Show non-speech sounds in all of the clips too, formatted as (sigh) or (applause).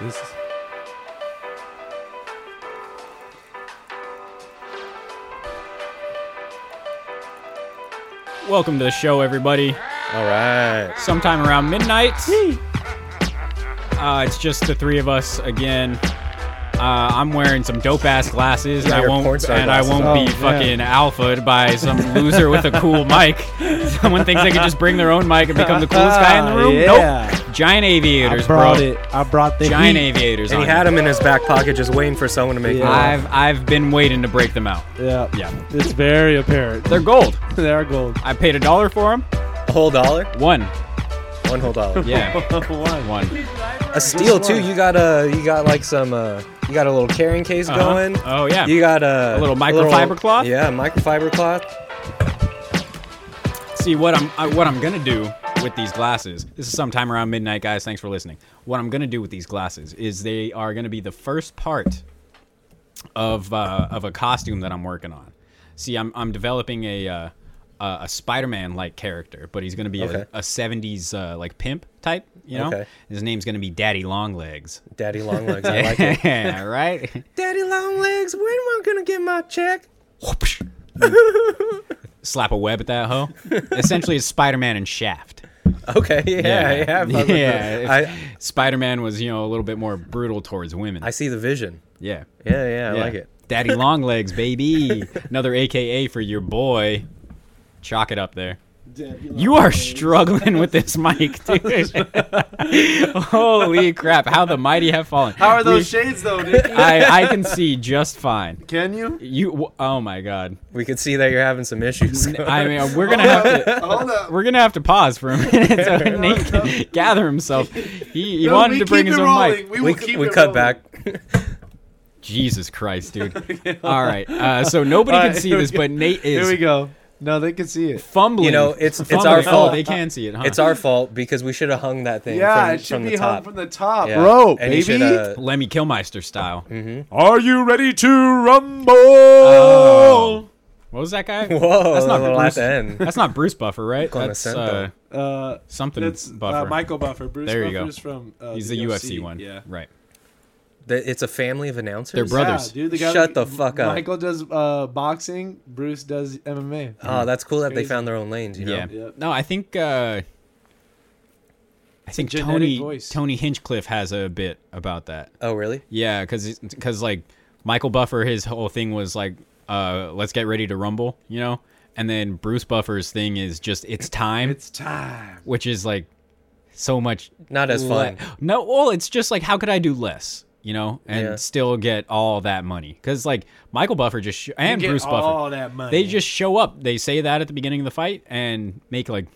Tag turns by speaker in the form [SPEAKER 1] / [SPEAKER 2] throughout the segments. [SPEAKER 1] This is.
[SPEAKER 2] Welcome to the show, everybody.
[SPEAKER 1] All right.
[SPEAKER 2] Sometime around midnight. Uh, it's just the three of us again. Uh, I'm wearing some dope ass glasses,
[SPEAKER 1] Yeah,
[SPEAKER 2] and I
[SPEAKER 1] your porn
[SPEAKER 2] won't
[SPEAKER 1] star
[SPEAKER 2] and I
[SPEAKER 1] glasses.
[SPEAKER 2] won't
[SPEAKER 3] Oh,
[SPEAKER 2] be
[SPEAKER 3] yeah.
[SPEAKER 2] fucking alphaed by some loser with a
[SPEAKER 1] (laughs)
[SPEAKER 2] cool mic. Someone thinks they could just bring their own mic and become the coolest guy in the
[SPEAKER 1] (laughs)
[SPEAKER 2] room.
[SPEAKER 3] Yeah.
[SPEAKER 2] Nope. Giant aviators,
[SPEAKER 3] I brought
[SPEAKER 2] bro.
[SPEAKER 3] it. I brought the
[SPEAKER 2] Giant
[SPEAKER 3] heat.
[SPEAKER 2] aviators.
[SPEAKER 1] And he
[SPEAKER 2] on
[SPEAKER 1] had
[SPEAKER 2] you.
[SPEAKER 1] him in his back pocket, just waiting for someone to make.
[SPEAKER 3] Yeah.
[SPEAKER 1] noise.
[SPEAKER 2] I've I've been waiting to break them out.
[SPEAKER 3] Yeah.
[SPEAKER 2] Yeah.
[SPEAKER 3] It's very apparent.
[SPEAKER 2] They're gold.
[SPEAKER 3] they are gold.
[SPEAKER 2] I paid a dollar for them.
[SPEAKER 1] A whole dollar,
[SPEAKER 2] One.
[SPEAKER 1] one whole dollar. (laughs)
[SPEAKER 2] Yeah.
[SPEAKER 3] One.
[SPEAKER 2] One.
[SPEAKER 1] A steal too. You got a, you got like some, uh, you got a little carrying case
[SPEAKER 2] Uh-huh.
[SPEAKER 1] going.
[SPEAKER 2] Oh yeah.
[SPEAKER 1] You got a,
[SPEAKER 2] A little microfiber cloth?
[SPEAKER 1] Yeah, microfiber cloth.
[SPEAKER 2] See what I'm I, what I'm gonna do with these glasses. This is sometime around midnight, guys. Thanks for listening. What I'm gonna do with these glasses is they are gonna be the first part of uh, of a costume that I'm working on. See, I'm I'm developing a uh, a a Spider-Man like character, but he's gonna be
[SPEAKER 1] Okay.
[SPEAKER 2] a, a '70s uh, like pimp type. You know,
[SPEAKER 1] Okay.
[SPEAKER 2] his name's gonna be Daddy Longlegs.
[SPEAKER 1] Daddy long legs. I like it.
[SPEAKER 2] (laughs) Yeah, right.
[SPEAKER 1] (laughs) Daddy long legs. When am I gonna get my check?
[SPEAKER 2] Whoopsh. Slap a web at that hoe. Essentially, it's Spider-Man and Shaft.
[SPEAKER 1] (laughs) Okay.
[SPEAKER 2] (laughs)
[SPEAKER 1] (laughs) Yeah. Yeah.
[SPEAKER 2] yeah.
[SPEAKER 1] fuck with it.
[SPEAKER 2] (laughs)
[SPEAKER 1] I,
[SPEAKER 2] Spider Man was, you know, a little bit more brutal towards women.
[SPEAKER 1] I see the vision.
[SPEAKER 2] yeah.
[SPEAKER 1] Yeah. Yeah. I
[SPEAKER 2] Yeah.
[SPEAKER 1] like it.
[SPEAKER 4] (laughs)
[SPEAKER 2] Daddy long legs, baby. Another AKA for your boy. Chalk it up there. You are struggling with this (laughs) mic, dude. (laughs) Holy crap! How the mighty have fallen.
[SPEAKER 4] How are those
[SPEAKER 2] We-
[SPEAKER 4] shades though,
[SPEAKER 3] (laughs)
[SPEAKER 4] dude? (laughs)
[SPEAKER 2] I I can see just fine.
[SPEAKER 4] Can you?
[SPEAKER 2] You. Oh my god.
[SPEAKER 1] We could see that you're having some (laughs) issues.
[SPEAKER 2] I
[SPEAKER 4] (laughs)
[SPEAKER 2] mean, we're gonna have to.
[SPEAKER 4] Hold up.
[SPEAKER 2] We're gonna have to pause for a minute
[SPEAKER 4] (laughs)
[SPEAKER 2] so Nate can gather himself. He, he
[SPEAKER 4] No,
[SPEAKER 2] wanted
[SPEAKER 4] we
[SPEAKER 2] to bring
[SPEAKER 4] keep
[SPEAKER 2] his
[SPEAKER 4] it
[SPEAKER 2] own
[SPEAKER 4] rolling.
[SPEAKER 2] mic.
[SPEAKER 4] We,
[SPEAKER 1] we
[SPEAKER 4] will keep
[SPEAKER 1] we
[SPEAKER 4] it
[SPEAKER 1] cut
[SPEAKER 4] rolling.
[SPEAKER 1] back.
[SPEAKER 2] Jesus Christ,
[SPEAKER 4] (laughs)
[SPEAKER 2] dude. All right. Uh, so nobody
[SPEAKER 4] All
[SPEAKER 2] can
[SPEAKER 4] right,
[SPEAKER 2] see
[SPEAKER 4] here we
[SPEAKER 2] this, but Nate is
[SPEAKER 4] Here we go. No, they can see it.
[SPEAKER 2] fumbling.
[SPEAKER 1] You know, it's- it's
[SPEAKER 2] Fumbling.
[SPEAKER 1] our fault.
[SPEAKER 2] Oh, they can see it, huh?
[SPEAKER 1] it's our fault because we should have hung that thing
[SPEAKER 4] Yeah,
[SPEAKER 1] from,
[SPEAKER 4] it should
[SPEAKER 1] from
[SPEAKER 4] be
[SPEAKER 1] the
[SPEAKER 4] hung
[SPEAKER 1] top.
[SPEAKER 4] from the top,
[SPEAKER 1] Yeah.
[SPEAKER 4] bro,
[SPEAKER 1] And
[SPEAKER 4] baby.
[SPEAKER 1] you should, uh,
[SPEAKER 2] Lemmy Kilmeister style.
[SPEAKER 1] Mm-hmm.
[SPEAKER 4] Are you ready to rumble?
[SPEAKER 2] Oh. What was that guy?
[SPEAKER 1] Whoa,
[SPEAKER 2] That's not
[SPEAKER 1] a little
[SPEAKER 2] Bruce.
[SPEAKER 1] at the end.
[SPEAKER 2] That's not Bruce Buffer, right? That's
[SPEAKER 1] Clemacento.
[SPEAKER 2] uh,
[SPEAKER 3] Uh,
[SPEAKER 2] something
[SPEAKER 4] That's
[SPEAKER 2] Buffer.
[SPEAKER 4] uh, Michael Buffer. Bruce
[SPEAKER 2] There you go.
[SPEAKER 4] Buffer's from. Uh,
[SPEAKER 2] He's
[SPEAKER 4] the
[SPEAKER 2] the UFC, one.
[SPEAKER 4] Yeah.
[SPEAKER 2] Right.
[SPEAKER 1] The- It's a family of announcers.
[SPEAKER 2] They're brothers.
[SPEAKER 4] Yeah, dude, the guy
[SPEAKER 1] Shut the fuck up.
[SPEAKER 4] Michael does uh, boxing. Bruce does MMA.
[SPEAKER 1] Oh, that's cool that they
[SPEAKER 4] Crazy.
[SPEAKER 1] found their own lanes. You know?
[SPEAKER 2] Yeah.
[SPEAKER 4] Yep.
[SPEAKER 2] No, I think uh, I think
[SPEAKER 4] genetic
[SPEAKER 2] Tony
[SPEAKER 4] voice.
[SPEAKER 2] Tony Hinchcliffe has a bit about that.
[SPEAKER 1] Oh, really?
[SPEAKER 2] Yeah, because because like Michael Buffer, his whole thing was like, uh, let's get ready to rumble, you know. And then Bruce Buffer's thing is just it's time,
[SPEAKER 4] It's time.
[SPEAKER 2] which is like so much
[SPEAKER 1] Not as
[SPEAKER 2] le-
[SPEAKER 1] fun.
[SPEAKER 2] No, well, it's just like how could I do less, you know, and
[SPEAKER 1] Yeah.
[SPEAKER 2] still get all that money? Because like Michael Buffer just sh- and
[SPEAKER 4] Get
[SPEAKER 2] Bruce Buffer,
[SPEAKER 4] all that money.
[SPEAKER 2] they just show up. They say that at the beginning of the fight and make like,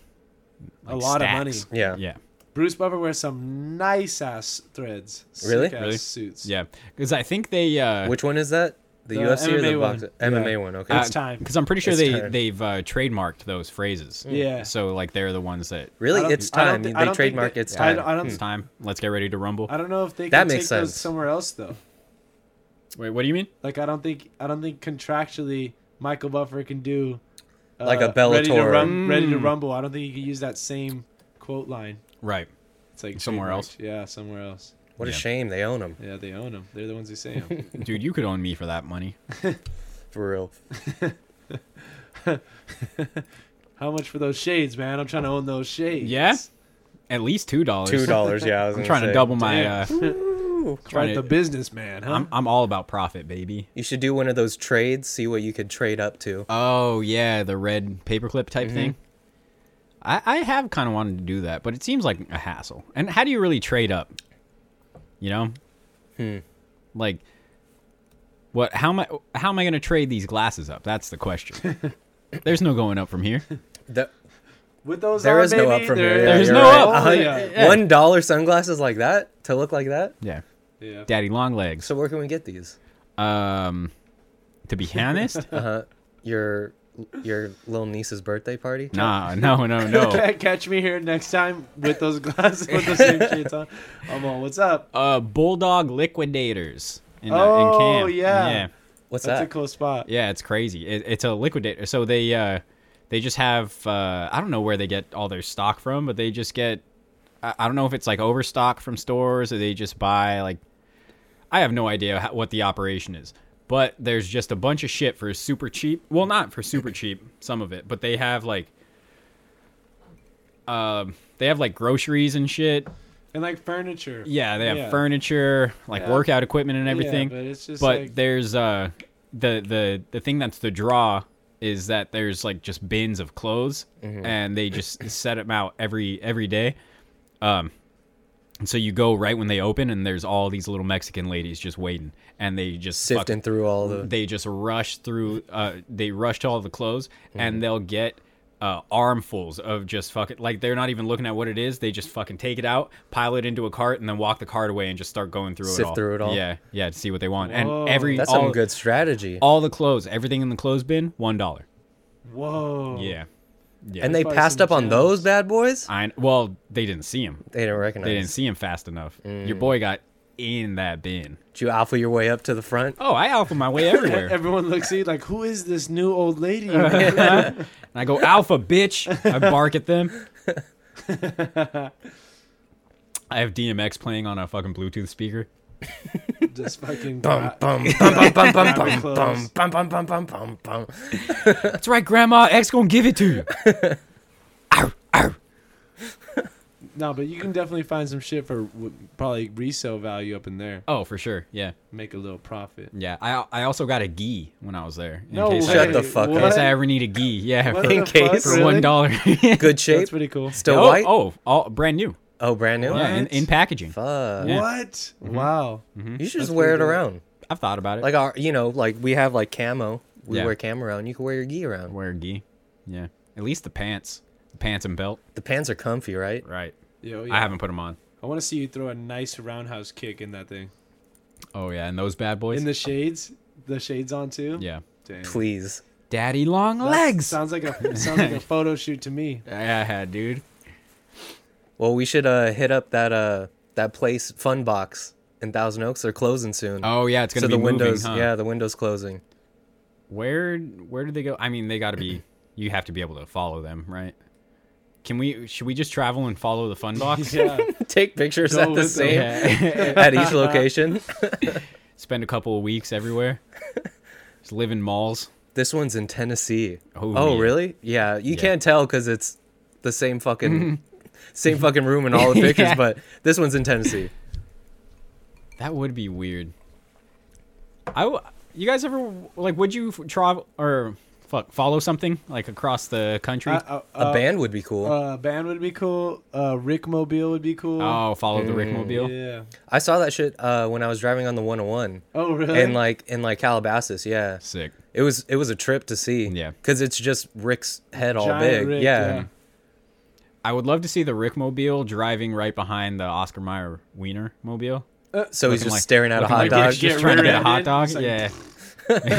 [SPEAKER 4] a lot of money.
[SPEAKER 2] stacks.
[SPEAKER 1] Yeah.
[SPEAKER 2] yeah.
[SPEAKER 4] Bruce Buffer wears some nice ass threads. Sick
[SPEAKER 1] Really?
[SPEAKER 4] ass
[SPEAKER 2] Really?
[SPEAKER 4] Suits.
[SPEAKER 2] Yeah, because I think they uh,
[SPEAKER 1] Which one is that? The,
[SPEAKER 4] The
[SPEAKER 1] UFC or the
[SPEAKER 4] MMA one.
[SPEAKER 1] box? MMA one. Okay.
[SPEAKER 4] It's time.
[SPEAKER 2] Because I'm pretty sure
[SPEAKER 1] It's
[SPEAKER 2] they
[SPEAKER 1] time. Mm.
[SPEAKER 2] they've uh, trademarked those phrases.
[SPEAKER 4] Yeah.
[SPEAKER 2] So like they're the ones that
[SPEAKER 4] I
[SPEAKER 1] really?
[SPEAKER 4] don't-
[SPEAKER 1] It's
[SPEAKER 4] I don't
[SPEAKER 1] time.
[SPEAKER 4] thi- I
[SPEAKER 1] they
[SPEAKER 4] don't think
[SPEAKER 1] trademark
[SPEAKER 4] that-
[SPEAKER 1] it's
[SPEAKER 4] I
[SPEAKER 1] time.
[SPEAKER 4] don't, I don't,
[SPEAKER 2] it's time. Let's get ready to rumble.
[SPEAKER 1] Uh,
[SPEAKER 4] I don't know if they
[SPEAKER 1] That
[SPEAKER 4] can
[SPEAKER 1] makes
[SPEAKER 4] take those
[SPEAKER 1] sense.
[SPEAKER 4] somewhere else though.
[SPEAKER 2] Wait, what do you mean?
[SPEAKER 4] Like I don't think I don't think contractually Michael Buffer can do uh,
[SPEAKER 1] Like a
[SPEAKER 4] ready to,
[SPEAKER 1] Bellator.
[SPEAKER 4] rum- ready to
[SPEAKER 2] Mm.
[SPEAKER 4] rumble. I don't think he can use that same quote line.
[SPEAKER 2] Right.
[SPEAKER 4] It's like
[SPEAKER 2] Somewhere
[SPEAKER 4] trademarked.
[SPEAKER 2] else.
[SPEAKER 4] Yeah, somewhere else.
[SPEAKER 1] What a
[SPEAKER 2] Yeah.
[SPEAKER 1] shame they own them.
[SPEAKER 4] Yeah, they own them. They're the ones who say 'em.
[SPEAKER 2] Dude, you could own me for that
[SPEAKER 1] (laughs)
[SPEAKER 2] money.
[SPEAKER 1] For real.
[SPEAKER 4] (laughs) How much for those shades, man? I'm trying to own those shades.
[SPEAKER 2] Yeah? At least two
[SPEAKER 1] (laughs)
[SPEAKER 2] dollars.
[SPEAKER 1] Two dollars. Yeah. I was
[SPEAKER 2] I'm
[SPEAKER 1] gonna
[SPEAKER 2] trying
[SPEAKER 1] say.
[SPEAKER 2] to double my uh
[SPEAKER 4] Damn.
[SPEAKER 2] trying
[SPEAKER 4] Quite the
[SPEAKER 2] to-
[SPEAKER 4] businessman, huh?
[SPEAKER 2] I'm I'm all about profit, baby.
[SPEAKER 1] You should do one of those trades. See what you could trade up to.
[SPEAKER 2] Oh yeah, the red paperclip
[SPEAKER 4] Mm-hmm.
[SPEAKER 2] type thing. I, I have kind of wanted to do that, but it seems like a hassle. And how do you really trade up? You know,
[SPEAKER 4] Hmm.
[SPEAKER 2] like what? How am I? How am I going to trade these glasses up? That's the
[SPEAKER 4] (laughs)
[SPEAKER 2] question. There's no going up from here.
[SPEAKER 1] The-
[SPEAKER 4] With those
[SPEAKER 1] There
[SPEAKER 4] on,
[SPEAKER 1] is no up
[SPEAKER 4] baby,
[SPEAKER 1] from
[SPEAKER 4] there-
[SPEAKER 1] here.
[SPEAKER 2] There's
[SPEAKER 1] you're
[SPEAKER 2] no
[SPEAKER 1] right.
[SPEAKER 2] up.
[SPEAKER 1] A
[SPEAKER 4] Oh,
[SPEAKER 1] hundred-
[SPEAKER 4] yeah.
[SPEAKER 1] (laughs)
[SPEAKER 2] Yeah.
[SPEAKER 1] One dollar sunglasses like that to look like that.
[SPEAKER 2] Yeah,
[SPEAKER 4] Yeah.
[SPEAKER 2] daddy long legs.
[SPEAKER 1] So where can we get these?
[SPEAKER 2] Um, to be
[SPEAKER 4] (laughs)
[SPEAKER 2] honest,
[SPEAKER 1] Uh, your your little niece's birthday party?
[SPEAKER 2] nah, no, no, no.
[SPEAKER 4] (laughs) Catch me here next time with those glasses with the same shades on. I'm all, what's up?
[SPEAKER 2] Uh, bulldog liquidators. In, uh, in
[SPEAKER 4] Oh,
[SPEAKER 2] camp.
[SPEAKER 4] yeah.
[SPEAKER 2] yeah.
[SPEAKER 1] What's
[SPEAKER 4] That's a
[SPEAKER 1] that?
[SPEAKER 4] cool spot.
[SPEAKER 2] Yeah, it's crazy. It, it's a liquidator. So they uh, they just have uh, I don't know where they get all their stock from, but they just get I, I don't know if it's like overstock from stores or they just buy like I have no idea how, what the operation is. But there's just a bunch of shit for super cheap. Well, not for super cheap, some of it, but they have like um they have like groceries and shit.
[SPEAKER 4] and like furniture.
[SPEAKER 2] Yeah, they have
[SPEAKER 4] Yeah.
[SPEAKER 2] furniture, like
[SPEAKER 4] Yeah.
[SPEAKER 2] workout equipment and everything.
[SPEAKER 4] but it's just
[SPEAKER 2] But
[SPEAKER 4] like-
[SPEAKER 2] there's uh the the the thing that's the draw is that there's like just bins of clothes
[SPEAKER 4] Mm-hmm.
[SPEAKER 2] and they
[SPEAKER 4] (clears throat)
[SPEAKER 2] just set them out every every day. Um and so you go right when they open and there's all these little Mexican ladies just waiting and they just fuck-
[SPEAKER 1] Sifting through all the.
[SPEAKER 2] they just rush through uh they rush to all the clothes
[SPEAKER 1] Mm-hmm.
[SPEAKER 2] and they'll get uh armfuls of just fucking like they're not even looking at what it is they just fucking take it out pile it into a cart and then walk the cart away and just start going through it
[SPEAKER 1] Sift
[SPEAKER 2] all
[SPEAKER 1] through it all.
[SPEAKER 2] yeah yeah to see what they want
[SPEAKER 4] Whoa.
[SPEAKER 2] and every
[SPEAKER 1] That's
[SPEAKER 2] all,
[SPEAKER 1] some good strategy.
[SPEAKER 2] all the clothes everything in the clothes bin one dollar
[SPEAKER 4] whoa.
[SPEAKER 1] Oh.
[SPEAKER 2] yeah yeah
[SPEAKER 1] And they
[SPEAKER 4] Buy
[SPEAKER 1] passed
[SPEAKER 4] some
[SPEAKER 1] up on
[SPEAKER 4] gems.
[SPEAKER 1] those bad boys.
[SPEAKER 2] I, well they didn't see him
[SPEAKER 1] They didn't recognize.
[SPEAKER 2] they didn't see him fast enough your
[SPEAKER 1] Mm.
[SPEAKER 2] boy got in that bin
[SPEAKER 1] Did you alpha your way up to the
[SPEAKER 2] (laughs)
[SPEAKER 1] front?
[SPEAKER 2] oh i alpha my way
[SPEAKER 1] (laughs)
[SPEAKER 2] everywhere
[SPEAKER 4] E-, Everyone looks at you like, who is this new old lady?
[SPEAKER 2] (laughs) And I go, Alpha, bitch. I bark at them. I have DMX playing on a fucking Bluetooth speaker.
[SPEAKER 4] (laughs) just fucking.
[SPEAKER 1] Bum bum bum bum bum bum bum
[SPEAKER 4] clothes.
[SPEAKER 1] bum bum bum bum bum bum
[SPEAKER 2] (laughs)
[SPEAKER 1] bum.
[SPEAKER 2] That's right, Grandma. X gonna give it to you.
[SPEAKER 4] No, but you can definitely find some shit for w- probably resale value up in there.
[SPEAKER 2] Oh, for sure. Yeah,
[SPEAKER 4] Make a little profit.
[SPEAKER 2] yeah. I I also got a gi when I was there. In
[SPEAKER 4] No
[SPEAKER 2] case,
[SPEAKER 4] way.
[SPEAKER 2] I,
[SPEAKER 1] Shut the fuck
[SPEAKER 2] in
[SPEAKER 1] up.
[SPEAKER 2] case
[SPEAKER 4] What?
[SPEAKER 2] I ever need a gi. Yeah,
[SPEAKER 4] What
[SPEAKER 2] for, (laughs)
[SPEAKER 1] in
[SPEAKER 4] the fuck,
[SPEAKER 1] case.
[SPEAKER 2] for
[SPEAKER 4] really?
[SPEAKER 2] one dollar. (laughs)
[SPEAKER 1] Good shape.
[SPEAKER 4] That's pretty cool.
[SPEAKER 1] Still
[SPEAKER 2] Oh,
[SPEAKER 1] white. Oh,
[SPEAKER 2] oh, all brand new.
[SPEAKER 1] brand new.
[SPEAKER 2] Yeah, in,
[SPEAKER 4] What?
[SPEAKER 2] in packaging.
[SPEAKER 1] Fuck.
[SPEAKER 2] Yeah. Mm-hmm.
[SPEAKER 4] What? Wow.
[SPEAKER 1] You should just
[SPEAKER 4] That's
[SPEAKER 1] wear it
[SPEAKER 4] pretty good.
[SPEAKER 1] around.
[SPEAKER 2] I've thought about it.
[SPEAKER 1] Like our, you know, like we have like camo. We
[SPEAKER 2] Yeah.
[SPEAKER 1] wear camo around. You can wear your gi around.
[SPEAKER 2] wear a gi. Yeah, at least the pants, the pants and belt.
[SPEAKER 1] The pants are comfy, right?
[SPEAKER 2] Right.
[SPEAKER 4] Yo,
[SPEAKER 2] I
[SPEAKER 4] yeah.
[SPEAKER 2] haven't put them on.
[SPEAKER 4] I want to see you throw a nice roundhouse kick in that thing.
[SPEAKER 2] Oh yeah, and those bad boys.
[SPEAKER 4] In the shades, the shades on too.
[SPEAKER 2] yeah.
[SPEAKER 4] Damn.
[SPEAKER 1] Please.
[SPEAKER 2] Daddy long
[SPEAKER 4] That
[SPEAKER 2] legs.
[SPEAKER 4] Sounds like a
[SPEAKER 1] (laughs)
[SPEAKER 4] sounds like a photo shoot to me.
[SPEAKER 2] Yeah, dude.
[SPEAKER 1] Well, we should uh hit up that uh that place Fun Box in Thousand Oaks. They're closing soon.
[SPEAKER 2] Oh yeah, it's gonna
[SPEAKER 1] so
[SPEAKER 2] be
[SPEAKER 1] the
[SPEAKER 2] moving,
[SPEAKER 1] windows,
[SPEAKER 2] huh?
[SPEAKER 1] yeah, the windows closing. (laughs)
[SPEAKER 2] Where where do they go? I mean, they got to be. You have to be able to follow them, right? Can we? Should we just travel and follow the fun
[SPEAKER 1] (laughs)
[SPEAKER 2] box?
[SPEAKER 4] Yeah.
[SPEAKER 1] Take pictures
[SPEAKER 4] Go
[SPEAKER 1] at the
[SPEAKER 4] with them.
[SPEAKER 1] same
[SPEAKER 2] Yeah.
[SPEAKER 1] (laughs) at each location.
[SPEAKER 2] Spend a couple of
[SPEAKER 1] (laughs)
[SPEAKER 2] weeks everywhere. Just live in malls.
[SPEAKER 1] This one's in Tennessee.
[SPEAKER 2] Oh,
[SPEAKER 1] Oh,
[SPEAKER 2] yeah.
[SPEAKER 1] really? Yeah, you
[SPEAKER 2] Yeah.
[SPEAKER 1] can't tell because it's the same
[SPEAKER 2] (laughs)
[SPEAKER 1] fucking same fucking room in all the pictures,
[SPEAKER 2] Yeah.
[SPEAKER 1] but this one's in Tennessee.
[SPEAKER 2] That would be weird. I. W- you guys ever like? Would you f- travel or fuck follow something like across the country?
[SPEAKER 4] Uh,
[SPEAKER 1] A band would be cool.
[SPEAKER 4] Uh, band would be cool. Uh, Rick Mobile would be cool.
[SPEAKER 2] oh, follow the Rickmobile.
[SPEAKER 4] yeah.
[SPEAKER 1] I saw that shit uh, when I was driving on the 101
[SPEAKER 4] Oh,
[SPEAKER 2] Uh-huh.
[SPEAKER 4] really?
[SPEAKER 1] in like in like Calabasas. Yeah,
[SPEAKER 2] Sick.
[SPEAKER 1] it was it was a trip to see.
[SPEAKER 2] Yeah.
[SPEAKER 1] because it's just Rick's head all
[SPEAKER 4] Giant
[SPEAKER 1] big.
[SPEAKER 4] Rick,
[SPEAKER 1] yeah.
[SPEAKER 4] yeah.
[SPEAKER 2] I would love to see the Rickmobile driving right behind the Oscar Mayer Wiener mobile.
[SPEAKER 1] so he's
[SPEAKER 2] Looking
[SPEAKER 1] just
[SPEAKER 2] like-
[SPEAKER 1] staring at a
[SPEAKER 2] looking
[SPEAKER 1] hot
[SPEAKER 2] like
[SPEAKER 1] dog.
[SPEAKER 2] Just, just trying to get a hot
[SPEAKER 4] rear-ended.
[SPEAKER 2] dog.
[SPEAKER 4] It's like- (laughs)
[SPEAKER 2] yeah.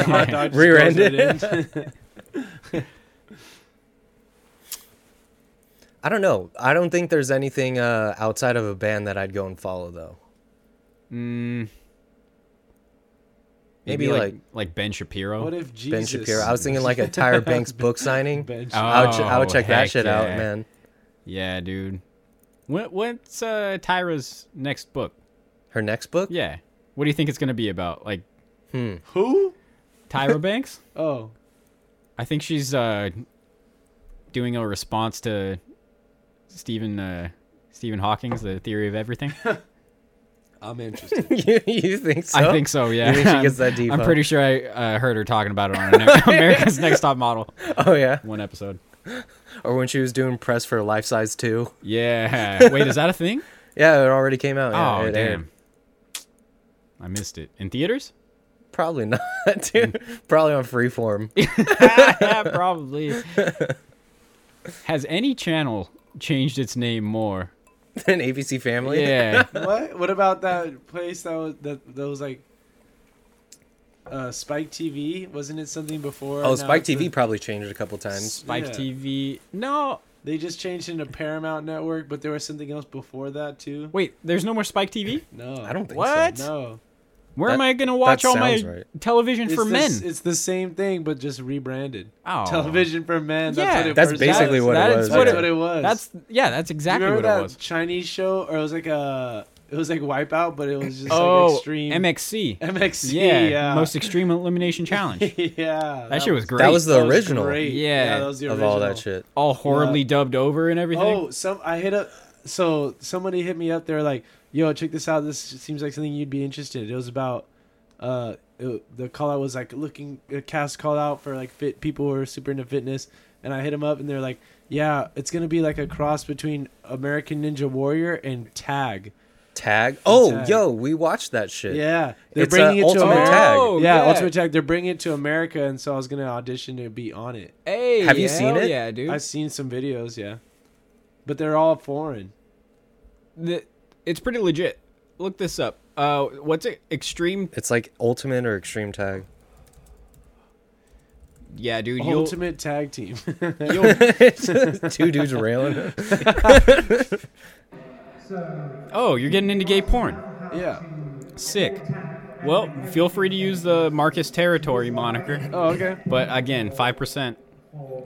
[SPEAKER 4] Hot
[SPEAKER 1] (laughs)
[SPEAKER 2] (laughs)
[SPEAKER 4] dog just
[SPEAKER 1] Rear-ended.
[SPEAKER 4] goes right in.
[SPEAKER 1] I don't know. I don't think there's anything uh, outside of a band that I'd go and follow though.
[SPEAKER 2] Mm,
[SPEAKER 1] Maybe,
[SPEAKER 2] like,
[SPEAKER 1] like-
[SPEAKER 2] like Ben Shapiro.
[SPEAKER 4] What if Jesus?
[SPEAKER 1] Ben Shapiro. I was thinking like a
[SPEAKER 2] (laughs)
[SPEAKER 4] (laughs)
[SPEAKER 1] Tyra Banks book signing.
[SPEAKER 4] Ben
[SPEAKER 2] Oh,
[SPEAKER 1] I would, ch- I would check that
[SPEAKER 2] heck
[SPEAKER 1] shit out,
[SPEAKER 2] yeah.
[SPEAKER 1] man.
[SPEAKER 2] Yeah, dude. What what's uh, Tyra's next book?
[SPEAKER 1] Her next book?
[SPEAKER 2] Yeah. What do you think it's gonna be about? Like
[SPEAKER 4] Who? (laughs)
[SPEAKER 2] Tyra Banks?
[SPEAKER 4] Oh,
[SPEAKER 2] I think she's uh, doing a response to Stephen uh, Stephen Hawking's The Theory of Everything.
[SPEAKER 4] I'm interested.
[SPEAKER 1] (laughs) you, you think so?
[SPEAKER 2] I think so. Yeah.
[SPEAKER 1] think she gets that deep,
[SPEAKER 2] (laughs) I'm
[SPEAKER 1] huh?
[SPEAKER 2] pretty sure I uh, heard her talking about it
[SPEAKER 1] (laughs)
[SPEAKER 2] on Amer- America's Next Top Model
[SPEAKER 1] Oh yeah.
[SPEAKER 2] one episode.
[SPEAKER 1] Or when she was doing press for Life Size Two.
[SPEAKER 2] Yeah. Wait, is that a thing?
[SPEAKER 1] Yeah, it already came out. (laughs) Yeah,
[SPEAKER 2] oh
[SPEAKER 1] it
[SPEAKER 2] damn.
[SPEAKER 1] aired.
[SPEAKER 2] I missed it
[SPEAKER 1] (laughs)
[SPEAKER 2] in theaters. (laughs)
[SPEAKER 1] Probably not, (laughs) dude. Probably on Freeform. (laughs)
[SPEAKER 2] (laughs) Probably. Has any channel changed its
[SPEAKER 1] (laughs)
[SPEAKER 2] name more?
[SPEAKER 1] An ABC Family.
[SPEAKER 2] Yeah.
[SPEAKER 4] what? What about that place that was that, that was like uh, Spike TV? Wasn't it something before?
[SPEAKER 1] Oh,
[SPEAKER 4] Now
[SPEAKER 1] Spike
[SPEAKER 4] it's the-
[SPEAKER 1] TV probably changed a couple times.
[SPEAKER 2] Spike
[SPEAKER 4] Yeah.
[SPEAKER 2] TV. No.
[SPEAKER 4] They just changed into Paramount Network, but there was something else before that too.
[SPEAKER 2] Wait, there's no more Spike TV?
[SPEAKER 4] No,
[SPEAKER 1] I don't think
[SPEAKER 2] What?
[SPEAKER 1] so.
[SPEAKER 4] No,
[SPEAKER 2] Where
[SPEAKER 1] That-
[SPEAKER 2] am I gonna watch all my
[SPEAKER 1] sounds right.
[SPEAKER 2] television
[SPEAKER 4] It's
[SPEAKER 2] for
[SPEAKER 4] the
[SPEAKER 2] men?
[SPEAKER 4] s- It's the same thing, but just rebranded.
[SPEAKER 2] Oh.
[SPEAKER 4] Television for men. That's
[SPEAKER 2] Yeah.
[SPEAKER 4] what it
[SPEAKER 1] That's
[SPEAKER 4] first
[SPEAKER 1] basically
[SPEAKER 4] was.
[SPEAKER 1] what it
[SPEAKER 2] That is
[SPEAKER 1] was,
[SPEAKER 4] That's
[SPEAKER 1] yeah.
[SPEAKER 4] what it was.
[SPEAKER 2] That's yeah, that's
[SPEAKER 4] You
[SPEAKER 2] exactly
[SPEAKER 4] remember
[SPEAKER 2] what
[SPEAKER 4] that
[SPEAKER 2] it was.
[SPEAKER 4] Chinese show, or it was like a, it was like Wipeout, but it was just like
[SPEAKER 2] oh,
[SPEAKER 4] extreme
[SPEAKER 2] MXC.
[SPEAKER 4] MXC.
[SPEAKER 2] yeah,
[SPEAKER 4] Yeah,
[SPEAKER 2] most extreme elimination challenge.
[SPEAKER 4] (laughs) yeah.
[SPEAKER 2] That shit was great.
[SPEAKER 1] That was the
[SPEAKER 4] that was
[SPEAKER 1] original
[SPEAKER 4] great.
[SPEAKER 2] Yeah.
[SPEAKER 4] that was the
[SPEAKER 1] of
[SPEAKER 4] original.
[SPEAKER 1] all that shit.
[SPEAKER 2] all horribly dubbed over and everything.
[SPEAKER 4] Oh, some I hit up. So somebody hit me up. They were like, "Yo, check this out. This seems like something you'd be interested." It was about, uh, it- the call out was like looking a cast call out for like fit people who are super into fitness, and I hit them up, and they're like, "Yeah, it's gonna be like a cross between American Ninja Warrior and Tag."
[SPEAKER 1] Tag. Oh,
[SPEAKER 4] Tag.
[SPEAKER 1] yo, we watched that shit.
[SPEAKER 4] Yeah, they're
[SPEAKER 1] It's, uh,
[SPEAKER 4] bringing it to
[SPEAKER 1] Ultimate
[SPEAKER 4] America.
[SPEAKER 1] Tag.
[SPEAKER 2] Oh,
[SPEAKER 4] yeah,
[SPEAKER 2] yeah.
[SPEAKER 4] Ultimate Tag. They're bringing it to America, and so I was gonna audition to be on it.
[SPEAKER 2] Hey,
[SPEAKER 1] Have you seen
[SPEAKER 2] hell
[SPEAKER 1] it?
[SPEAKER 2] Yeah, dude.
[SPEAKER 4] I've seen some videos, yeah, but they're all foreign.
[SPEAKER 2] The- it's pretty legit. Look this up. Uh, what's it? Extreme?
[SPEAKER 1] It's like ultimate or extreme (laughs) tag.
[SPEAKER 2] Yeah, dude. You'll,
[SPEAKER 4] Ultimate Tag Team. (laughs)
[SPEAKER 2] you'll,
[SPEAKER 1] Two dudes railing.
[SPEAKER 2] oh, you're getting into gay porn.
[SPEAKER 4] yeah.
[SPEAKER 2] Sick. Well, feel free to use the Marcus Territory moniker,
[SPEAKER 4] Oh, okay.
[SPEAKER 2] but again, five percent.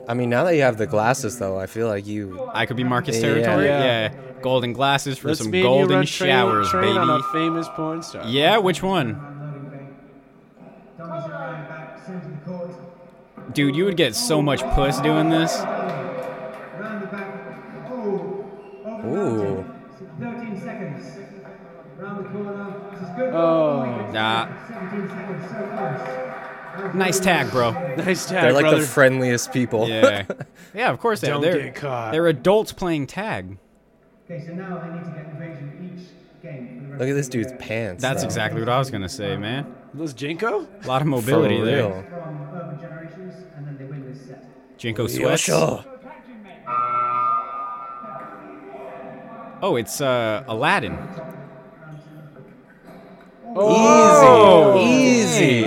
[SPEAKER 1] I mean, now that you have the glasses, though, I feel like you.
[SPEAKER 2] I could be Marcus
[SPEAKER 1] Yeah.
[SPEAKER 2] Territory. Yeah.
[SPEAKER 4] Yeah.
[SPEAKER 2] Golden glasses for
[SPEAKER 4] Let's
[SPEAKER 2] some
[SPEAKER 4] me and you
[SPEAKER 2] golden
[SPEAKER 4] run train-
[SPEAKER 2] showers,
[SPEAKER 4] train
[SPEAKER 2] baby.
[SPEAKER 4] On a famous porn star.
[SPEAKER 2] Yeah, which one? Dude, you would get so much puss doing this.
[SPEAKER 5] Oh,
[SPEAKER 1] Ooh.
[SPEAKER 4] Oh,
[SPEAKER 2] Nah. Nice tag,
[SPEAKER 1] (laughs)
[SPEAKER 2] bro.
[SPEAKER 4] (laughs) nice tag,
[SPEAKER 1] They're like
[SPEAKER 4] brother.
[SPEAKER 1] the friendliest people. (laughs)
[SPEAKER 2] Yeah. Yeah, of course they are.
[SPEAKER 4] Don't
[SPEAKER 2] They're,
[SPEAKER 4] get caught.
[SPEAKER 2] they're adults playing tag.
[SPEAKER 5] Okay, so now they need to get invasion each game. for the rest
[SPEAKER 1] Look at
[SPEAKER 5] of
[SPEAKER 1] this
[SPEAKER 5] the
[SPEAKER 1] dude's
[SPEAKER 5] year.
[SPEAKER 1] pants.
[SPEAKER 2] That's
[SPEAKER 1] though.
[SPEAKER 2] exactly what I was going to say, man.
[SPEAKER 4] Those Jinko?
[SPEAKER 2] A lot of
[SPEAKER 1] For
[SPEAKER 2] mobility there.
[SPEAKER 1] real.
[SPEAKER 5] From urban generations, and then they win this set.
[SPEAKER 2] Jinko sweats. Oh, it's uh, Aladdin.
[SPEAKER 1] Easy. Easy.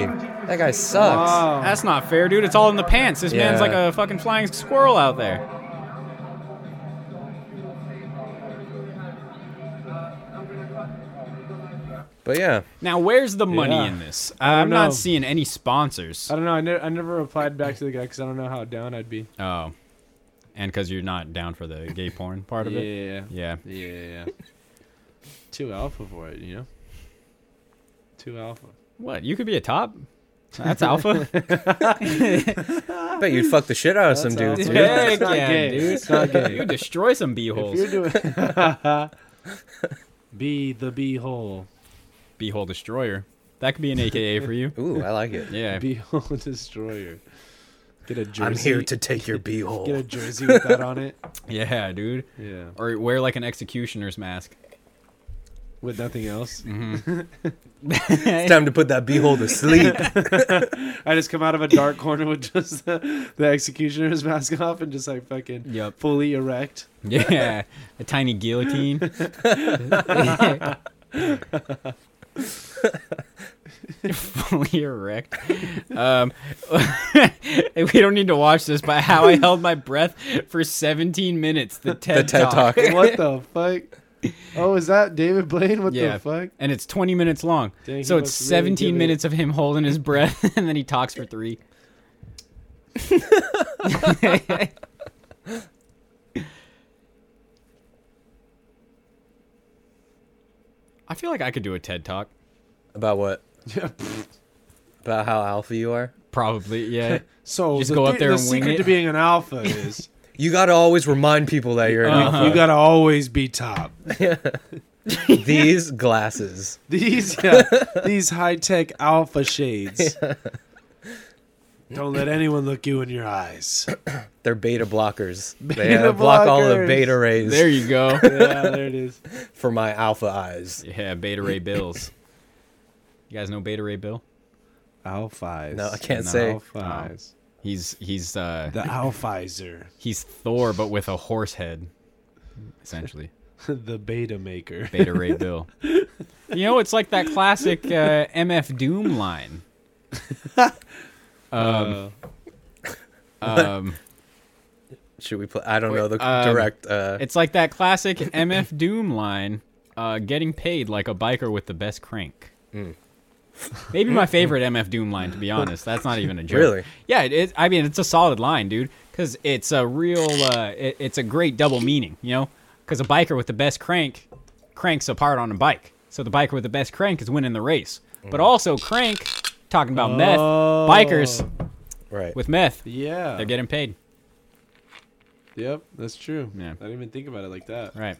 [SPEAKER 1] That guy sucks.
[SPEAKER 4] Oh. Wow.
[SPEAKER 2] That's not fair, dude. It's all in the pants. This man's
[SPEAKER 1] Yeah.
[SPEAKER 2] like a fucking flying squirrel out there.
[SPEAKER 1] But yeah,
[SPEAKER 2] Now, where's the money
[SPEAKER 4] Yeah.
[SPEAKER 2] in this? I'm not
[SPEAKER 4] know.
[SPEAKER 2] seeing any sponsors.
[SPEAKER 4] I don't know. I, ne- I never replied back to the guy because I don't know how down I'd be.
[SPEAKER 2] Oh, and because you're not down for the gay porn part of it.
[SPEAKER 4] Yeah.
[SPEAKER 2] Yeah.
[SPEAKER 4] Yeah. (laughs) Too alpha for it, you know? Too alpha.
[SPEAKER 2] What? You could be a top.
[SPEAKER 4] (laughs)
[SPEAKER 2] That's alpha.
[SPEAKER 1] bet you'd fuck the shit out of some
[SPEAKER 4] That's
[SPEAKER 1] dudes.
[SPEAKER 4] awesome.
[SPEAKER 1] dude.
[SPEAKER 4] Yeah, it's not
[SPEAKER 2] Yeah,
[SPEAKER 4] gay.
[SPEAKER 2] dude.
[SPEAKER 4] It's not
[SPEAKER 2] (laughs)
[SPEAKER 4] gay.
[SPEAKER 2] you destroy some
[SPEAKER 4] If
[SPEAKER 2] beeholes.
[SPEAKER 4] you're doing. (laughs) be the beehole.
[SPEAKER 2] Beehole destroyer. That could be an AKA for you.
[SPEAKER 1] Ooh, I like it.
[SPEAKER 2] Yeah.
[SPEAKER 4] (laughs) Beehole destroyer. Get a jersey.
[SPEAKER 1] I'm here to take your
[SPEAKER 4] Get a
[SPEAKER 2] (laughs)
[SPEAKER 1] beehole.
[SPEAKER 4] jersey with that on it.
[SPEAKER 2] Yeah, dude.
[SPEAKER 4] Yeah.
[SPEAKER 2] Or wear like an executioner's mask. (laughs)
[SPEAKER 4] With nothing else.
[SPEAKER 2] Mm-hmm.
[SPEAKER 1] It's time to put that beehole
[SPEAKER 4] (laughs)
[SPEAKER 1] to sleep.
[SPEAKER 4] I just come out of a dark corner with just the, the executioner's mask off and just like fucking
[SPEAKER 2] Yep.
[SPEAKER 4] fully erect.
[SPEAKER 2] Yeah. a tiny
[SPEAKER 4] (laughs)
[SPEAKER 2] guillotine. (laughs) Fully erect. Um, (laughs) we don't need to watch this, but how I held my breath for 17 minutes. The TED,
[SPEAKER 1] the TED Talk.
[SPEAKER 4] What
[SPEAKER 2] (laughs)
[SPEAKER 4] the fuck? Oh, is that David Blaine? What
[SPEAKER 2] Yeah.
[SPEAKER 4] the fuck?
[SPEAKER 2] And it's 20 minutes long.
[SPEAKER 4] Dang,
[SPEAKER 2] so
[SPEAKER 4] he
[SPEAKER 2] it's
[SPEAKER 4] must really
[SPEAKER 2] 17
[SPEAKER 4] give it-
[SPEAKER 2] minutes of him holding his breath (laughs) and then he talks for three. (laughs) I feel like I could do a TED talk.
[SPEAKER 1] About what?
[SPEAKER 4] Yeah, pfft.
[SPEAKER 1] About how alpha you are?
[SPEAKER 2] Probably, yeah.
[SPEAKER 4] so
[SPEAKER 2] Just
[SPEAKER 4] the
[SPEAKER 2] go out
[SPEAKER 4] thi-
[SPEAKER 2] there
[SPEAKER 4] the
[SPEAKER 2] and wing
[SPEAKER 4] secret
[SPEAKER 2] it.
[SPEAKER 4] to being an
[SPEAKER 2] (laughs)
[SPEAKER 4] alpha is
[SPEAKER 1] You gotta always remind people that you're an
[SPEAKER 2] Uh-huh.
[SPEAKER 1] alpha.
[SPEAKER 4] you gotta always be
[SPEAKER 2] (laughs)
[SPEAKER 4] top.
[SPEAKER 1] (laughs) These glasses.
[SPEAKER 4] These yeah, these high tech alpha shades.
[SPEAKER 2] (laughs)
[SPEAKER 4] Don't let anyone look you in
[SPEAKER 2] (laughs)
[SPEAKER 4] your eyes.
[SPEAKER 1] They're beta blockers. they
[SPEAKER 4] Beta
[SPEAKER 1] uh, block all the
[SPEAKER 4] blockers.
[SPEAKER 1] beta rays
[SPEAKER 2] there you go.
[SPEAKER 4] Yeah, there it is.
[SPEAKER 1] for my alpha eyes.
[SPEAKER 2] yeah, Beta Ray Bills. You guys know Beta Ray Bill?
[SPEAKER 4] Alphys.
[SPEAKER 1] No, I can't say.
[SPEAKER 4] Alphys.
[SPEAKER 2] He's he's uh
[SPEAKER 4] The Alphizer. (laughs)
[SPEAKER 2] he's Thor but with a horse head. Essentially.
[SPEAKER 4] the beta maker.
[SPEAKER 2] Beta Ray Bill. (laughs) You know, it's like that classic uh, MF Doom line.
[SPEAKER 4] Um,
[SPEAKER 2] Um,
[SPEAKER 1] Should we play? I don't know the
[SPEAKER 2] um,
[SPEAKER 1] direct. Uh,
[SPEAKER 2] it's like that classic MF Doom line. Uh, getting paid like a biker with the best crank. Maybe (laughs) my favorite MF Doom line, to be honest. That's not even a joke.
[SPEAKER 1] Really?
[SPEAKER 2] Yeah. It, it, I mean, it's a solid line, dude, because it's a real. Uh, it, it's a great double meaning, you know, because a biker with the best crank cranks apart on a bike, so the biker with the best crank is winning the race. But also crank, talking about meth, bikers
[SPEAKER 1] Right.
[SPEAKER 2] with meth,
[SPEAKER 4] Yeah.
[SPEAKER 2] they're getting paid.
[SPEAKER 4] Yep, that's true.
[SPEAKER 2] Yeah.
[SPEAKER 4] I didn't even think about it like that.
[SPEAKER 2] Right.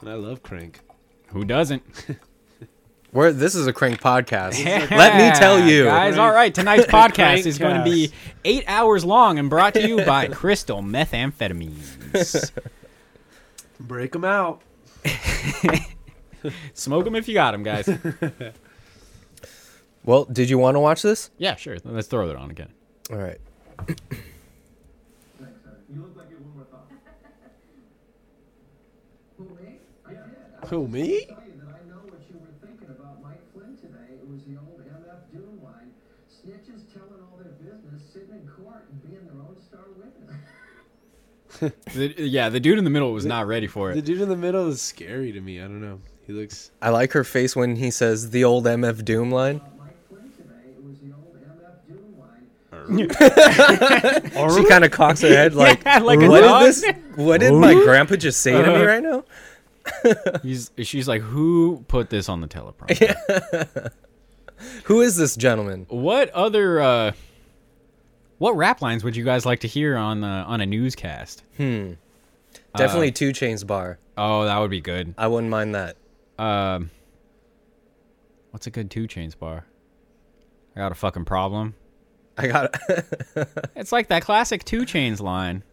[SPEAKER 4] And I love Crank.
[SPEAKER 2] Who (laughs) doesn't?
[SPEAKER 1] We're, this is a crank
[SPEAKER 2] (laughs)
[SPEAKER 1] podcast. Let me tell you.
[SPEAKER 2] guys. All right, (laughs) tonight's podcast is going to be eight hours long and brought to you by Crystal Methamphetamines.
[SPEAKER 4] Break them out.
[SPEAKER 2] (laughs) Smoke them if you got them, guys.
[SPEAKER 1] Well, did you want to watch this?
[SPEAKER 2] (laughs) Yeah, sure. Let's throw that on again.
[SPEAKER 1] All right.
[SPEAKER 5] (laughs) eh?
[SPEAKER 4] Who me?
[SPEAKER 5] that I know what you were thinking about Mike Flynn today. It was the old MF Doom line. Snitches telling all their business, sitting in court and being their own star witness. (laughs)
[SPEAKER 2] The, yeah, the dude in the middle was not ready for (laughs)
[SPEAKER 4] The
[SPEAKER 2] it.
[SPEAKER 4] dude in the middle is scary to me. I don't know. He looks.
[SPEAKER 1] I like her face when he says the old MF Doom line.
[SPEAKER 5] Mike Flynn today. It was the old MF Doom line.
[SPEAKER 1] She kind of cocks her head like,
[SPEAKER 2] Oh, (laughs) Yeah, like a
[SPEAKER 1] what
[SPEAKER 2] dog. Uh-huh.
[SPEAKER 1] is this? What did
[SPEAKER 2] (laughs)
[SPEAKER 1] my grandpa just say to me right now?
[SPEAKER 2] He's, she's like, "Who put this on the (laughs) teleprompter?
[SPEAKER 1] Who is this gentleman?
[SPEAKER 2] What other, uh, what rap lines would you guys like to hear on uh, on a newscast?
[SPEAKER 1] Definitely
[SPEAKER 2] Uh,
[SPEAKER 1] Two Chains Bar.
[SPEAKER 2] Oh, that would be good.
[SPEAKER 1] I wouldn't mind that. (laughs)
[SPEAKER 2] Um, what's a good two chains bar? I got a fucking problem. (laughs)
[SPEAKER 1] I got (laughs)
[SPEAKER 2] It's like that classic two chains line.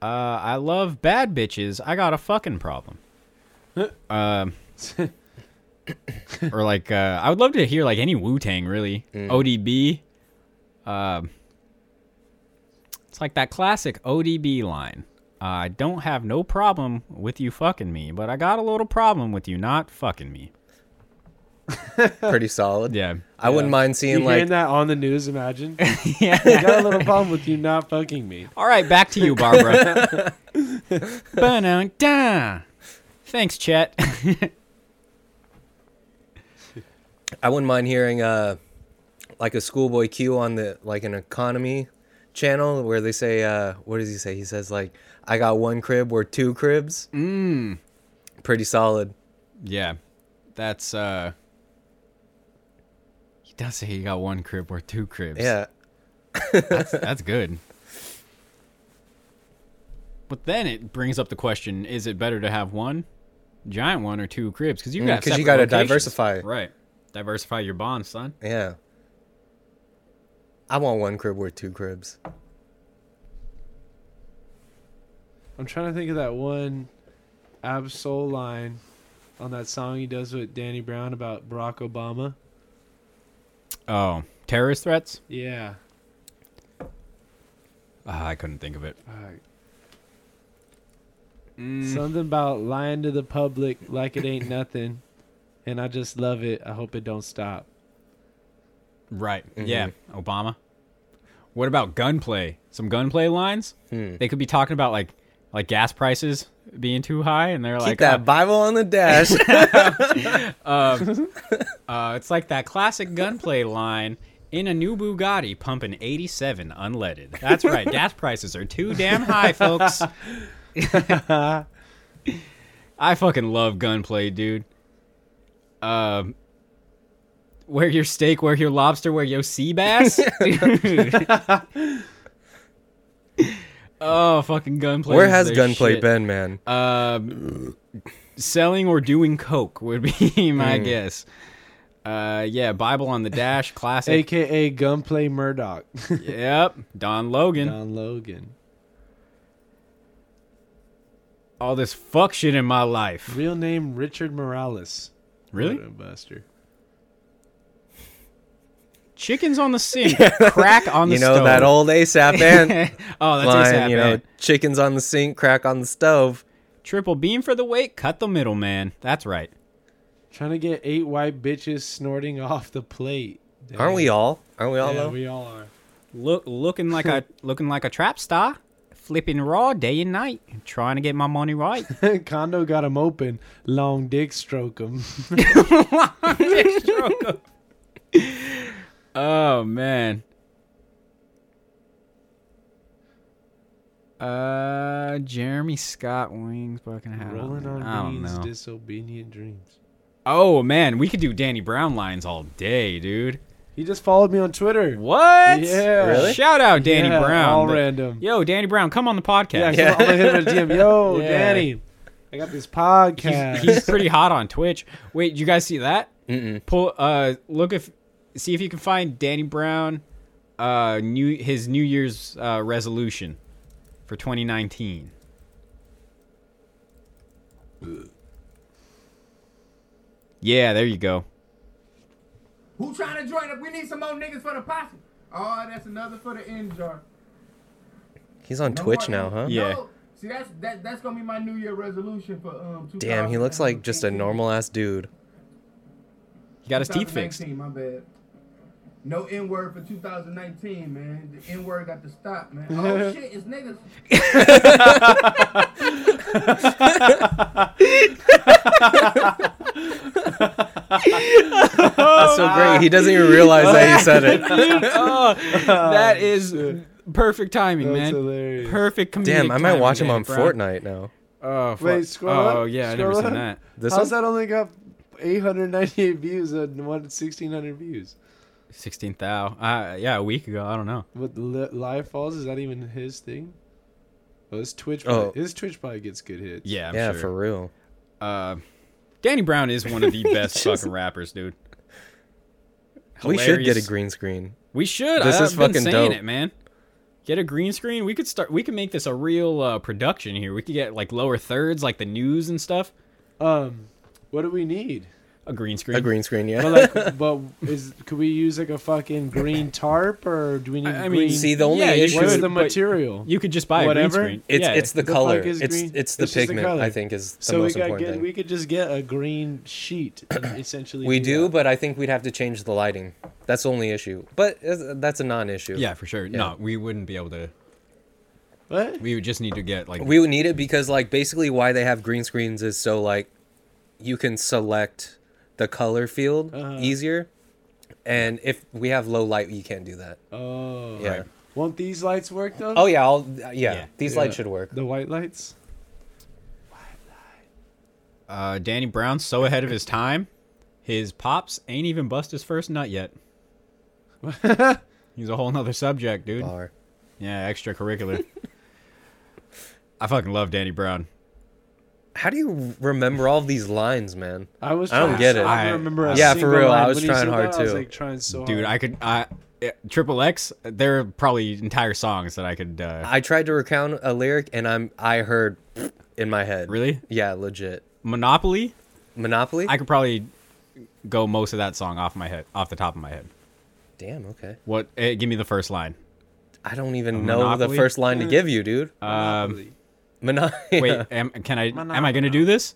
[SPEAKER 2] Uh, I love bad bitches. I got a fucking problem. um, or like, uh, I would love to hear like any Wu Tang really. ODB. Um, it's like that classic ODB line. Uh, I don't have no problem with you fucking me, but I got a little problem with you not fucking me.
[SPEAKER 1] pretty solid.
[SPEAKER 2] Yeah.
[SPEAKER 1] I wouldn't mind seeing
[SPEAKER 4] you
[SPEAKER 1] like
[SPEAKER 4] hearing that on the news? Imagine. I
[SPEAKER 2] (laughs) yeah.
[SPEAKER 4] got a
[SPEAKER 1] (laughs)
[SPEAKER 4] little problem with you not fucking me.
[SPEAKER 2] All right, back to you, Barbara. (laughs) Ba-dum-da. Thanks, Chet. (laughs)
[SPEAKER 1] I wouldn't mind hearing uh like a schoolboy Q on the like an economy channel where they say uh what does he say? He says like I got one crib or two cribs. Mm. Pretty solid.
[SPEAKER 2] yeah, that's uh. He does say he got one crib or two cribs.
[SPEAKER 1] Yeah.
[SPEAKER 2] that's, that's good. But then it brings up the question: Is it better to have one giant one or two cribs? Because you
[SPEAKER 1] Mm,
[SPEAKER 2] got
[SPEAKER 1] 'cause you
[SPEAKER 2] separate
[SPEAKER 1] gotta
[SPEAKER 2] locations.
[SPEAKER 1] diversify.
[SPEAKER 2] right? Diversify your bonds, son.
[SPEAKER 1] Yeah. I want one crib or two cribs.
[SPEAKER 4] I'm trying to think of that one Absol line on that song he does with Danny Brown about Barack Obama.
[SPEAKER 2] Oh, terrorist threats?
[SPEAKER 4] Yeah.
[SPEAKER 2] Ah, I couldn't think of it.
[SPEAKER 4] Fuck.
[SPEAKER 2] Mm.
[SPEAKER 4] Something about lying to the public like it ain't nothing. And I just love it. I hope it don't stop.
[SPEAKER 2] Right.
[SPEAKER 1] Mm-hmm.
[SPEAKER 2] Yeah. Obama. What about gunplay? Some gunplay lines?
[SPEAKER 1] Hmm.
[SPEAKER 2] They could be talking about like like gas prices being too high, and they're like,
[SPEAKER 1] Keep that Bible on the
[SPEAKER 2] (laughs)
[SPEAKER 1] dash.
[SPEAKER 2] uh, uh, it's like that classic gunplay line in a new Bugatti pumping 87 unleaded. That's right. gas prices are too damn high, folks. I fucking love gunplay, dude. Um, where your steak, where your lobster, where your sea bass, (laughs) dude. oh, fucking gunplay.
[SPEAKER 1] Where
[SPEAKER 2] is
[SPEAKER 1] has
[SPEAKER 2] (laughs) the
[SPEAKER 1] gunplay
[SPEAKER 2] shit.
[SPEAKER 1] been, man?
[SPEAKER 2] Um, selling or doing coke would be (laughs) my
[SPEAKER 1] Hmm.
[SPEAKER 2] guess. Uh, yeah, Bible on the dash, classic.
[SPEAKER 4] AKA Gunplay Murdoch. (laughs)
[SPEAKER 2] yep, Don Logan.
[SPEAKER 4] Don Logan.
[SPEAKER 2] All this fuck shit in my life.
[SPEAKER 4] Real name Richard Morales.
[SPEAKER 2] Really?
[SPEAKER 1] (laughs)
[SPEAKER 4] What a Buster.
[SPEAKER 2] Chickens on
[SPEAKER 1] (laughs)
[SPEAKER 2] the sink, crack on the
[SPEAKER 1] you know
[SPEAKER 2] stove.
[SPEAKER 1] that old ASAP man
[SPEAKER 2] (laughs) oh, that's
[SPEAKER 1] line,
[SPEAKER 2] ASAP,
[SPEAKER 1] you know,
[SPEAKER 2] man.
[SPEAKER 1] chickens on the sink, crack on the stove.
[SPEAKER 2] Triple beam for the weight, cut the middle man. That's right.
[SPEAKER 4] Trying to get eight white bitches snorting off the plate.
[SPEAKER 1] Aren't we all? Aren't we all
[SPEAKER 4] Damn. Yeah,
[SPEAKER 1] though?
[SPEAKER 4] we all are. (laughs)
[SPEAKER 2] Look, looking
[SPEAKER 1] (laughs)
[SPEAKER 2] like a looking like a trap star, flipping raw day and night, trying to get my money right.
[SPEAKER 4] Kondo got him open. Long dick stroke him.
[SPEAKER 2] Dick stroke 'em. Oh, Uh, Jeremy Scott wings fucking hat.
[SPEAKER 4] Rolling
[SPEAKER 2] I
[SPEAKER 4] on
[SPEAKER 2] don't
[SPEAKER 4] these
[SPEAKER 2] know.
[SPEAKER 4] disobedient dreams.
[SPEAKER 2] oh man, we could do Danny Brown lines all day, dude.
[SPEAKER 4] He just followed me on Twitter.
[SPEAKER 2] What?
[SPEAKER 4] Yeah. Really?
[SPEAKER 2] Shout out Danny
[SPEAKER 4] Yeah,
[SPEAKER 2] Brown.
[SPEAKER 4] All
[SPEAKER 2] The-
[SPEAKER 4] random.
[SPEAKER 2] Yo, Danny Brown, come on the
[SPEAKER 4] Yeah,
[SPEAKER 2] podcast.
[SPEAKER 4] yeah. I'm gonna hit him in a DM. Yo,
[SPEAKER 1] (laughs) Yeah.
[SPEAKER 4] Danny, I got this podcast.
[SPEAKER 2] He's, he's pretty hot on Twitch. Wait, you guys see that?
[SPEAKER 1] Mm-mm.
[SPEAKER 2] Pull, uh, look if see if you can find Danny Brown, uh, new his New Year's uh, resolution for 2019. Yeah, there you go.
[SPEAKER 6] Who trying to join up? We need some more niggas for the posse. Oh, that's another for the end jar.
[SPEAKER 1] He's on
[SPEAKER 6] No
[SPEAKER 1] Twitch
[SPEAKER 6] more-
[SPEAKER 1] now, huh?
[SPEAKER 2] Yeah.
[SPEAKER 6] No. See, that's that, that's gonna be my New Year resolution for um.
[SPEAKER 1] Damn, he looks like just a
[SPEAKER 6] 2019.
[SPEAKER 1] normal ass dude.
[SPEAKER 2] He got his teeth fixed.
[SPEAKER 6] 2019, My bad. No N word for 2019, man. The N word got to stop,
[SPEAKER 1] (laughs)
[SPEAKER 6] man. Oh shit, it's niggas.
[SPEAKER 1] That's
[SPEAKER 4] Oh,
[SPEAKER 1] so great. He doesn't even realize that he said
[SPEAKER 2] (laughs)
[SPEAKER 4] (laughs)
[SPEAKER 1] it.
[SPEAKER 2] oh, that is perfect timing,
[SPEAKER 4] That's
[SPEAKER 2] man.
[SPEAKER 4] hilarious.
[SPEAKER 2] Perfect comedic
[SPEAKER 1] Damn, I might
[SPEAKER 2] timing,
[SPEAKER 1] watch him
[SPEAKER 2] Danny
[SPEAKER 1] on
[SPEAKER 2] Brown.
[SPEAKER 1] Fortnite now.
[SPEAKER 2] Oh,
[SPEAKER 4] Wait,
[SPEAKER 2] fuck.
[SPEAKER 4] scroll up,
[SPEAKER 2] oh yeah, I never
[SPEAKER 4] scroll
[SPEAKER 2] seen
[SPEAKER 4] up.
[SPEAKER 2] that.
[SPEAKER 1] This
[SPEAKER 4] How's
[SPEAKER 1] one?
[SPEAKER 4] that only got 898 views and one 1600 views?
[SPEAKER 2] Sixteen thou. Uh, yeah, a week ago. I don't know.
[SPEAKER 4] What li- live falls is that even his thing? Oh, his Twitch.
[SPEAKER 1] Oh.
[SPEAKER 4] Probably, his Twitch probably gets good hits.
[SPEAKER 2] Yeah, I'm
[SPEAKER 1] yeah,
[SPEAKER 2] sure.
[SPEAKER 1] for real.
[SPEAKER 2] uh, Danny Brown is
[SPEAKER 1] (laughs)
[SPEAKER 2] one of the best
[SPEAKER 1] just-
[SPEAKER 2] fucking rappers, dude.
[SPEAKER 1] We should get a
[SPEAKER 2] Hilarious.
[SPEAKER 1] green screen.
[SPEAKER 2] We should.
[SPEAKER 1] This
[SPEAKER 2] I,
[SPEAKER 1] is
[SPEAKER 2] I've been
[SPEAKER 1] fucking
[SPEAKER 2] saying
[SPEAKER 1] dope.
[SPEAKER 2] it, man. Get a green screen. We could start. We could make this a real uh, production here. We could get like lower thirds, like the news and stuff.
[SPEAKER 4] Um, what do we need?
[SPEAKER 2] A green screen.
[SPEAKER 1] A green screen, yeah.
[SPEAKER 4] But like, (laughs) but is could we use like a fucking green tarp or do we need?
[SPEAKER 2] I, I
[SPEAKER 4] green,
[SPEAKER 2] mean,
[SPEAKER 1] See, the only
[SPEAKER 2] yeah, you
[SPEAKER 1] issue-
[SPEAKER 4] what's
[SPEAKER 1] should,
[SPEAKER 4] the
[SPEAKER 2] but
[SPEAKER 4] material?
[SPEAKER 2] You could just buy
[SPEAKER 4] Whatever.
[SPEAKER 2] a green screen.
[SPEAKER 1] (laughs) It's
[SPEAKER 2] yeah.
[SPEAKER 1] it's the,
[SPEAKER 4] The
[SPEAKER 1] color.
[SPEAKER 4] fuck is
[SPEAKER 1] It's it's
[SPEAKER 4] green?
[SPEAKER 1] the
[SPEAKER 4] It's just the
[SPEAKER 1] pigment.
[SPEAKER 4] color.
[SPEAKER 1] I think is the
[SPEAKER 4] so we
[SPEAKER 1] most
[SPEAKER 4] got
[SPEAKER 1] important
[SPEAKER 4] get
[SPEAKER 1] thing.
[SPEAKER 4] we could just get a green sheet (coughs) and essentially.
[SPEAKER 1] We do,
[SPEAKER 4] that.
[SPEAKER 1] but I think we'd have to change the lighting. That's the only issue. But is- that's a non-issue.
[SPEAKER 2] yeah, for sure. No, we wouldn't be able to.
[SPEAKER 4] What?
[SPEAKER 2] We would just need to get like
[SPEAKER 1] We would need it because like basically why they have green screens is so like you can select the color field
[SPEAKER 4] Uh-huh.
[SPEAKER 1] easier. And if we have low light, you can't do that.
[SPEAKER 4] Oh.
[SPEAKER 1] Yeah.
[SPEAKER 4] Won't these lights work though?
[SPEAKER 1] Oh yeah, I'll, yeah,
[SPEAKER 2] Yeah.
[SPEAKER 1] These
[SPEAKER 4] Yeah.
[SPEAKER 1] lights should work.
[SPEAKER 4] The white lights.
[SPEAKER 2] Uh, Danny Brown's so ahead of his time, his pops ain't even bust his first nut yet. He's a whole nother subject, dude.
[SPEAKER 1] Bar.
[SPEAKER 2] Yeah, extracurricular. I fucking love Danny Brown.
[SPEAKER 1] How do you remember all these lines, man?
[SPEAKER 4] I was.
[SPEAKER 1] I don't
[SPEAKER 4] trying
[SPEAKER 1] get
[SPEAKER 4] so-
[SPEAKER 1] it.
[SPEAKER 4] I, don't remember. a
[SPEAKER 1] Yeah, for
[SPEAKER 4] single
[SPEAKER 1] real, I
[SPEAKER 4] line.
[SPEAKER 1] was
[SPEAKER 4] When he
[SPEAKER 1] trying
[SPEAKER 4] said
[SPEAKER 1] hard,
[SPEAKER 4] that, I was
[SPEAKER 1] too.
[SPEAKER 4] like trying so
[SPEAKER 2] Dude,
[SPEAKER 4] hard.
[SPEAKER 2] I could I yeah, Triple X, there are probably entire songs that I could uh
[SPEAKER 1] I tried to recount a lyric and I'm I heard in my head.
[SPEAKER 2] really?
[SPEAKER 1] Yeah, legit.
[SPEAKER 2] Monopoly?
[SPEAKER 1] Monopoly?
[SPEAKER 2] I could probably go most of that song off my head, off the top of my head.
[SPEAKER 1] Damn, okay.
[SPEAKER 2] What eh, give me the first line.
[SPEAKER 1] I don't even know the
[SPEAKER 2] Monopoly?
[SPEAKER 1] first line
[SPEAKER 2] (laughs)
[SPEAKER 1] to give you, dude.
[SPEAKER 2] Um
[SPEAKER 1] Mono- (laughs)
[SPEAKER 2] wait, am, can I am I going to do this?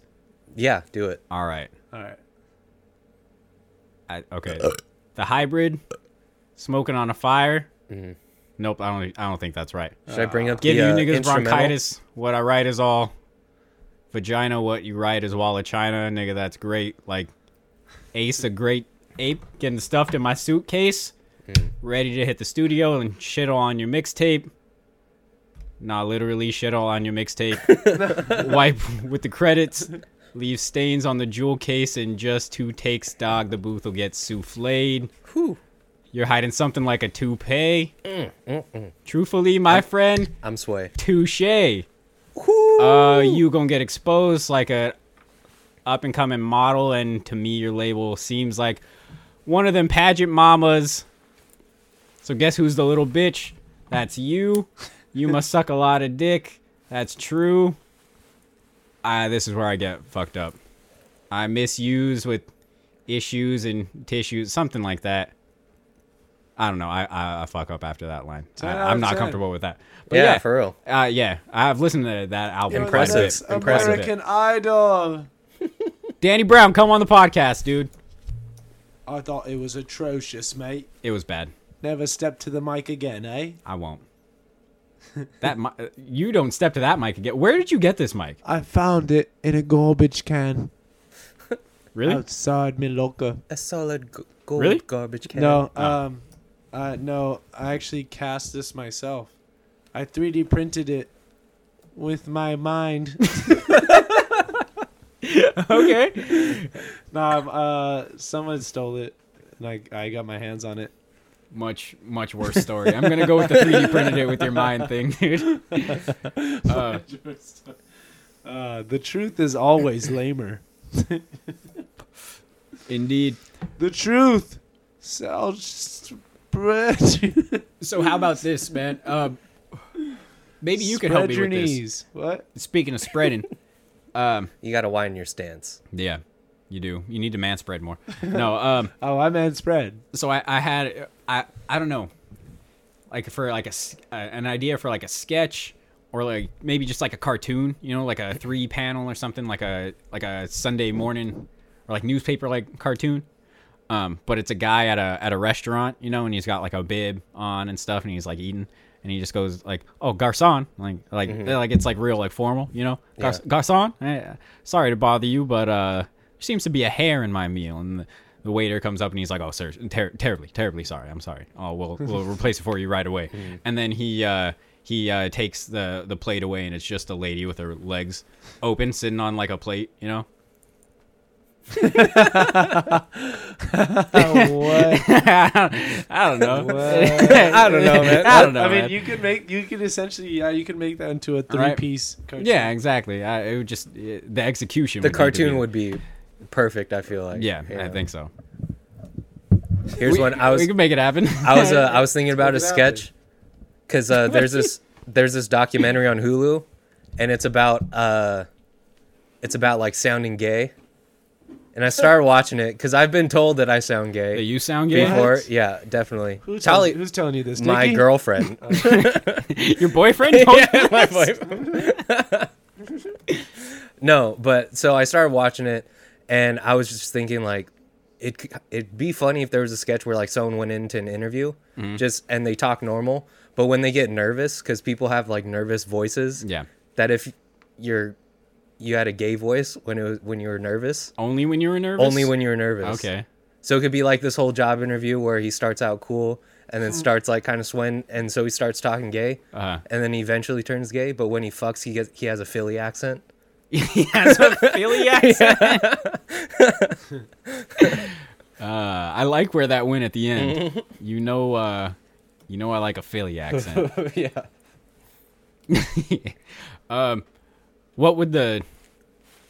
[SPEAKER 1] yeah, do it.
[SPEAKER 2] All right.
[SPEAKER 4] All right.
[SPEAKER 2] I, okay. the hybrid, smoking on a fire. Nope, I don't. I don't think that's right.
[SPEAKER 1] Should I bring up
[SPEAKER 2] Give
[SPEAKER 1] the, uh,
[SPEAKER 2] you niggas
[SPEAKER 1] instrumental?
[SPEAKER 2] bronchitis. What I write is all vagina. What you write is wall of china, nigga. That's great. Like Ace, a great ape, getting stuffed in my suitcase,
[SPEAKER 1] Mm.
[SPEAKER 2] ready to hit the studio and shit all on your mixtape. Nah, literally shit all on your
[SPEAKER 1] (laughs)
[SPEAKER 2] mixtape. Wipe with the credits. Leave stains on the jewel case and just two takes, dog. The booth will get souffled.
[SPEAKER 1] Whew.
[SPEAKER 2] You're hiding something like a toupee. Truthfully, my friend,
[SPEAKER 1] Mm, I'm sway.
[SPEAKER 2] touche. Uh, you gonna get exposed like a up and coming model, and to me, your label seems like one of them pageant mamas. So guess who's the little bitch? That's you. You must suck a lot of dick. That's true. I this is where I get fucked up. I misuse with issues and tissues, something like that. I don't know. I I, I fuck up after that line. I,
[SPEAKER 4] out
[SPEAKER 2] I'm
[SPEAKER 4] of
[SPEAKER 2] not
[SPEAKER 4] 10.
[SPEAKER 2] comfortable with that. But
[SPEAKER 1] Yeah,
[SPEAKER 2] yeah,
[SPEAKER 1] for real.
[SPEAKER 2] uh, yeah, I've listened to that album.
[SPEAKER 1] Impressive.
[SPEAKER 2] Quite a bit.
[SPEAKER 1] Impressive.
[SPEAKER 4] American Idol.
[SPEAKER 2] Danny Brown, come on the podcast, dude.
[SPEAKER 4] I thought it was atrocious, mate.
[SPEAKER 2] It was bad.
[SPEAKER 4] Never step to the mic again, eh?
[SPEAKER 2] I
[SPEAKER 4] (laughs)
[SPEAKER 2] won't. That mi- you don't step to that mic again. Where did you get this mic?
[SPEAKER 4] I found it in a garbage can Uh, (laughs)
[SPEAKER 2] Really?
[SPEAKER 4] outside my locker.
[SPEAKER 1] A solid g- gold
[SPEAKER 2] Really?
[SPEAKER 1] garbage can.
[SPEAKER 4] No, um, uh, no, I actually cast this myself. I 3D printed it with my mind.
[SPEAKER 2] (laughs) okay.
[SPEAKER 4] nah, I'm, uh, someone stole it, and I I got my hands on it.
[SPEAKER 2] Much much worse story. I'm gonna go with the 3D printed it with your mind thing,
[SPEAKER 4] (laughs)
[SPEAKER 2] dude. Uh,
[SPEAKER 4] Uh, the truth is always lamer.
[SPEAKER 2] indeed.
[SPEAKER 4] The truth shall spread. (laughs)
[SPEAKER 2] So how about this, man? Uh, maybe you could help
[SPEAKER 4] spread
[SPEAKER 2] me
[SPEAKER 4] your
[SPEAKER 2] with
[SPEAKER 4] knees. What?
[SPEAKER 2] this. Speaking of
[SPEAKER 4] (laughs)
[SPEAKER 2] spreading, um,
[SPEAKER 1] You got to widen your stance.
[SPEAKER 2] yeah, you do. You need to man spread more. No, um,
[SPEAKER 4] Oh, I
[SPEAKER 2] (laughs)
[SPEAKER 4] meant spread.
[SPEAKER 2] so I, I had I I don't know, like for like a s- uh, an idea for like a sketch or like maybe just like a cartoon, you know, like a three panel or something, like a like a Sunday morning or like newspaper like cartoon. Um, but it's a guy at a at a restaurant, you know, and he's got like a bib on and stuff, and he's like eating, and he just goes like, "Oh, garçon," like like like it's like real like formal, you know, Gar- garçon. eh, sorry to bother you, but uh, there seems to be a hair in my meal, and the, the waiter comes up and he's like, "Oh, sir, ter- terribly, terribly sorry. I'm sorry. Oh, we'll we'll replace it for you right away." And then he uh, he uh, takes the the plate away, and it's just a lady with her legs open, sitting on like a plate, you know.
[SPEAKER 4] Oh, what?
[SPEAKER 2] I
[SPEAKER 1] (laughs)
[SPEAKER 2] don't know. (laughs) I don't know, man. I don't know.
[SPEAKER 4] (laughs) I mean,
[SPEAKER 2] man.
[SPEAKER 4] you could make you could essentially yeah, you could make that into a three
[SPEAKER 2] right.
[SPEAKER 4] piece. Cartoon.
[SPEAKER 2] yeah, exactly. I, it would just it, the execution.
[SPEAKER 1] The
[SPEAKER 2] would need to
[SPEAKER 1] cartoon
[SPEAKER 2] be-
[SPEAKER 1] would be perfect. I feel like.
[SPEAKER 2] Yeah,
[SPEAKER 1] you
[SPEAKER 2] I
[SPEAKER 1] know.
[SPEAKER 2] think so.
[SPEAKER 1] Here's
[SPEAKER 2] we,
[SPEAKER 1] one. I was
[SPEAKER 2] we could make it happen.
[SPEAKER 1] (laughs) I was uh, I was thinking about a
[SPEAKER 4] Let's make it happen.
[SPEAKER 1] sketch because uh, there's this there's this documentary on Hulu, and it's about uh, it's about like sounding gay, and I started watching it because I've been told that I sound
[SPEAKER 2] Hey,
[SPEAKER 1] gay
[SPEAKER 2] (laughs) you sound gay.
[SPEAKER 1] before. Yeah, definitely.
[SPEAKER 4] Who tell,
[SPEAKER 1] Tally,
[SPEAKER 4] who's telling you this?
[SPEAKER 1] my
[SPEAKER 4] Nikki?
[SPEAKER 1] girlfriend.
[SPEAKER 2] Your boyfriend. told you
[SPEAKER 1] (laughs)
[SPEAKER 2] (laughs)
[SPEAKER 1] Yeah, my
[SPEAKER 2] this?
[SPEAKER 1] boyfriend. no, but so I started watching it, and I was just thinking like, it c- it'd be funny if there was a sketch where like someone went into an interview,
[SPEAKER 2] Mm-hmm.
[SPEAKER 1] just and they talk normal, but when they get nervous, because people have like nervous voices,
[SPEAKER 2] Yeah.
[SPEAKER 1] that if you're you had a gay voice when it was when you were nervous,
[SPEAKER 2] Only when you were nervous.
[SPEAKER 1] only
[SPEAKER 2] (laughs)
[SPEAKER 1] when you were nervous. (laughs)
[SPEAKER 2] Okay.
[SPEAKER 1] So it could be like this whole job interview where he starts out cool and then starts like kind of swin, and so he starts talking gay,
[SPEAKER 2] Uh-huh.
[SPEAKER 1] and then he eventually turns gay. But when he fucks, he gets he has a Philly (laughs) accent.
[SPEAKER 2] he has a (laughs) Philly accent. uh, I like where that went at the end.
[SPEAKER 1] (laughs)
[SPEAKER 2] you know, uh, you know, I like a Philly accent.
[SPEAKER 4] yeah.
[SPEAKER 2] um, what would the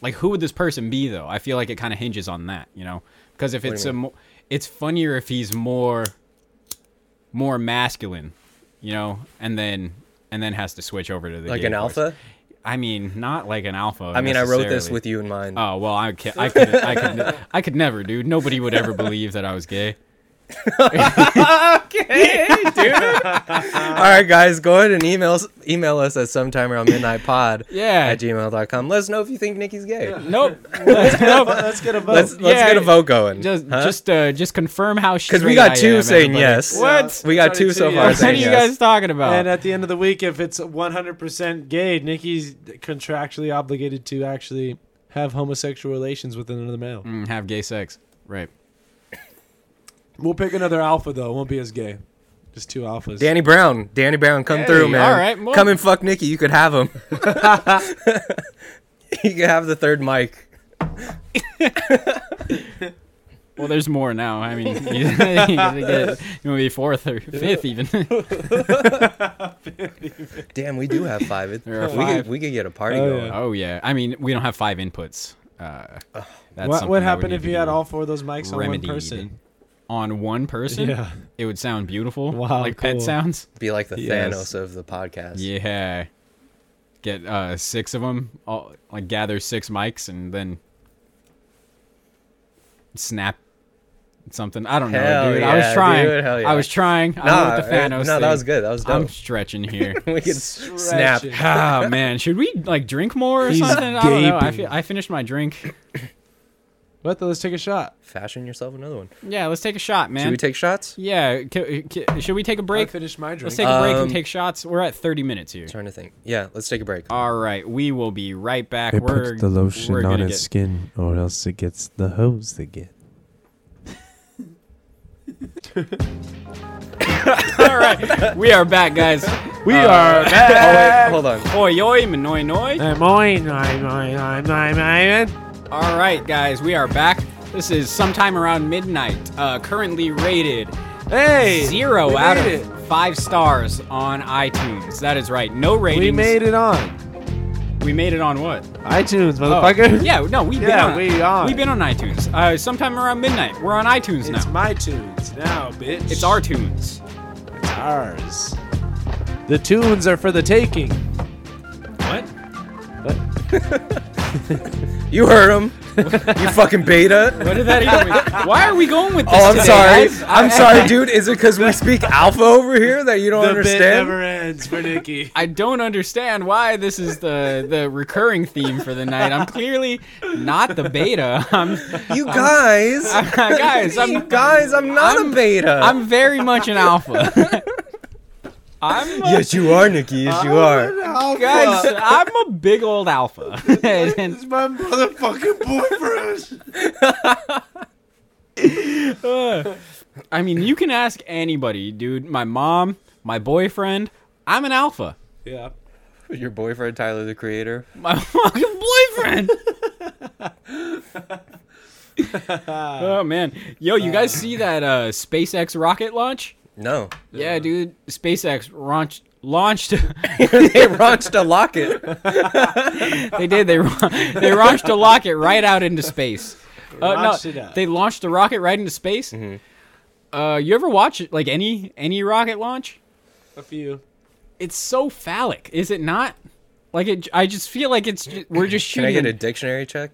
[SPEAKER 2] like? Who would this person be though? I feel like it kind of hinges on that, you know, because if it's a, mo- it's funnier if he's more, more masculine, you know, and then and then has to switch over to the
[SPEAKER 1] Like
[SPEAKER 2] gay
[SPEAKER 1] an
[SPEAKER 2] voice.
[SPEAKER 1] alpha?
[SPEAKER 2] I mean, not like an alpha.
[SPEAKER 1] I mean, I wrote this
[SPEAKER 2] necessarily.
[SPEAKER 1] with you in mind. (laughs)
[SPEAKER 2] Oh well, I can I could, I could, ne- I could never, dude. Nobody would ever believe that I was gay. (laughs)
[SPEAKER 1] All right, guys, go ahead and email us, email us at sometime around midnight pod
[SPEAKER 2] (laughs) Yeah.
[SPEAKER 1] at gmail.com. Let us know if you think Nikki's gay.
[SPEAKER 2] Nope. (laughs)
[SPEAKER 4] Let's get a vote.
[SPEAKER 1] Let's let's
[SPEAKER 2] Yeah.
[SPEAKER 1] get a vote going.
[SPEAKER 2] Just, just, uh, just confirm how straight.
[SPEAKER 1] because we got
[SPEAKER 2] I
[SPEAKER 1] two
[SPEAKER 2] am,
[SPEAKER 1] saying
[SPEAKER 2] everybody.
[SPEAKER 1] yes.
[SPEAKER 2] What?
[SPEAKER 1] We got two so far
[SPEAKER 2] What are
[SPEAKER 1] saying
[SPEAKER 2] you
[SPEAKER 1] yes.
[SPEAKER 2] guys talking
[SPEAKER 7] Oh.
[SPEAKER 2] about?
[SPEAKER 4] And uh, at the end of the week, if it's 100% gay, Nikki's contractually obligated to actually have homosexual relations with another male.
[SPEAKER 2] Mm, have gay sex. Right.
[SPEAKER 4] We'll pick another alpha, though. It won't be as gay. Just two alphas.
[SPEAKER 1] Danny Brown, Danny Brown, come
[SPEAKER 2] Hey,
[SPEAKER 1] through, man.
[SPEAKER 2] all right, well-
[SPEAKER 1] come and fuck Nikki. You could have
[SPEAKER 2] (laughs)
[SPEAKER 1] him. (laughs) you could have the third mic.
[SPEAKER 2] Well, there's more now. I mean, (laughs) you, you gotta get- you wanna be fourth or fifth even. (laughs)
[SPEAKER 1] Damn, we do have five.
[SPEAKER 2] (laughs)
[SPEAKER 1] It,
[SPEAKER 2] There are
[SPEAKER 1] We,
[SPEAKER 2] five.
[SPEAKER 1] could, we could get a party
[SPEAKER 4] Oh,
[SPEAKER 1] going.
[SPEAKER 4] yeah.
[SPEAKER 2] oh yeah. I mean, we don't have five inputs. Uh, that's
[SPEAKER 4] what
[SPEAKER 2] something
[SPEAKER 4] what
[SPEAKER 2] that
[SPEAKER 4] happened
[SPEAKER 2] we
[SPEAKER 4] if
[SPEAKER 2] need
[SPEAKER 4] you
[SPEAKER 2] to
[SPEAKER 4] had
[SPEAKER 2] be
[SPEAKER 4] all four of those mics on one
[SPEAKER 2] remedied.
[SPEAKER 4] person?
[SPEAKER 2] on one person?
[SPEAKER 4] Yeah.
[SPEAKER 2] It would sound beautiful.
[SPEAKER 4] Wow,
[SPEAKER 2] Like
[SPEAKER 4] cool.
[SPEAKER 2] pet sounds.
[SPEAKER 1] Be like the
[SPEAKER 4] Yes.
[SPEAKER 1] Thanos of the podcast.
[SPEAKER 2] Yeah. Get uh six of them, all, like gather six mics and then snap something. I don't
[SPEAKER 1] Hell
[SPEAKER 2] know, dude. I was
[SPEAKER 1] yeah,
[SPEAKER 2] trying.
[SPEAKER 1] dude, hell yeah.
[SPEAKER 2] I was trying. I
[SPEAKER 1] Nah,
[SPEAKER 2] went with the
[SPEAKER 1] eh,
[SPEAKER 2] Thanos.
[SPEAKER 1] no,
[SPEAKER 2] thing.
[SPEAKER 1] that was good. That was
[SPEAKER 2] I'm
[SPEAKER 1] dope.
[SPEAKER 2] stretching
[SPEAKER 1] (laughs)
[SPEAKER 2] here.
[SPEAKER 1] we could snap.
[SPEAKER 4] Stretching. (laughs)
[SPEAKER 2] ah man, should we like drink more or something? I don't know. I,
[SPEAKER 4] gaping.
[SPEAKER 2] fi- I finished my drink.
[SPEAKER 4] What, though? Let's take a shot.
[SPEAKER 1] Fashion yourself another one.
[SPEAKER 2] Yeah, let's take a shot, man.
[SPEAKER 1] Should we take shots?
[SPEAKER 2] yeah, ca- ca- should we take a
[SPEAKER 4] I
[SPEAKER 2] break?
[SPEAKER 4] finished my drink.
[SPEAKER 2] Let's take a break
[SPEAKER 1] Um,
[SPEAKER 2] and take shots. We're at 30 minutes here.
[SPEAKER 1] trying to think. Yeah, let's take a break.
[SPEAKER 2] All right, we will be right back.
[SPEAKER 7] It
[SPEAKER 2] we're
[SPEAKER 7] puts the lotion
[SPEAKER 2] we're
[SPEAKER 7] on
[SPEAKER 2] gonna
[SPEAKER 7] his
[SPEAKER 2] get- (laughs)
[SPEAKER 7] skin, or else it gets the hose again.
[SPEAKER 2] All right, we are back, guys.
[SPEAKER 3] We
[SPEAKER 2] (laughs)
[SPEAKER 3] are back.
[SPEAKER 1] Oh, Hold on.
[SPEAKER 2] Oi, oi, manoi, noi.
[SPEAKER 3] I'm mine, I'm mine, I'm mine, I'm mine.
[SPEAKER 2] All right, guys, we are back. This is sometime around midnight. Uh, currently rated
[SPEAKER 4] Hey,
[SPEAKER 2] zero
[SPEAKER 4] we
[SPEAKER 2] out of
[SPEAKER 4] made it.
[SPEAKER 2] five stars on iTunes. That is right. No ratings.
[SPEAKER 4] We made it on
[SPEAKER 2] We made it on what?
[SPEAKER 4] iTunes,
[SPEAKER 2] Oh,
[SPEAKER 4] motherfucker.
[SPEAKER 2] Yeah, no, we've been
[SPEAKER 4] Yeah,
[SPEAKER 2] on.
[SPEAKER 4] we are.
[SPEAKER 2] We've been on iTunes. Uh, sometime around midnight, we're on iTunes
[SPEAKER 4] It's
[SPEAKER 2] now.
[SPEAKER 4] my tunes now, bitch.
[SPEAKER 2] it's our tunes.
[SPEAKER 4] It's ours. The tunes are for the taking.
[SPEAKER 2] What?
[SPEAKER 1] You heard
[SPEAKER 2] (laughs)
[SPEAKER 1] him. you fucking beta.
[SPEAKER 2] What did that even? mean? (laughs) Why are we going with this?
[SPEAKER 1] Oh, I'm
[SPEAKER 2] today,
[SPEAKER 1] sorry.
[SPEAKER 2] guys?
[SPEAKER 1] I'm sorry, dude. Is it because we speak alpha over here that you don't
[SPEAKER 4] The bit
[SPEAKER 1] understand?
[SPEAKER 4] never ends for (laughs) Nikki.
[SPEAKER 2] (laughs) I don't understand why this is the the recurring theme for the night. I'm clearly not the beta. (laughs) I'm,
[SPEAKER 1] You guys,
[SPEAKER 2] guys,
[SPEAKER 1] you (laughs)
[SPEAKER 2] I'm
[SPEAKER 1] guys, I'm not a beta.
[SPEAKER 2] I'm very much an alpha. (laughs) I'm
[SPEAKER 1] (laughs)
[SPEAKER 2] a,
[SPEAKER 1] yes, you are, Nikki. Yes, you are.
[SPEAKER 2] guys. I'm a big old alpha. (laughs) And,
[SPEAKER 4] my motherfucking boyfriend.
[SPEAKER 2] uh, I mean, you can ask anybody, dude. My mom, my boyfriend. I'm an alpha.
[SPEAKER 4] yeah.
[SPEAKER 1] (laughs) Your boyfriend, Tyler, the creator.
[SPEAKER 2] My fucking boyfriend. (laughs) oh man, yo, you guys see that uh, SpaceX rocket launch?
[SPEAKER 1] No,
[SPEAKER 2] Yeah, dude, SpaceX launch, launched.
[SPEAKER 1] (laughs)
[SPEAKER 2] (laughs)
[SPEAKER 1] they launched a locket.
[SPEAKER 2] they did. They ra- they launched a rocket right out into space. Uh,
[SPEAKER 4] launched
[SPEAKER 2] no,
[SPEAKER 4] it out.
[SPEAKER 2] they launched a rocket right into space. Uh, you ever watch like any any rocket launch?
[SPEAKER 4] A few.
[SPEAKER 2] It's so phallic, is it not? Like it, I just feel like it's ju- we're
[SPEAKER 1] (laughs)
[SPEAKER 2] just
[SPEAKER 1] Can I
[SPEAKER 2] shooting.
[SPEAKER 1] get a dictionary check?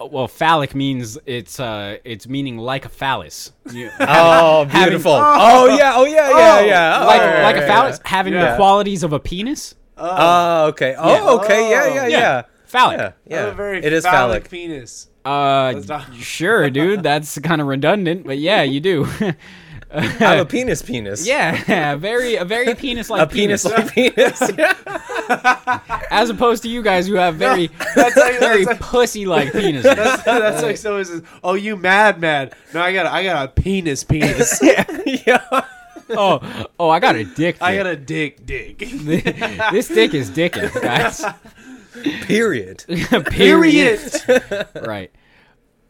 [SPEAKER 2] well, phallic means it's uh it's meaning like a phallus.
[SPEAKER 1] Oh, beautiful. Oh, yeah. Oh yeah. Yeah yeah.
[SPEAKER 2] like,
[SPEAKER 1] Oh,
[SPEAKER 2] like a
[SPEAKER 1] yeah,
[SPEAKER 2] phallus having the
[SPEAKER 1] Yeah.
[SPEAKER 2] qualities of a penis.
[SPEAKER 1] yeah. Oh okay. Oh okay. Yeah yeah yeah.
[SPEAKER 2] Phallic.
[SPEAKER 1] Yeah.
[SPEAKER 4] I have
[SPEAKER 1] Yeah.
[SPEAKER 4] a very
[SPEAKER 1] It is
[SPEAKER 4] phallic,
[SPEAKER 1] phallic.
[SPEAKER 4] penis.
[SPEAKER 1] (laughs)
[SPEAKER 2] Uh,
[SPEAKER 4] That's
[SPEAKER 2] (laughs)
[SPEAKER 4] not-
[SPEAKER 2] sure, dude. That's kind of redundant, but yeah,
[SPEAKER 1] (laughs)
[SPEAKER 2] you do.
[SPEAKER 1] I have a penis. Penis.
[SPEAKER 2] yeah, (laughs) very a very penis-like
[SPEAKER 1] A penis like (laughs) penis.
[SPEAKER 2] as opposed to you guys who have
[SPEAKER 1] (laughs)
[SPEAKER 2] very
[SPEAKER 4] That's
[SPEAKER 2] (laughs)
[SPEAKER 4] like,
[SPEAKER 2] very
[SPEAKER 4] that's like,
[SPEAKER 2] pussy-like penis.
[SPEAKER 4] that's, that's like someone says, "Oh, you mad man? No, I got a, I got a penis,
[SPEAKER 1] (laughs)
[SPEAKER 4] penis.
[SPEAKER 1] yeah.
[SPEAKER 2] oh, oh, I got a dick.
[SPEAKER 4] I
[SPEAKER 2] pic.
[SPEAKER 4] got a dick,
[SPEAKER 2] (laughs)
[SPEAKER 4] dick. (laughs)
[SPEAKER 2] this dick is dicking, guys.
[SPEAKER 1] (laughs) Period.
[SPEAKER 2] Period. (laughs) right.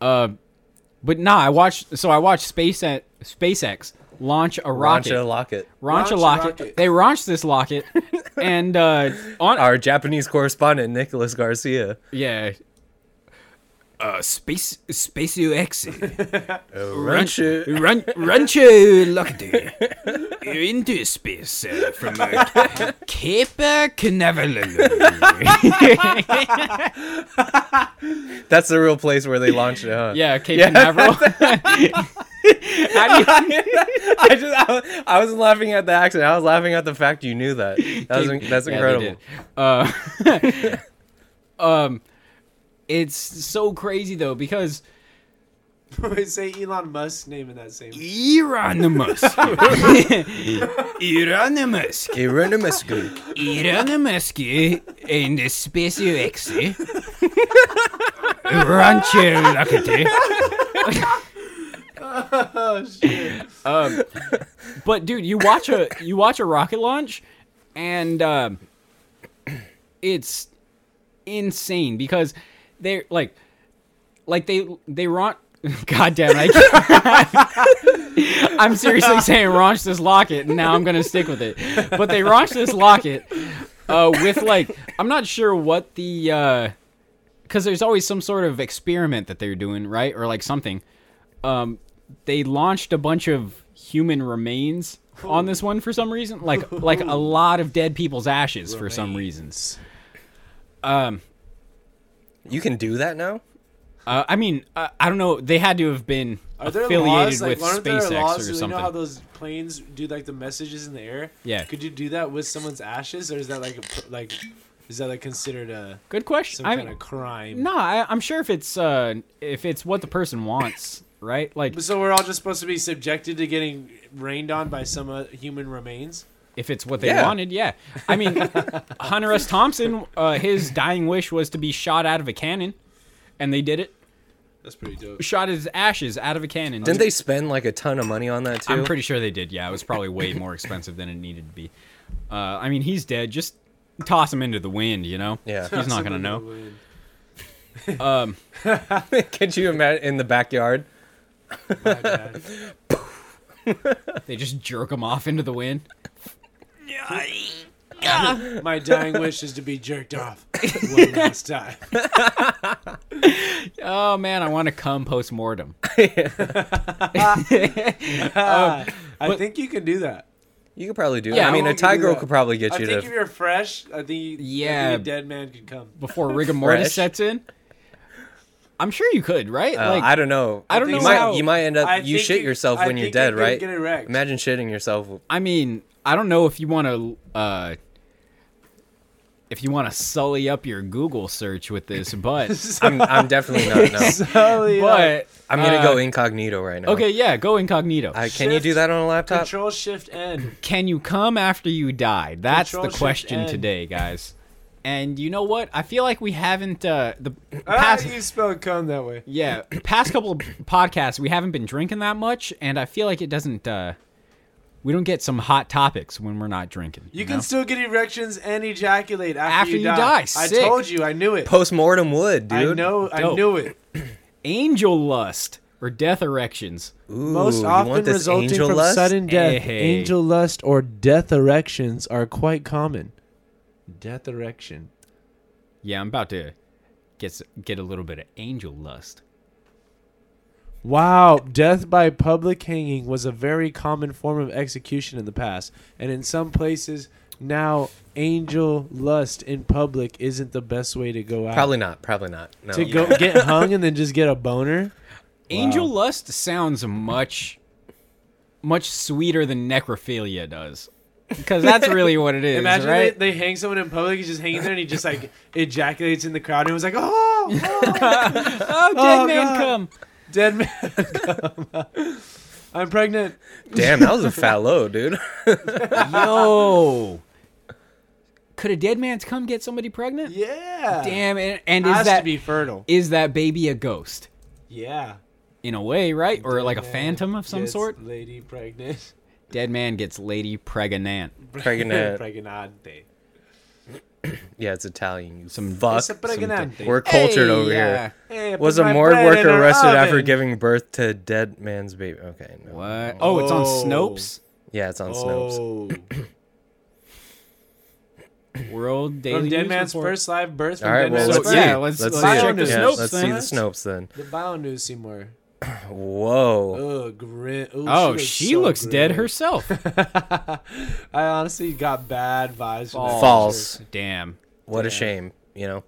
[SPEAKER 2] Uh, but nah, I watched. So I watched SpaceX, SpaceX launch a rocket.
[SPEAKER 1] Rancha locket.
[SPEAKER 2] launch a
[SPEAKER 4] Launch a
[SPEAKER 2] locket.
[SPEAKER 4] rocket.
[SPEAKER 2] They launched this (laughs) locket, and uh, on
[SPEAKER 1] Our Japanese correspondent Nicholas Garcia.
[SPEAKER 2] yeah, uh, space SpaceX
[SPEAKER 1] Rancha.
[SPEAKER 2] run launch a locket into space uh, from uh, Cape (laughs) Canaveral.
[SPEAKER 1] That's the real place where they launched it, huh?
[SPEAKER 2] yeah, Cape Canaveral. (laughs) How do you-
[SPEAKER 1] (laughs) I just I, I was laughing at the accent. I was laughing at the fact you knew that. That was, in- that's
[SPEAKER 2] Yeah,
[SPEAKER 1] incredible.
[SPEAKER 2] they did. Uh, (laughs) um, it's so crazy though because
[SPEAKER 4] Wait, say Elon Musk's name in that same.
[SPEAKER 1] (laughs)
[SPEAKER 2] Elon Musk, Elon Musk,
[SPEAKER 1] Hieronymus Group.
[SPEAKER 2] Elon Musk and the
[SPEAKER 1] (laughs)
[SPEAKER 2] SpaceX eh? launch a rocket.
[SPEAKER 4] Oh shit!
[SPEAKER 2] But dude, you watch a you watch a rocket launch, and um, it's insane because they're like, like they they raunch. (laughs) God damn it! I can't- (laughs) I'm seriously saying raunch this locket, and now I'm gonna stick with it. But they raunch this locket uh, with like I'm not sure what the. Uh, because there's always some sort of experiment that they're doing, right? Or like something. Um, they launched a bunch of human remains on this one for some reason, like like a lot of dead people's ashes for some reasons. Um,
[SPEAKER 1] You can do that now?
[SPEAKER 2] uh, I mean, uh, I don't know. They had to have been
[SPEAKER 4] Are there
[SPEAKER 2] affiliated
[SPEAKER 4] laws like
[SPEAKER 2] with
[SPEAKER 4] aren't there
[SPEAKER 2] SpaceX
[SPEAKER 4] laws?
[SPEAKER 2] or
[SPEAKER 4] Do
[SPEAKER 2] something.
[SPEAKER 4] You know how those planes do like the messages in the air?
[SPEAKER 2] Yeah.
[SPEAKER 4] Could you do that with someone's ashes, or is that like a, pr- like is that like considered a
[SPEAKER 2] Good question.
[SPEAKER 4] some
[SPEAKER 2] I
[SPEAKER 4] kind of crime?
[SPEAKER 2] no, I, I'm sure if it's uh, if it's what the person wants, (coughs) right? Like
[SPEAKER 4] So we're all just supposed to be subjected to getting rained on by some uh, human remains.
[SPEAKER 2] if it's what they
[SPEAKER 1] Yeah.
[SPEAKER 2] wanted yeah i mean
[SPEAKER 4] (laughs)
[SPEAKER 2] hunter s thompson uh, his dying wish was to be shot out of a cannon and they did it
[SPEAKER 4] That's pretty dope.
[SPEAKER 2] Shot his ashes out of a cannon.
[SPEAKER 1] Didn't they spend like a ton of money on that too?
[SPEAKER 2] I'm pretty sure they did. Yeah, it was probably way more expensive than it needed to be. Uh, I mean, he's dead. Just toss him into the wind, you know.
[SPEAKER 1] Yeah.
[SPEAKER 2] he's not gonna know.
[SPEAKER 4] Win.
[SPEAKER 2] Um,
[SPEAKER 1] (laughs) Could you imagine in the backyard?
[SPEAKER 4] My bad.
[SPEAKER 2] (laughs) they just jerk him off into the wind.
[SPEAKER 4] My dying wish is to be jerked off one
[SPEAKER 2] (laughs)
[SPEAKER 4] last time.
[SPEAKER 2] Um, Oh man, I want to come post mortem.
[SPEAKER 4] Uh, I think you can do that.
[SPEAKER 1] You could probably do.
[SPEAKER 2] Yeah,
[SPEAKER 1] Yeah, I mean,
[SPEAKER 4] how
[SPEAKER 1] a
[SPEAKER 4] long can
[SPEAKER 1] Thai
[SPEAKER 4] you do
[SPEAKER 1] girl
[SPEAKER 4] that?
[SPEAKER 1] could probably
[SPEAKER 4] I
[SPEAKER 1] get you
[SPEAKER 4] think if
[SPEAKER 1] to.
[SPEAKER 4] you're fresh, I think you, I
[SPEAKER 2] Yeah.
[SPEAKER 4] think a dead man can come.
[SPEAKER 2] before
[SPEAKER 1] (laughs)
[SPEAKER 2] rigor mortis
[SPEAKER 1] Fresh.
[SPEAKER 2] sets in. I'm sure you could, right?
[SPEAKER 1] Uh, I don't know.
[SPEAKER 2] I don't
[SPEAKER 1] you
[SPEAKER 2] know
[SPEAKER 1] Might,
[SPEAKER 2] how-
[SPEAKER 1] You might end up.
[SPEAKER 4] I
[SPEAKER 1] you
[SPEAKER 4] think
[SPEAKER 1] shit
[SPEAKER 4] you-
[SPEAKER 1] yourself
[SPEAKER 4] I
[SPEAKER 1] when you're
[SPEAKER 4] think you
[SPEAKER 1] dead,
[SPEAKER 4] could
[SPEAKER 1] right?
[SPEAKER 4] get erect.
[SPEAKER 1] Imagine shitting yourself.
[SPEAKER 2] I mean, I don't know if you want to, uh, if you want to sully up your Google search
[SPEAKER 1] (laughs)
[SPEAKER 2] with this, but,
[SPEAKER 1] I'm, I'm definitely not.
[SPEAKER 4] (laughs)
[SPEAKER 1] No.
[SPEAKER 4] Hell yeah.
[SPEAKER 2] but
[SPEAKER 1] I'm gonna
[SPEAKER 2] uh,
[SPEAKER 1] go incognito right now.
[SPEAKER 2] Okay, yeah, go incognito.
[SPEAKER 1] I, can you do
[SPEAKER 4] Shift,
[SPEAKER 1] that on a laptop?
[SPEAKER 4] Control Shift N.
[SPEAKER 2] Can you come after you die? That's
[SPEAKER 4] Control,
[SPEAKER 2] the
[SPEAKER 4] shift,
[SPEAKER 2] question
[SPEAKER 4] N.
[SPEAKER 2] today, guys. And you know what? I feel like we haven't uh, the
[SPEAKER 4] How
[SPEAKER 2] past
[SPEAKER 4] do Ah, you spell come that way?
[SPEAKER 2] yeah past couple of podcasts we haven't been drinking that much, and I feel like it doesn't uh, we don't get some hot topics when we're not drinking.
[SPEAKER 4] You,
[SPEAKER 2] You,
[SPEAKER 4] can
[SPEAKER 2] know?
[SPEAKER 4] still get erections and ejaculate after,
[SPEAKER 2] After
[SPEAKER 4] you,
[SPEAKER 2] you
[SPEAKER 4] die.
[SPEAKER 2] die,
[SPEAKER 4] I
[SPEAKER 2] sick.
[SPEAKER 4] told you, I knew it.
[SPEAKER 1] Post mortem would, dude.
[SPEAKER 4] I know, I
[SPEAKER 2] Dope.
[SPEAKER 4] knew it.
[SPEAKER 2] angel lust or death erections.
[SPEAKER 1] Ooh,
[SPEAKER 4] Most
[SPEAKER 1] you
[SPEAKER 4] often
[SPEAKER 1] want this
[SPEAKER 4] resulting
[SPEAKER 1] angel
[SPEAKER 4] from
[SPEAKER 1] lust?
[SPEAKER 4] sudden death,
[SPEAKER 2] Hey.
[SPEAKER 4] angel lust, or death erections are quite common. Death erection.
[SPEAKER 2] Yeah, I'm about to get s- get a little bit of angel lust.
[SPEAKER 4] Wow, death by public hanging was a very common form of execution in the past, and in some places now angel lust in public isn't the best way to go out.
[SPEAKER 1] Probably not. Probably not. No.
[SPEAKER 4] to go
[SPEAKER 2] (laughs)
[SPEAKER 4] get hung and then just get a boner.
[SPEAKER 2] Angel lust sounds much much sweeter than necrophilia does. Because that's really what (laughs) it is,
[SPEAKER 4] Imagine
[SPEAKER 2] right?
[SPEAKER 4] they, they hang someone in public. He's just hanging there, and he just like ejaculates in the crowd, and was like, "Oh, oh,
[SPEAKER 2] oh, dead
[SPEAKER 4] Oh,
[SPEAKER 2] man
[SPEAKER 4] God.
[SPEAKER 2] come.
[SPEAKER 4] dead man, (laughs) I'm pregnant."
[SPEAKER 1] (laughs) Damn, that was a fat load, dude. (laughs)
[SPEAKER 2] Yo. Could a dead man's come get somebody pregnant?
[SPEAKER 4] Yeah,
[SPEAKER 2] Damn, and, and
[SPEAKER 4] has
[SPEAKER 2] is that
[SPEAKER 4] to be fertile?
[SPEAKER 2] is that baby a ghost?
[SPEAKER 4] Yeah,
[SPEAKER 2] In a way, right? Or like a
[SPEAKER 4] Man
[SPEAKER 2] phantom of some
[SPEAKER 4] gets
[SPEAKER 2] sort?
[SPEAKER 4] Lady pregnant,
[SPEAKER 2] Dead man gets lady pregnant.
[SPEAKER 1] Pregnant.
[SPEAKER 4] (laughs) pregnante.
[SPEAKER 1] Yeah, it's Italian. You
[SPEAKER 2] Some-
[SPEAKER 1] fuck.
[SPEAKER 4] It's a pregnante.
[SPEAKER 1] We're cultured
[SPEAKER 2] Hey,
[SPEAKER 1] over
[SPEAKER 2] yeah.
[SPEAKER 1] here. Was a morgue worker arrested after giving birth to dead man's baby? Okay. No.
[SPEAKER 2] What? Oh, it's on
[SPEAKER 4] Oh.
[SPEAKER 2] Snopes.
[SPEAKER 1] Yeah, it's on Snopes.
[SPEAKER 4] Oh,
[SPEAKER 2] World Daily
[SPEAKER 4] from Dead
[SPEAKER 2] News
[SPEAKER 4] Man's
[SPEAKER 2] Report.
[SPEAKER 4] First Live Birth. From
[SPEAKER 1] All right.
[SPEAKER 4] Dead
[SPEAKER 1] Well,
[SPEAKER 4] Man's
[SPEAKER 1] let's
[SPEAKER 2] So,
[SPEAKER 1] see.
[SPEAKER 4] First.
[SPEAKER 2] yeah, let's-
[SPEAKER 1] let's
[SPEAKER 2] let's
[SPEAKER 1] see.
[SPEAKER 2] check the
[SPEAKER 1] yeah,
[SPEAKER 2] Snopes
[SPEAKER 1] let's
[SPEAKER 2] then.
[SPEAKER 1] see the Snopes then.
[SPEAKER 4] The bio news Seymour.
[SPEAKER 1] Whoa.
[SPEAKER 4] Ugh, grit. Ooh,
[SPEAKER 2] Oh, she,
[SPEAKER 4] so
[SPEAKER 2] looks dead
[SPEAKER 4] grim.
[SPEAKER 2] herself.
[SPEAKER 4] (laughs) I honestly got bad vibes. From that
[SPEAKER 1] False.
[SPEAKER 4] picture.
[SPEAKER 2] Damn.
[SPEAKER 1] What a shame. You know.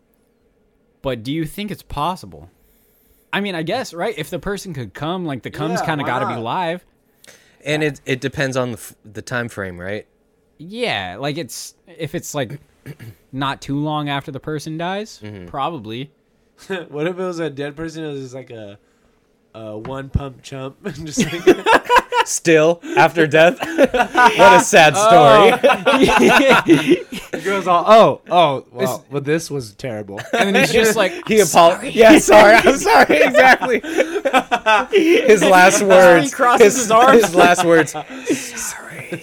[SPEAKER 2] But do you think it's possible? I mean, I guess right. If the person could come, like the comes
[SPEAKER 4] Yeah,
[SPEAKER 2] kind of
[SPEAKER 4] why
[SPEAKER 2] got to be
[SPEAKER 4] not?
[SPEAKER 2] live.
[SPEAKER 1] And it it depends on the f- the time frame, right? (laughs)
[SPEAKER 2] Yeah, like it's if it's like not too long after the person dies,
[SPEAKER 1] Mm-hmm.
[SPEAKER 4] (laughs)
[SPEAKER 2] probably.
[SPEAKER 4] (laughs) What if it was a dead person? It was just like a, a one pump chump. (laughs) just like,
[SPEAKER 1] Still after death. (laughs) what a
[SPEAKER 4] (laughs)
[SPEAKER 1] sad
[SPEAKER 4] Oh,
[SPEAKER 1] story.
[SPEAKER 4] the girl's all, oh, oh, wow. well, this was terrible.
[SPEAKER 2] And then he's just like,
[SPEAKER 1] he apologized. Yeah, sorry.
[SPEAKER 2] (laughs)
[SPEAKER 1] I'm sorry. Exactly. his last words.
[SPEAKER 2] crosses his arms.
[SPEAKER 1] His last
[SPEAKER 2] (laughs)
[SPEAKER 1] words. Sorry.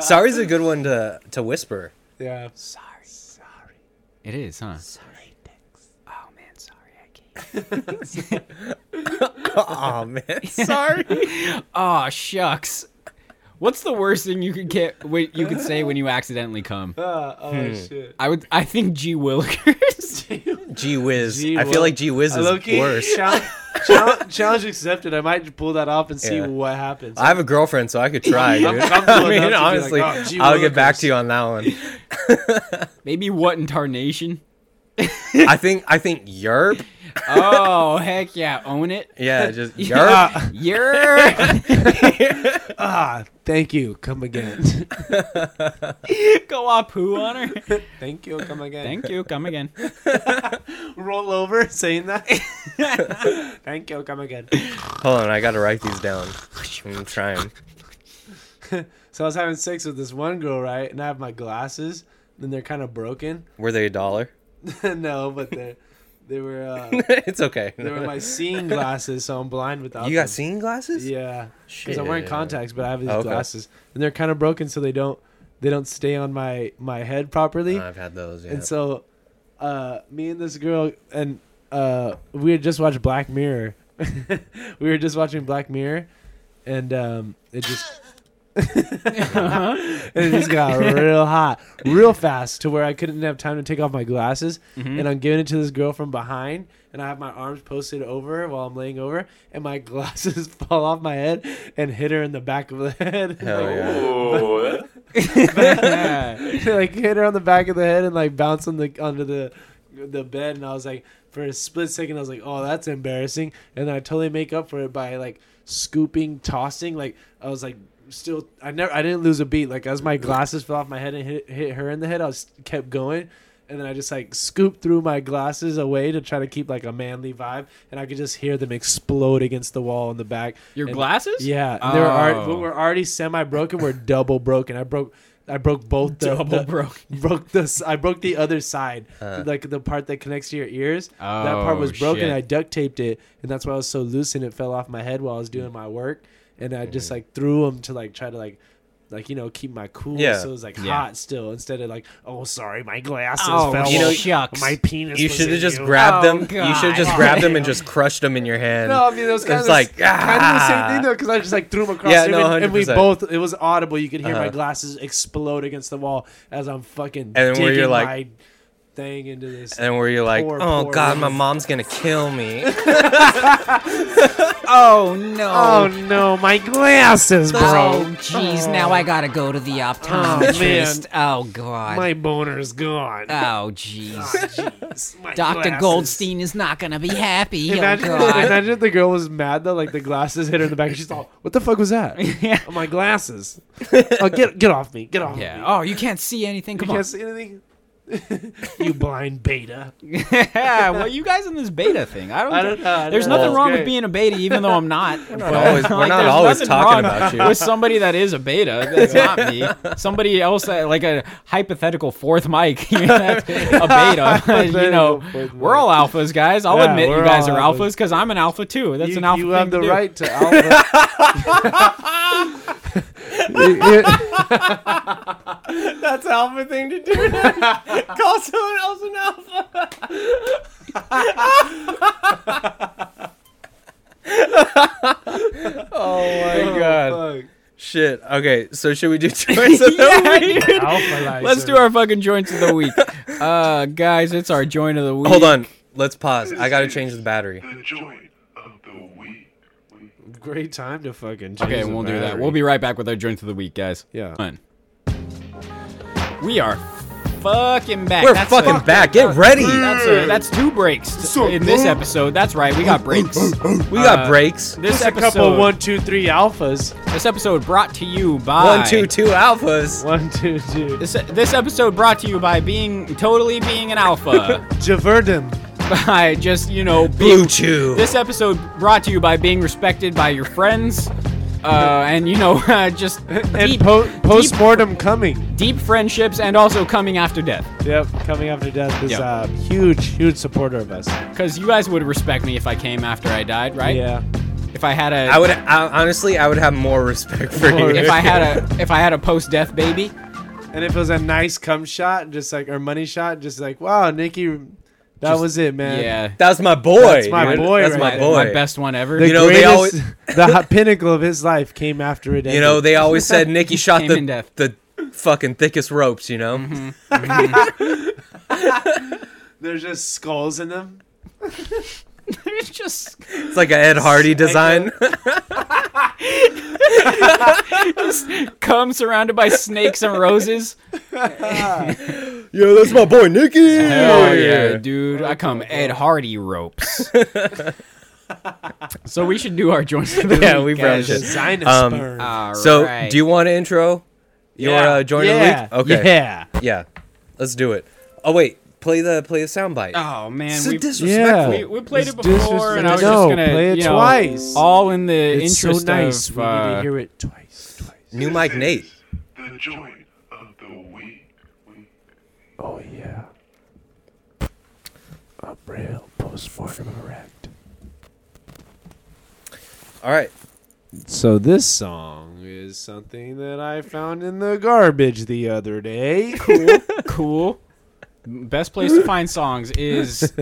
[SPEAKER 1] Sorry's a good one to to whisper.
[SPEAKER 4] (laughs)
[SPEAKER 1] (laughs)
[SPEAKER 4] yeah.
[SPEAKER 2] it is, huh? Sorry, Oh man, sorry, I can't.
[SPEAKER 1] Oh man, sorry.
[SPEAKER 2] Oh shucks. What's the worst thing you could get? Wait, you could say when you accidentally come?
[SPEAKER 4] Uh, oh, shit.
[SPEAKER 2] I would. I think G Willikers. (laughs)
[SPEAKER 1] Gee whiz.
[SPEAKER 4] Gee
[SPEAKER 1] I
[SPEAKER 4] whiz.
[SPEAKER 1] feel like Gee whiz is
[SPEAKER 4] Low-key,
[SPEAKER 1] worse.
[SPEAKER 4] (laughs) chal- chal- challenge accepted. I might pull that off and see
[SPEAKER 1] Yeah.
[SPEAKER 4] what happens.
[SPEAKER 1] I have a girlfriend, so I could try, dude. I
[SPEAKER 4] comfortable enough to
[SPEAKER 1] mean,
[SPEAKER 4] be like,
[SPEAKER 1] honestly,
[SPEAKER 4] "Oh, gee
[SPEAKER 1] I'll get back
[SPEAKER 4] willikers."
[SPEAKER 1] to you on that one. (laughs)
[SPEAKER 2] Maybe what in (laughs) tarnation?
[SPEAKER 1] I think I think yerp.
[SPEAKER 2] Oh heck yeah, own (laughs) it.
[SPEAKER 1] Yeah,
[SPEAKER 4] (laughs)
[SPEAKER 1] just yerp.
[SPEAKER 2] (laughs) You're
[SPEAKER 4] (laughs) ah, thank you. Come again.
[SPEAKER 2] (laughs) go up poo on her.
[SPEAKER 4] (laughs) thank you. Come again.
[SPEAKER 2] Thank you, come again.
[SPEAKER 4] (laughs) Roll over saying that. (laughs) thank you. Come again.
[SPEAKER 1] Hold on, I gotta write these down. I'm trying.
[SPEAKER 4] So I was having sex with this one girl, right? And I have my glasses, and they're kind of broken.
[SPEAKER 1] Were they a dollar? (laughs)
[SPEAKER 4] (laughs) no, but they're They were uh,
[SPEAKER 1] it's okay.
[SPEAKER 4] they were
[SPEAKER 1] (laughs)
[SPEAKER 4] my seeing glasses, so I'm blind without.
[SPEAKER 1] you got
[SPEAKER 4] them.
[SPEAKER 1] seeing glasses?
[SPEAKER 4] Yeah, because I'm wearing
[SPEAKER 1] Shit.
[SPEAKER 4] contacts, but I have these
[SPEAKER 1] Okay.
[SPEAKER 4] glasses, and they're kind of broken, so they don't they don't stay on my my head properly.
[SPEAKER 1] Oh, I've had those. Yeah.
[SPEAKER 4] And so, uh, me and this girl, and uh, we had just watched Black Mirror. (laughs) we were just watching Black Mirror, and um, it just. (laughs) and it just
[SPEAKER 1] (laughs)
[SPEAKER 4] got real hot, real fast, to where I couldn't have time to take off my glasses.
[SPEAKER 1] Mm-hmm.
[SPEAKER 4] And I'm giving it to this girl from behind, and I have my arms posted over her while I'm laying over, and my (laughs) glasses fall off my head and hit her in the back of the head. (laughs)
[SPEAKER 1] Hell
[SPEAKER 4] Like,
[SPEAKER 1] yeah.
[SPEAKER 4] (laughs) like hit her on the back of the head and like bounce on the onto the the bed and I was like for a split second I was like oh that's embarrassing and I totally make up for it by like scooping tossing like I was like still I never I didn't lose a beat like as my glasses fell off my head and hit, hit her in the head I was kept going and then I just like scooped through my glasses away to try to keep like a manly vibe and I could just hear them explode against the wall in the back
[SPEAKER 2] Your
[SPEAKER 4] And-
[SPEAKER 2] (laughs) glasses?
[SPEAKER 4] yeah, and they were already,
[SPEAKER 2] Oh.
[SPEAKER 4] we were already semi broken. We're double broken. I broke, I broke both the
[SPEAKER 2] Double
[SPEAKER 4] the-
[SPEAKER 2] broke.
[SPEAKER 4] (laughs) broke this. I broke the other side,
[SPEAKER 1] Uh.
[SPEAKER 4] like the part that connects to your ears. that part
[SPEAKER 2] Oh,
[SPEAKER 4] was broken.
[SPEAKER 2] shit.
[SPEAKER 4] I duct taped it, and that's why I was so loose and it fell off my head while I was doing my work. And I
[SPEAKER 2] Mm.
[SPEAKER 4] just like threw them to like try to like, like you know keep my cool.
[SPEAKER 1] Yeah.
[SPEAKER 4] So it was like
[SPEAKER 2] Yeah.
[SPEAKER 4] hot still instead of like oh sorry my glasses
[SPEAKER 2] Oh,
[SPEAKER 4] fell.
[SPEAKER 2] you know,
[SPEAKER 4] off.
[SPEAKER 2] shucks.
[SPEAKER 4] my penis.
[SPEAKER 1] You
[SPEAKER 4] was
[SPEAKER 1] should
[SPEAKER 4] in
[SPEAKER 1] have just
[SPEAKER 4] you."
[SPEAKER 1] grabbed
[SPEAKER 2] Oh,
[SPEAKER 1] them. You should have just
[SPEAKER 2] God.
[SPEAKER 1] grabbed them and just crushed them in your hand.
[SPEAKER 4] (laughs) No, I mean it was
[SPEAKER 1] It
[SPEAKER 4] kind
[SPEAKER 1] was
[SPEAKER 4] of like
[SPEAKER 1] like,
[SPEAKER 4] kind of the same
[SPEAKER 1] "Ah."
[SPEAKER 4] thing though, because I just like threw him across
[SPEAKER 1] Yeah,
[SPEAKER 4] him,
[SPEAKER 1] no,
[SPEAKER 4] and, and we
[SPEAKER 1] 100%.
[SPEAKER 4] both it was audible. You could hear my
[SPEAKER 1] Uh-huh.
[SPEAKER 4] glasses explode against the wall as I'm fucking
[SPEAKER 1] then where
[SPEAKER 4] digging
[SPEAKER 1] you're like-
[SPEAKER 4] my thing into this.
[SPEAKER 1] and where you're like,
[SPEAKER 4] Poor,
[SPEAKER 1] oh
[SPEAKER 4] poor
[SPEAKER 1] god, my
[SPEAKER 4] woman."
[SPEAKER 1] mom's gonna kill me.
[SPEAKER 2] Oh no.
[SPEAKER 4] oh no, my glasses, bro! Oh,
[SPEAKER 8] Oh, jeez, now I gotta go to the optometrist. Oh, God.
[SPEAKER 4] My boner's gone.
[SPEAKER 2] Uh,
[SPEAKER 8] oh, jeez.
[SPEAKER 4] My
[SPEAKER 8] Dr.
[SPEAKER 4] glasses.
[SPEAKER 8] Goldstein is not gonna be happy. Oh,
[SPEAKER 4] Imagine,
[SPEAKER 8] God.
[SPEAKER 4] imagine if the girl was mad that like the glasses hit her in the back. and She's all, "What the fuck was that?
[SPEAKER 2] Yeah.
[SPEAKER 8] (laughs)
[SPEAKER 4] Oh, my glasses! oh, get get off me! Get off
[SPEAKER 2] Yeah.
[SPEAKER 4] me!
[SPEAKER 2] Oh, you can't see anything.
[SPEAKER 4] you
[SPEAKER 2] Come on.
[SPEAKER 4] can't see anything. (laughs) you blind beta.
[SPEAKER 8] (laughs)
[SPEAKER 2] yeah. Well, you guys in this beta thing. I don't.
[SPEAKER 4] I don't know. I don't
[SPEAKER 2] There's
[SPEAKER 4] know.
[SPEAKER 2] nothing
[SPEAKER 4] It's
[SPEAKER 2] wrong
[SPEAKER 4] great.
[SPEAKER 2] with being a beta, even though I'm
[SPEAKER 4] (laughs)
[SPEAKER 2] not. We're not
[SPEAKER 1] always-
[SPEAKER 2] (laughs)
[SPEAKER 1] we're not always talking about you.
[SPEAKER 2] With somebody that is a beta, that's not
[SPEAKER 4] (laughs)
[SPEAKER 2] me. Somebody else, that, like a hypothetical fourth mic, (laughs) you know, that's
[SPEAKER 4] (laughs)
[SPEAKER 2] a beta. you know,
[SPEAKER 4] Hypothetical fourth
[SPEAKER 2] we're all alphas, guys. I'll
[SPEAKER 4] Yeah,
[SPEAKER 2] admit
[SPEAKER 4] we're
[SPEAKER 2] you guys
[SPEAKER 4] all
[SPEAKER 2] are
[SPEAKER 4] alphas.
[SPEAKER 2] alphas because I'm an alpha too. That's
[SPEAKER 4] you,
[SPEAKER 2] an alpha.
[SPEAKER 4] you
[SPEAKER 2] thing
[SPEAKER 4] have the
[SPEAKER 2] to do.
[SPEAKER 4] right to alpha. You- you-
[SPEAKER 2] (laughs)
[SPEAKER 1] That's an alpha thing (laughs) to do. Call someone else an alpha. oh my god. Shit. Okay, so should we do choice of the
[SPEAKER 2] (laughs)
[SPEAKER 4] (laughs)
[SPEAKER 2] Yeah,
[SPEAKER 1] week?
[SPEAKER 2] dude.
[SPEAKER 4] Alpha
[SPEAKER 2] Let's do our fucking joints of the week. Uh, guys, it's our joint of the week.
[SPEAKER 1] Hold on. Let's pause. I gotta change the battery.
[SPEAKER 9] The joint of the week.
[SPEAKER 4] great time to fucking.
[SPEAKER 2] Okay,
[SPEAKER 4] change the
[SPEAKER 2] we'll do that.
[SPEAKER 4] battery.
[SPEAKER 2] We'll be right back with our joints of the week, guys.
[SPEAKER 4] Yeah.
[SPEAKER 2] Fun. We are fucking back.
[SPEAKER 1] We're
[SPEAKER 2] That's
[SPEAKER 1] fucking
[SPEAKER 2] a-
[SPEAKER 1] back. Get ready.
[SPEAKER 2] That's, a- that's two breaks t- in this episode. That's right, we got breaks.
[SPEAKER 1] we got
[SPEAKER 2] uh,
[SPEAKER 1] breaks.
[SPEAKER 2] This
[SPEAKER 4] Just a
[SPEAKER 2] episode,
[SPEAKER 4] couple one two three alphas. (laughs)
[SPEAKER 2] this episode brought to you by
[SPEAKER 1] One, two, two alphas.
[SPEAKER 4] One two two.
[SPEAKER 2] This this episode brought to you by being totally being
[SPEAKER 1] (laughs)
[SPEAKER 2] an alpha, (laughs)
[SPEAKER 4] Javerdum.
[SPEAKER 2] by just you know being
[SPEAKER 1] Blue chew.
[SPEAKER 2] This episode brought to you by being respected by your friends, uh, and you know, (laughs) uh, just
[SPEAKER 4] And
[SPEAKER 2] deep,
[SPEAKER 4] po-
[SPEAKER 2] deep,
[SPEAKER 4] postmortem coming.
[SPEAKER 2] deep friendships, and also coming after death.
[SPEAKER 4] Yep, coming after death is
[SPEAKER 2] Yep.
[SPEAKER 4] uh, huge, huge supporter of us.
[SPEAKER 2] Because you guys would respect me if I came after I died, right?
[SPEAKER 4] Yeah.
[SPEAKER 2] If I had a,
[SPEAKER 1] I would I, honestly I would have more respect for
[SPEAKER 4] (laughs) More
[SPEAKER 1] you.
[SPEAKER 2] if I had a, if I had a post-death baby,
[SPEAKER 4] And if it was a nice cum shot, just like or money shot, just like wow, Nikki, that
[SPEAKER 2] Just-
[SPEAKER 4] was it, man.
[SPEAKER 2] yeah,
[SPEAKER 1] (laughs) That's my boy.
[SPEAKER 4] That's my
[SPEAKER 1] dude.
[SPEAKER 4] boy
[SPEAKER 1] That's (laughs)
[SPEAKER 4] right
[SPEAKER 1] my
[SPEAKER 4] there.
[SPEAKER 1] boy.
[SPEAKER 2] my best one ever. (laughs)
[SPEAKER 4] The
[SPEAKER 1] You know, they
[SPEAKER 4] greatest, (laughs)
[SPEAKER 1] always-
[SPEAKER 4] the hot pinnacle of his life came after it.
[SPEAKER 1] You know,
[SPEAKER 4] ended.
[SPEAKER 1] they always said Nikki shot
[SPEAKER 2] Came in Mm-hmm.
[SPEAKER 1] the
[SPEAKER 2] death.
[SPEAKER 1] the fucking thickest ropes. You know,
[SPEAKER 4] there's just skulls in them.
[SPEAKER 2] It's just
[SPEAKER 1] it's like a Ed Hardy
[SPEAKER 2] (laughs)
[SPEAKER 1] design. (laughs)
[SPEAKER 2] come surrounded by snakes
[SPEAKER 1] (laughs)
[SPEAKER 2] and roses.
[SPEAKER 1] Yo, that's my boy Nikki.
[SPEAKER 2] Hell yeah, dude! I come Ed Hardy
[SPEAKER 4] (laughs)
[SPEAKER 2] ropes. so we should do our joints. of the
[SPEAKER 1] Yeah,
[SPEAKER 2] week,
[SPEAKER 1] we probably
[SPEAKER 2] guys.
[SPEAKER 1] should.
[SPEAKER 4] Xenosperm.
[SPEAKER 1] Um,
[SPEAKER 2] Ah,
[SPEAKER 1] So,
[SPEAKER 2] Alright.
[SPEAKER 1] do you want to intro your
[SPEAKER 4] Yeah.
[SPEAKER 1] uh, join
[SPEAKER 4] yeah.
[SPEAKER 1] of the week? Okay,
[SPEAKER 4] Yeah.
[SPEAKER 1] yeah. let's do it. Oh wait, play the play the soundbite.
[SPEAKER 2] Oh man,
[SPEAKER 1] This
[SPEAKER 2] we,
[SPEAKER 1] is disrespectful.
[SPEAKER 2] we, we played it
[SPEAKER 4] It's
[SPEAKER 2] before, and I was
[SPEAKER 4] disrespectful.
[SPEAKER 2] just
[SPEAKER 4] No,
[SPEAKER 2] gonna
[SPEAKER 4] play it
[SPEAKER 2] you know,
[SPEAKER 4] twice.
[SPEAKER 2] All in the
[SPEAKER 4] It's so
[SPEAKER 2] interest
[SPEAKER 4] nice.
[SPEAKER 2] of
[SPEAKER 4] we need to
[SPEAKER 2] uh,
[SPEAKER 4] hear it twice. Twice.
[SPEAKER 1] New Mike Nate.
[SPEAKER 9] The joint of the week.
[SPEAKER 4] Oh yeah.
[SPEAKER 7] a real postmortem erect.
[SPEAKER 1] All right.
[SPEAKER 4] So this song is something that I found in the garbage the other day. Cool.
[SPEAKER 2] cool. Best place to find songs
[SPEAKER 4] (laughs)
[SPEAKER 2] is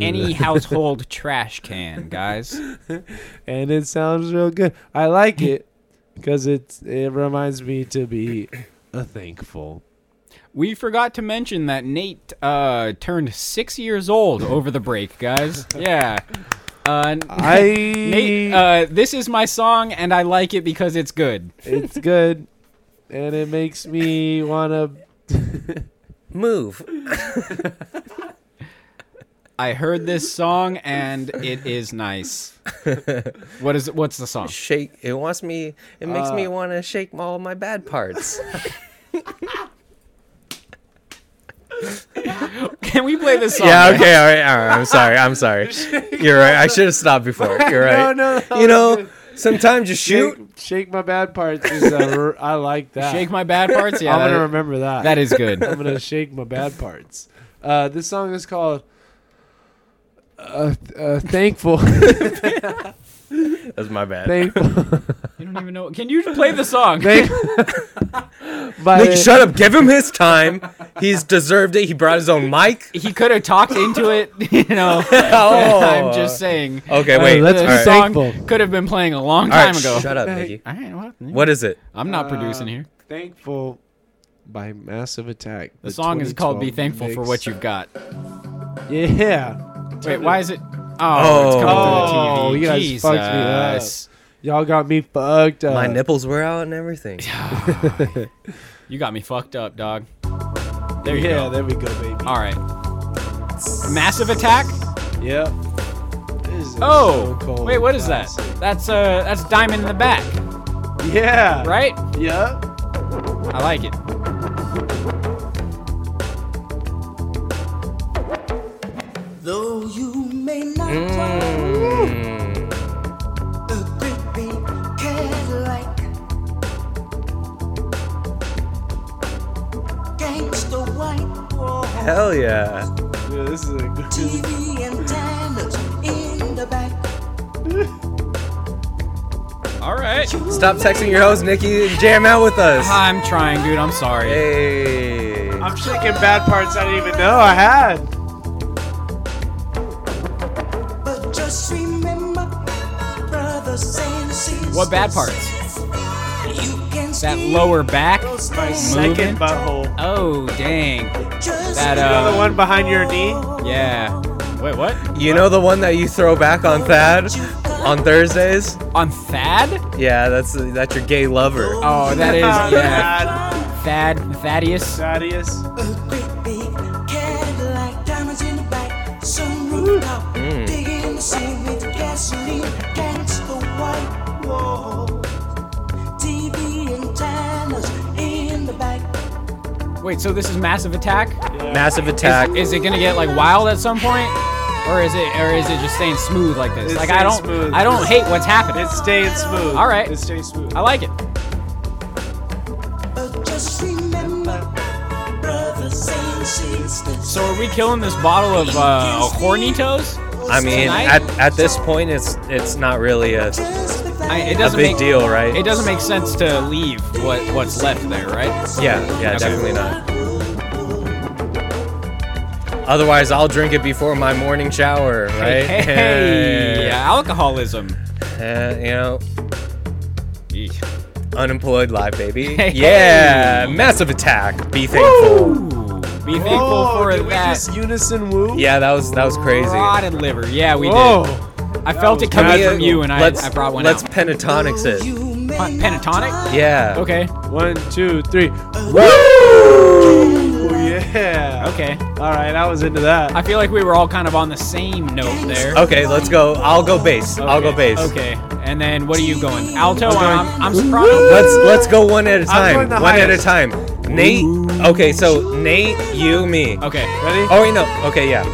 [SPEAKER 2] any household trash can, guys.
[SPEAKER 4] (laughs) and it sounds real good. I like it because it it reminds me to be a (laughs) thankful.
[SPEAKER 2] We forgot to mention that Nate uh, turned six years old over the break, guys. Yeah. Uh,
[SPEAKER 4] I
[SPEAKER 2] Nate, uh, this is my song, and I like it because it's good.
[SPEAKER 4] it's good, and it makes me
[SPEAKER 2] (laughs)
[SPEAKER 4] wanna.
[SPEAKER 1] Move. (laughs)
[SPEAKER 2] I heard this song, and it is nice. What is? What's the song?
[SPEAKER 1] Shake. It wants me. It makes
[SPEAKER 4] Uh.
[SPEAKER 1] me want to shake all my bad parts.
[SPEAKER 2] Can we play this song?
[SPEAKER 1] yeah. Okay. All right. All right. I'm sorry. I'm sorry. You're right. I should have stopped before. You're
[SPEAKER 4] No,
[SPEAKER 1] right.
[SPEAKER 4] no, no.
[SPEAKER 1] You know, sometimes you
[SPEAKER 4] Shake,
[SPEAKER 1] shoot.
[SPEAKER 4] shake my bad parts. Is a r- I like that.
[SPEAKER 2] Shake my bad parts. Yeah,
[SPEAKER 4] I'm gonna
[SPEAKER 2] that-
[SPEAKER 4] remember that.
[SPEAKER 2] that is good.
[SPEAKER 4] I'm gonna shake my bad parts. Uh, this song is called uh, uh, "Thankful." (laughs)
[SPEAKER 1] That's my bad.
[SPEAKER 4] Thankful.
[SPEAKER 2] You don't even know. Can you play the song? (laughs)
[SPEAKER 4] Thank- by,
[SPEAKER 1] Nick, shut up. Give him his time. He's deserved it. He brought his own mic.
[SPEAKER 2] he could have talked into it, (laughs) you
[SPEAKER 4] (laughs)
[SPEAKER 2] know.
[SPEAKER 1] Oh.
[SPEAKER 2] (laughs) I'm just saying.
[SPEAKER 1] Okay. Wait.
[SPEAKER 4] let's
[SPEAKER 1] all
[SPEAKER 4] be
[SPEAKER 1] right.
[SPEAKER 4] thankful.
[SPEAKER 2] Song could have been playing a long
[SPEAKER 1] All right,
[SPEAKER 2] time ago.
[SPEAKER 1] Shut up, Nikki.
[SPEAKER 2] All right, well,
[SPEAKER 1] What is it?
[SPEAKER 2] I'm not producing here.
[SPEAKER 4] Uh, "Thankful" by Massive Attack.
[SPEAKER 2] The song is called "Be Thankful for What You've
[SPEAKER 4] (laughs)
[SPEAKER 2] Got."
[SPEAKER 4] Yeah,
[SPEAKER 2] Wait, why is it? Oh, it's coming
[SPEAKER 4] Oh,
[SPEAKER 2] through the TV.
[SPEAKER 4] you guys
[SPEAKER 2] Jesus.
[SPEAKER 4] fucked me up. y'all got me fucked up.
[SPEAKER 1] My
[SPEAKER 4] (laughs)
[SPEAKER 1] nipples were out and everything.
[SPEAKER 2] You got me fucked up, dog. There you
[SPEAKER 4] Yeah,
[SPEAKER 2] go.
[SPEAKER 4] there we go, baby.
[SPEAKER 2] All right. Massive attack.
[SPEAKER 4] Yep. This is
[SPEAKER 2] Oh,
[SPEAKER 4] so cold
[SPEAKER 2] wait, what is that?
[SPEAKER 4] classic.
[SPEAKER 2] That's uh, that's diamond in the back,
[SPEAKER 4] Yeah.
[SPEAKER 2] right?
[SPEAKER 4] Yep.
[SPEAKER 2] I like it.
[SPEAKER 10] Though you may not
[SPEAKER 1] Mm.
[SPEAKER 10] drive a great big Cadillac, gangsta white wall,
[SPEAKER 1] Hell yeah.
[SPEAKER 4] Yeah, this is a good. (laughs)
[SPEAKER 10] TV antennas in the back.
[SPEAKER 2] All right.
[SPEAKER 1] Stop texting your host, Nikki, and jam out with us.
[SPEAKER 2] I'm trying, dude. I'm sorry.
[SPEAKER 1] Hey.
[SPEAKER 4] I'm shaking bad parts I didn't even know I had.
[SPEAKER 10] But just remember, brothers and sisters.
[SPEAKER 2] What bad parts?
[SPEAKER 10] You can
[SPEAKER 2] That lower back.
[SPEAKER 10] My
[SPEAKER 2] Moving.
[SPEAKER 4] Second butthole.
[SPEAKER 2] Oh, dang. That,
[SPEAKER 4] The
[SPEAKER 2] uh,
[SPEAKER 4] one behind your knee.
[SPEAKER 2] yeah. Wait, what?
[SPEAKER 1] You know the one that you throw back on Thad on Thursdays?
[SPEAKER 2] On Thad?
[SPEAKER 1] Yeah, that's that's your gay lover.
[SPEAKER 2] Oh, that is,
[SPEAKER 4] (laughs) Oh,
[SPEAKER 2] yeah.
[SPEAKER 4] God.
[SPEAKER 2] Thad, Thaddeus.
[SPEAKER 4] Thaddeus.
[SPEAKER 10] Great big Cadillac, diamonds in the
[SPEAKER 2] Mm.
[SPEAKER 10] back, sunroof top, dig in Mm. the sea with gasoline, against the white wall, TV antennas in the back.
[SPEAKER 2] Wait, so this is Massive Attack?
[SPEAKER 1] Massive attack.
[SPEAKER 2] Is, is it gonna get like wild at some point? Or is it or is it just staying smooth like this?
[SPEAKER 4] It's
[SPEAKER 2] like I
[SPEAKER 4] staying
[SPEAKER 2] don't
[SPEAKER 4] smooth.
[SPEAKER 2] I don't hate what's happening.
[SPEAKER 4] It's staying smooth.
[SPEAKER 2] All right.
[SPEAKER 4] It's staying smooth.
[SPEAKER 2] I like it.
[SPEAKER 10] But just remember, brothers and sisters.
[SPEAKER 2] So are we killing this bottle of uh hornitos?
[SPEAKER 1] I mean,
[SPEAKER 2] tonight?
[SPEAKER 1] at, at this point, it's it's not really a,
[SPEAKER 2] I, it
[SPEAKER 1] a
[SPEAKER 2] doesn't
[SPEAKER 1] big
[SPEAKER 2] make,
[SPEAKER 1] deal, right?
[SPEAKER 2] It doesn't make sense to leave what what's left there, right?
[SPEAKER 1] Yeah, yeah,
[SPEAKER 2] Okay.
[SPEAKER 1] definitely not. Otherwise, I'll drink it before my morning shower, right?
[SPEAKER 2] Hey, hey, alcoholism.
[SPEAKER 1] Uh, you know,
[SPEAKER 2] Eek.
[SPEAKER 1] unemployed live, baby.
[SPEAKER 2] Hey.
[SPEAKER 1] Yeah, massive attack. Be thankful.
[SPEAKER 2] Ooh, be thankful
[SPEAKER 4] Whoa,
[SPEAKER 2] for
[SPEAKER 4] Oh, did we
[SPEAKER 2] that.
[SPEAKER 4] just unison woo? Oh.
[SPEAKER 1] Yeah, that was that was crazy.
[SPEAKER 2] Rotted liver. Yeah, we did.
[SPEAKER 4] Whoa.
[SPEAKER 2] I felt it
[SPEAKER 1] Can
[SPEAKER 2] coming
[SPEAKER 1] we, uh,
[SPEAKER 2] from you, and I, I brought one
[SPEAKER 1] Let's
[SPEAKER 2] out.
[SPEAKER 1] pentatonics it.
[SPEAKER 10] You may
[SPEAKER 2] Pen- pentatonic?
[SPEAKER 1] Yeah.
[SPEAKER 2] Okay.
[SPEAKER 4] One, two, three. Woo! Yeah.
[SPEAKER 2] Okay.
[SPEAKER 4] All right, I was into
[SPEAKER 2] (laughs)
[SPEAKER 4] that.
[SPEAKER 2] I feel like we were all kind of on the same note there.
[SPEAKER 1] Okay, let's go. I'll go bass. I'll go bass.
[SPEAKER 2] Okay. And then what are you going? Alto.
[SPEAKER 4] going-
[SPEAKER 2] I'm, I'm soprano.
[SPEAKER 1] Let's let's go one at a time.
[SPEAKER 4] going the
[SPEAKER 1] One at a
[SPEAKER 4] highest.
[SPEAKER 1] time. Nate. Okay, so Nate, you, me.
[SPEAKER 2] Okay.
[SPEAKER 4] Ready?
[SPEAKER 1] Oh wait, no. Okay, yeah.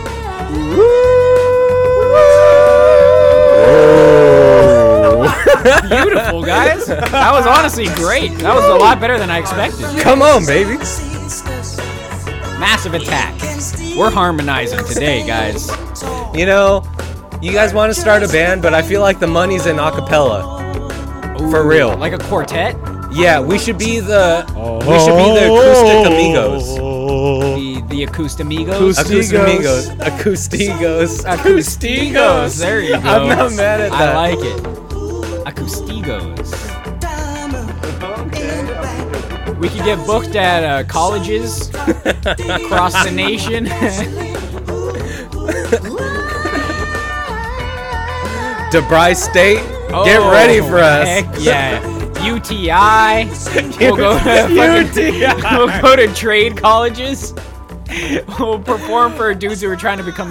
[SPEAKER 2] Beautiful guys. That was honestly great. That was a lot better than I expected.
[SPEAKER 1] Come on, baby.
[SPEAKER 10] sisters
[SPEAKER 2] Massive attack. We're harmonizing today, guys.
[SPEAKER 1] You know, you guys want to start a band, but I feel like the money's in acapella. For real.
[SPEAKER 2] Like a quartet?
[SPEAKER 1] Yeah, we should be the we should be the acoustic
[SPEAKER 2] Oh.
[SPEAKER 1] amigos.
[SPEAKER 2] The the Acoustamigos?
[SPEAKER 4] Acoust-
[SPEAKER 1] Acoustic amigos. Acoustigos.
[SPEAKER 2] Acoustigos. There you go.
[SPEAKER 1] I'm not mad at that.
[SPEAKER 2] I like it. Acoustigos. We could get booked at uh,
[SPEAKER 1] (laughs)
[SPEAKER 2] colleges (laughs) across the nation. (laughs)
[SPEAKER 1] DeBry State, get
[SPEAKER 2] Oh,
[SPEAKER 1] ready for us.
[SPEAKER 2] Heck yeah. UTI.
[SPEAKER 1] (laughs)
[SPEAKER 2] We'll go
[SPEAKER 10] (laughs)
[SPEAKER 2] to
[SPEAKER 1] UTI.
[SPEAKER 2] (laughs) we'll go to trade colleges. We'll perform for dudes who are trying to become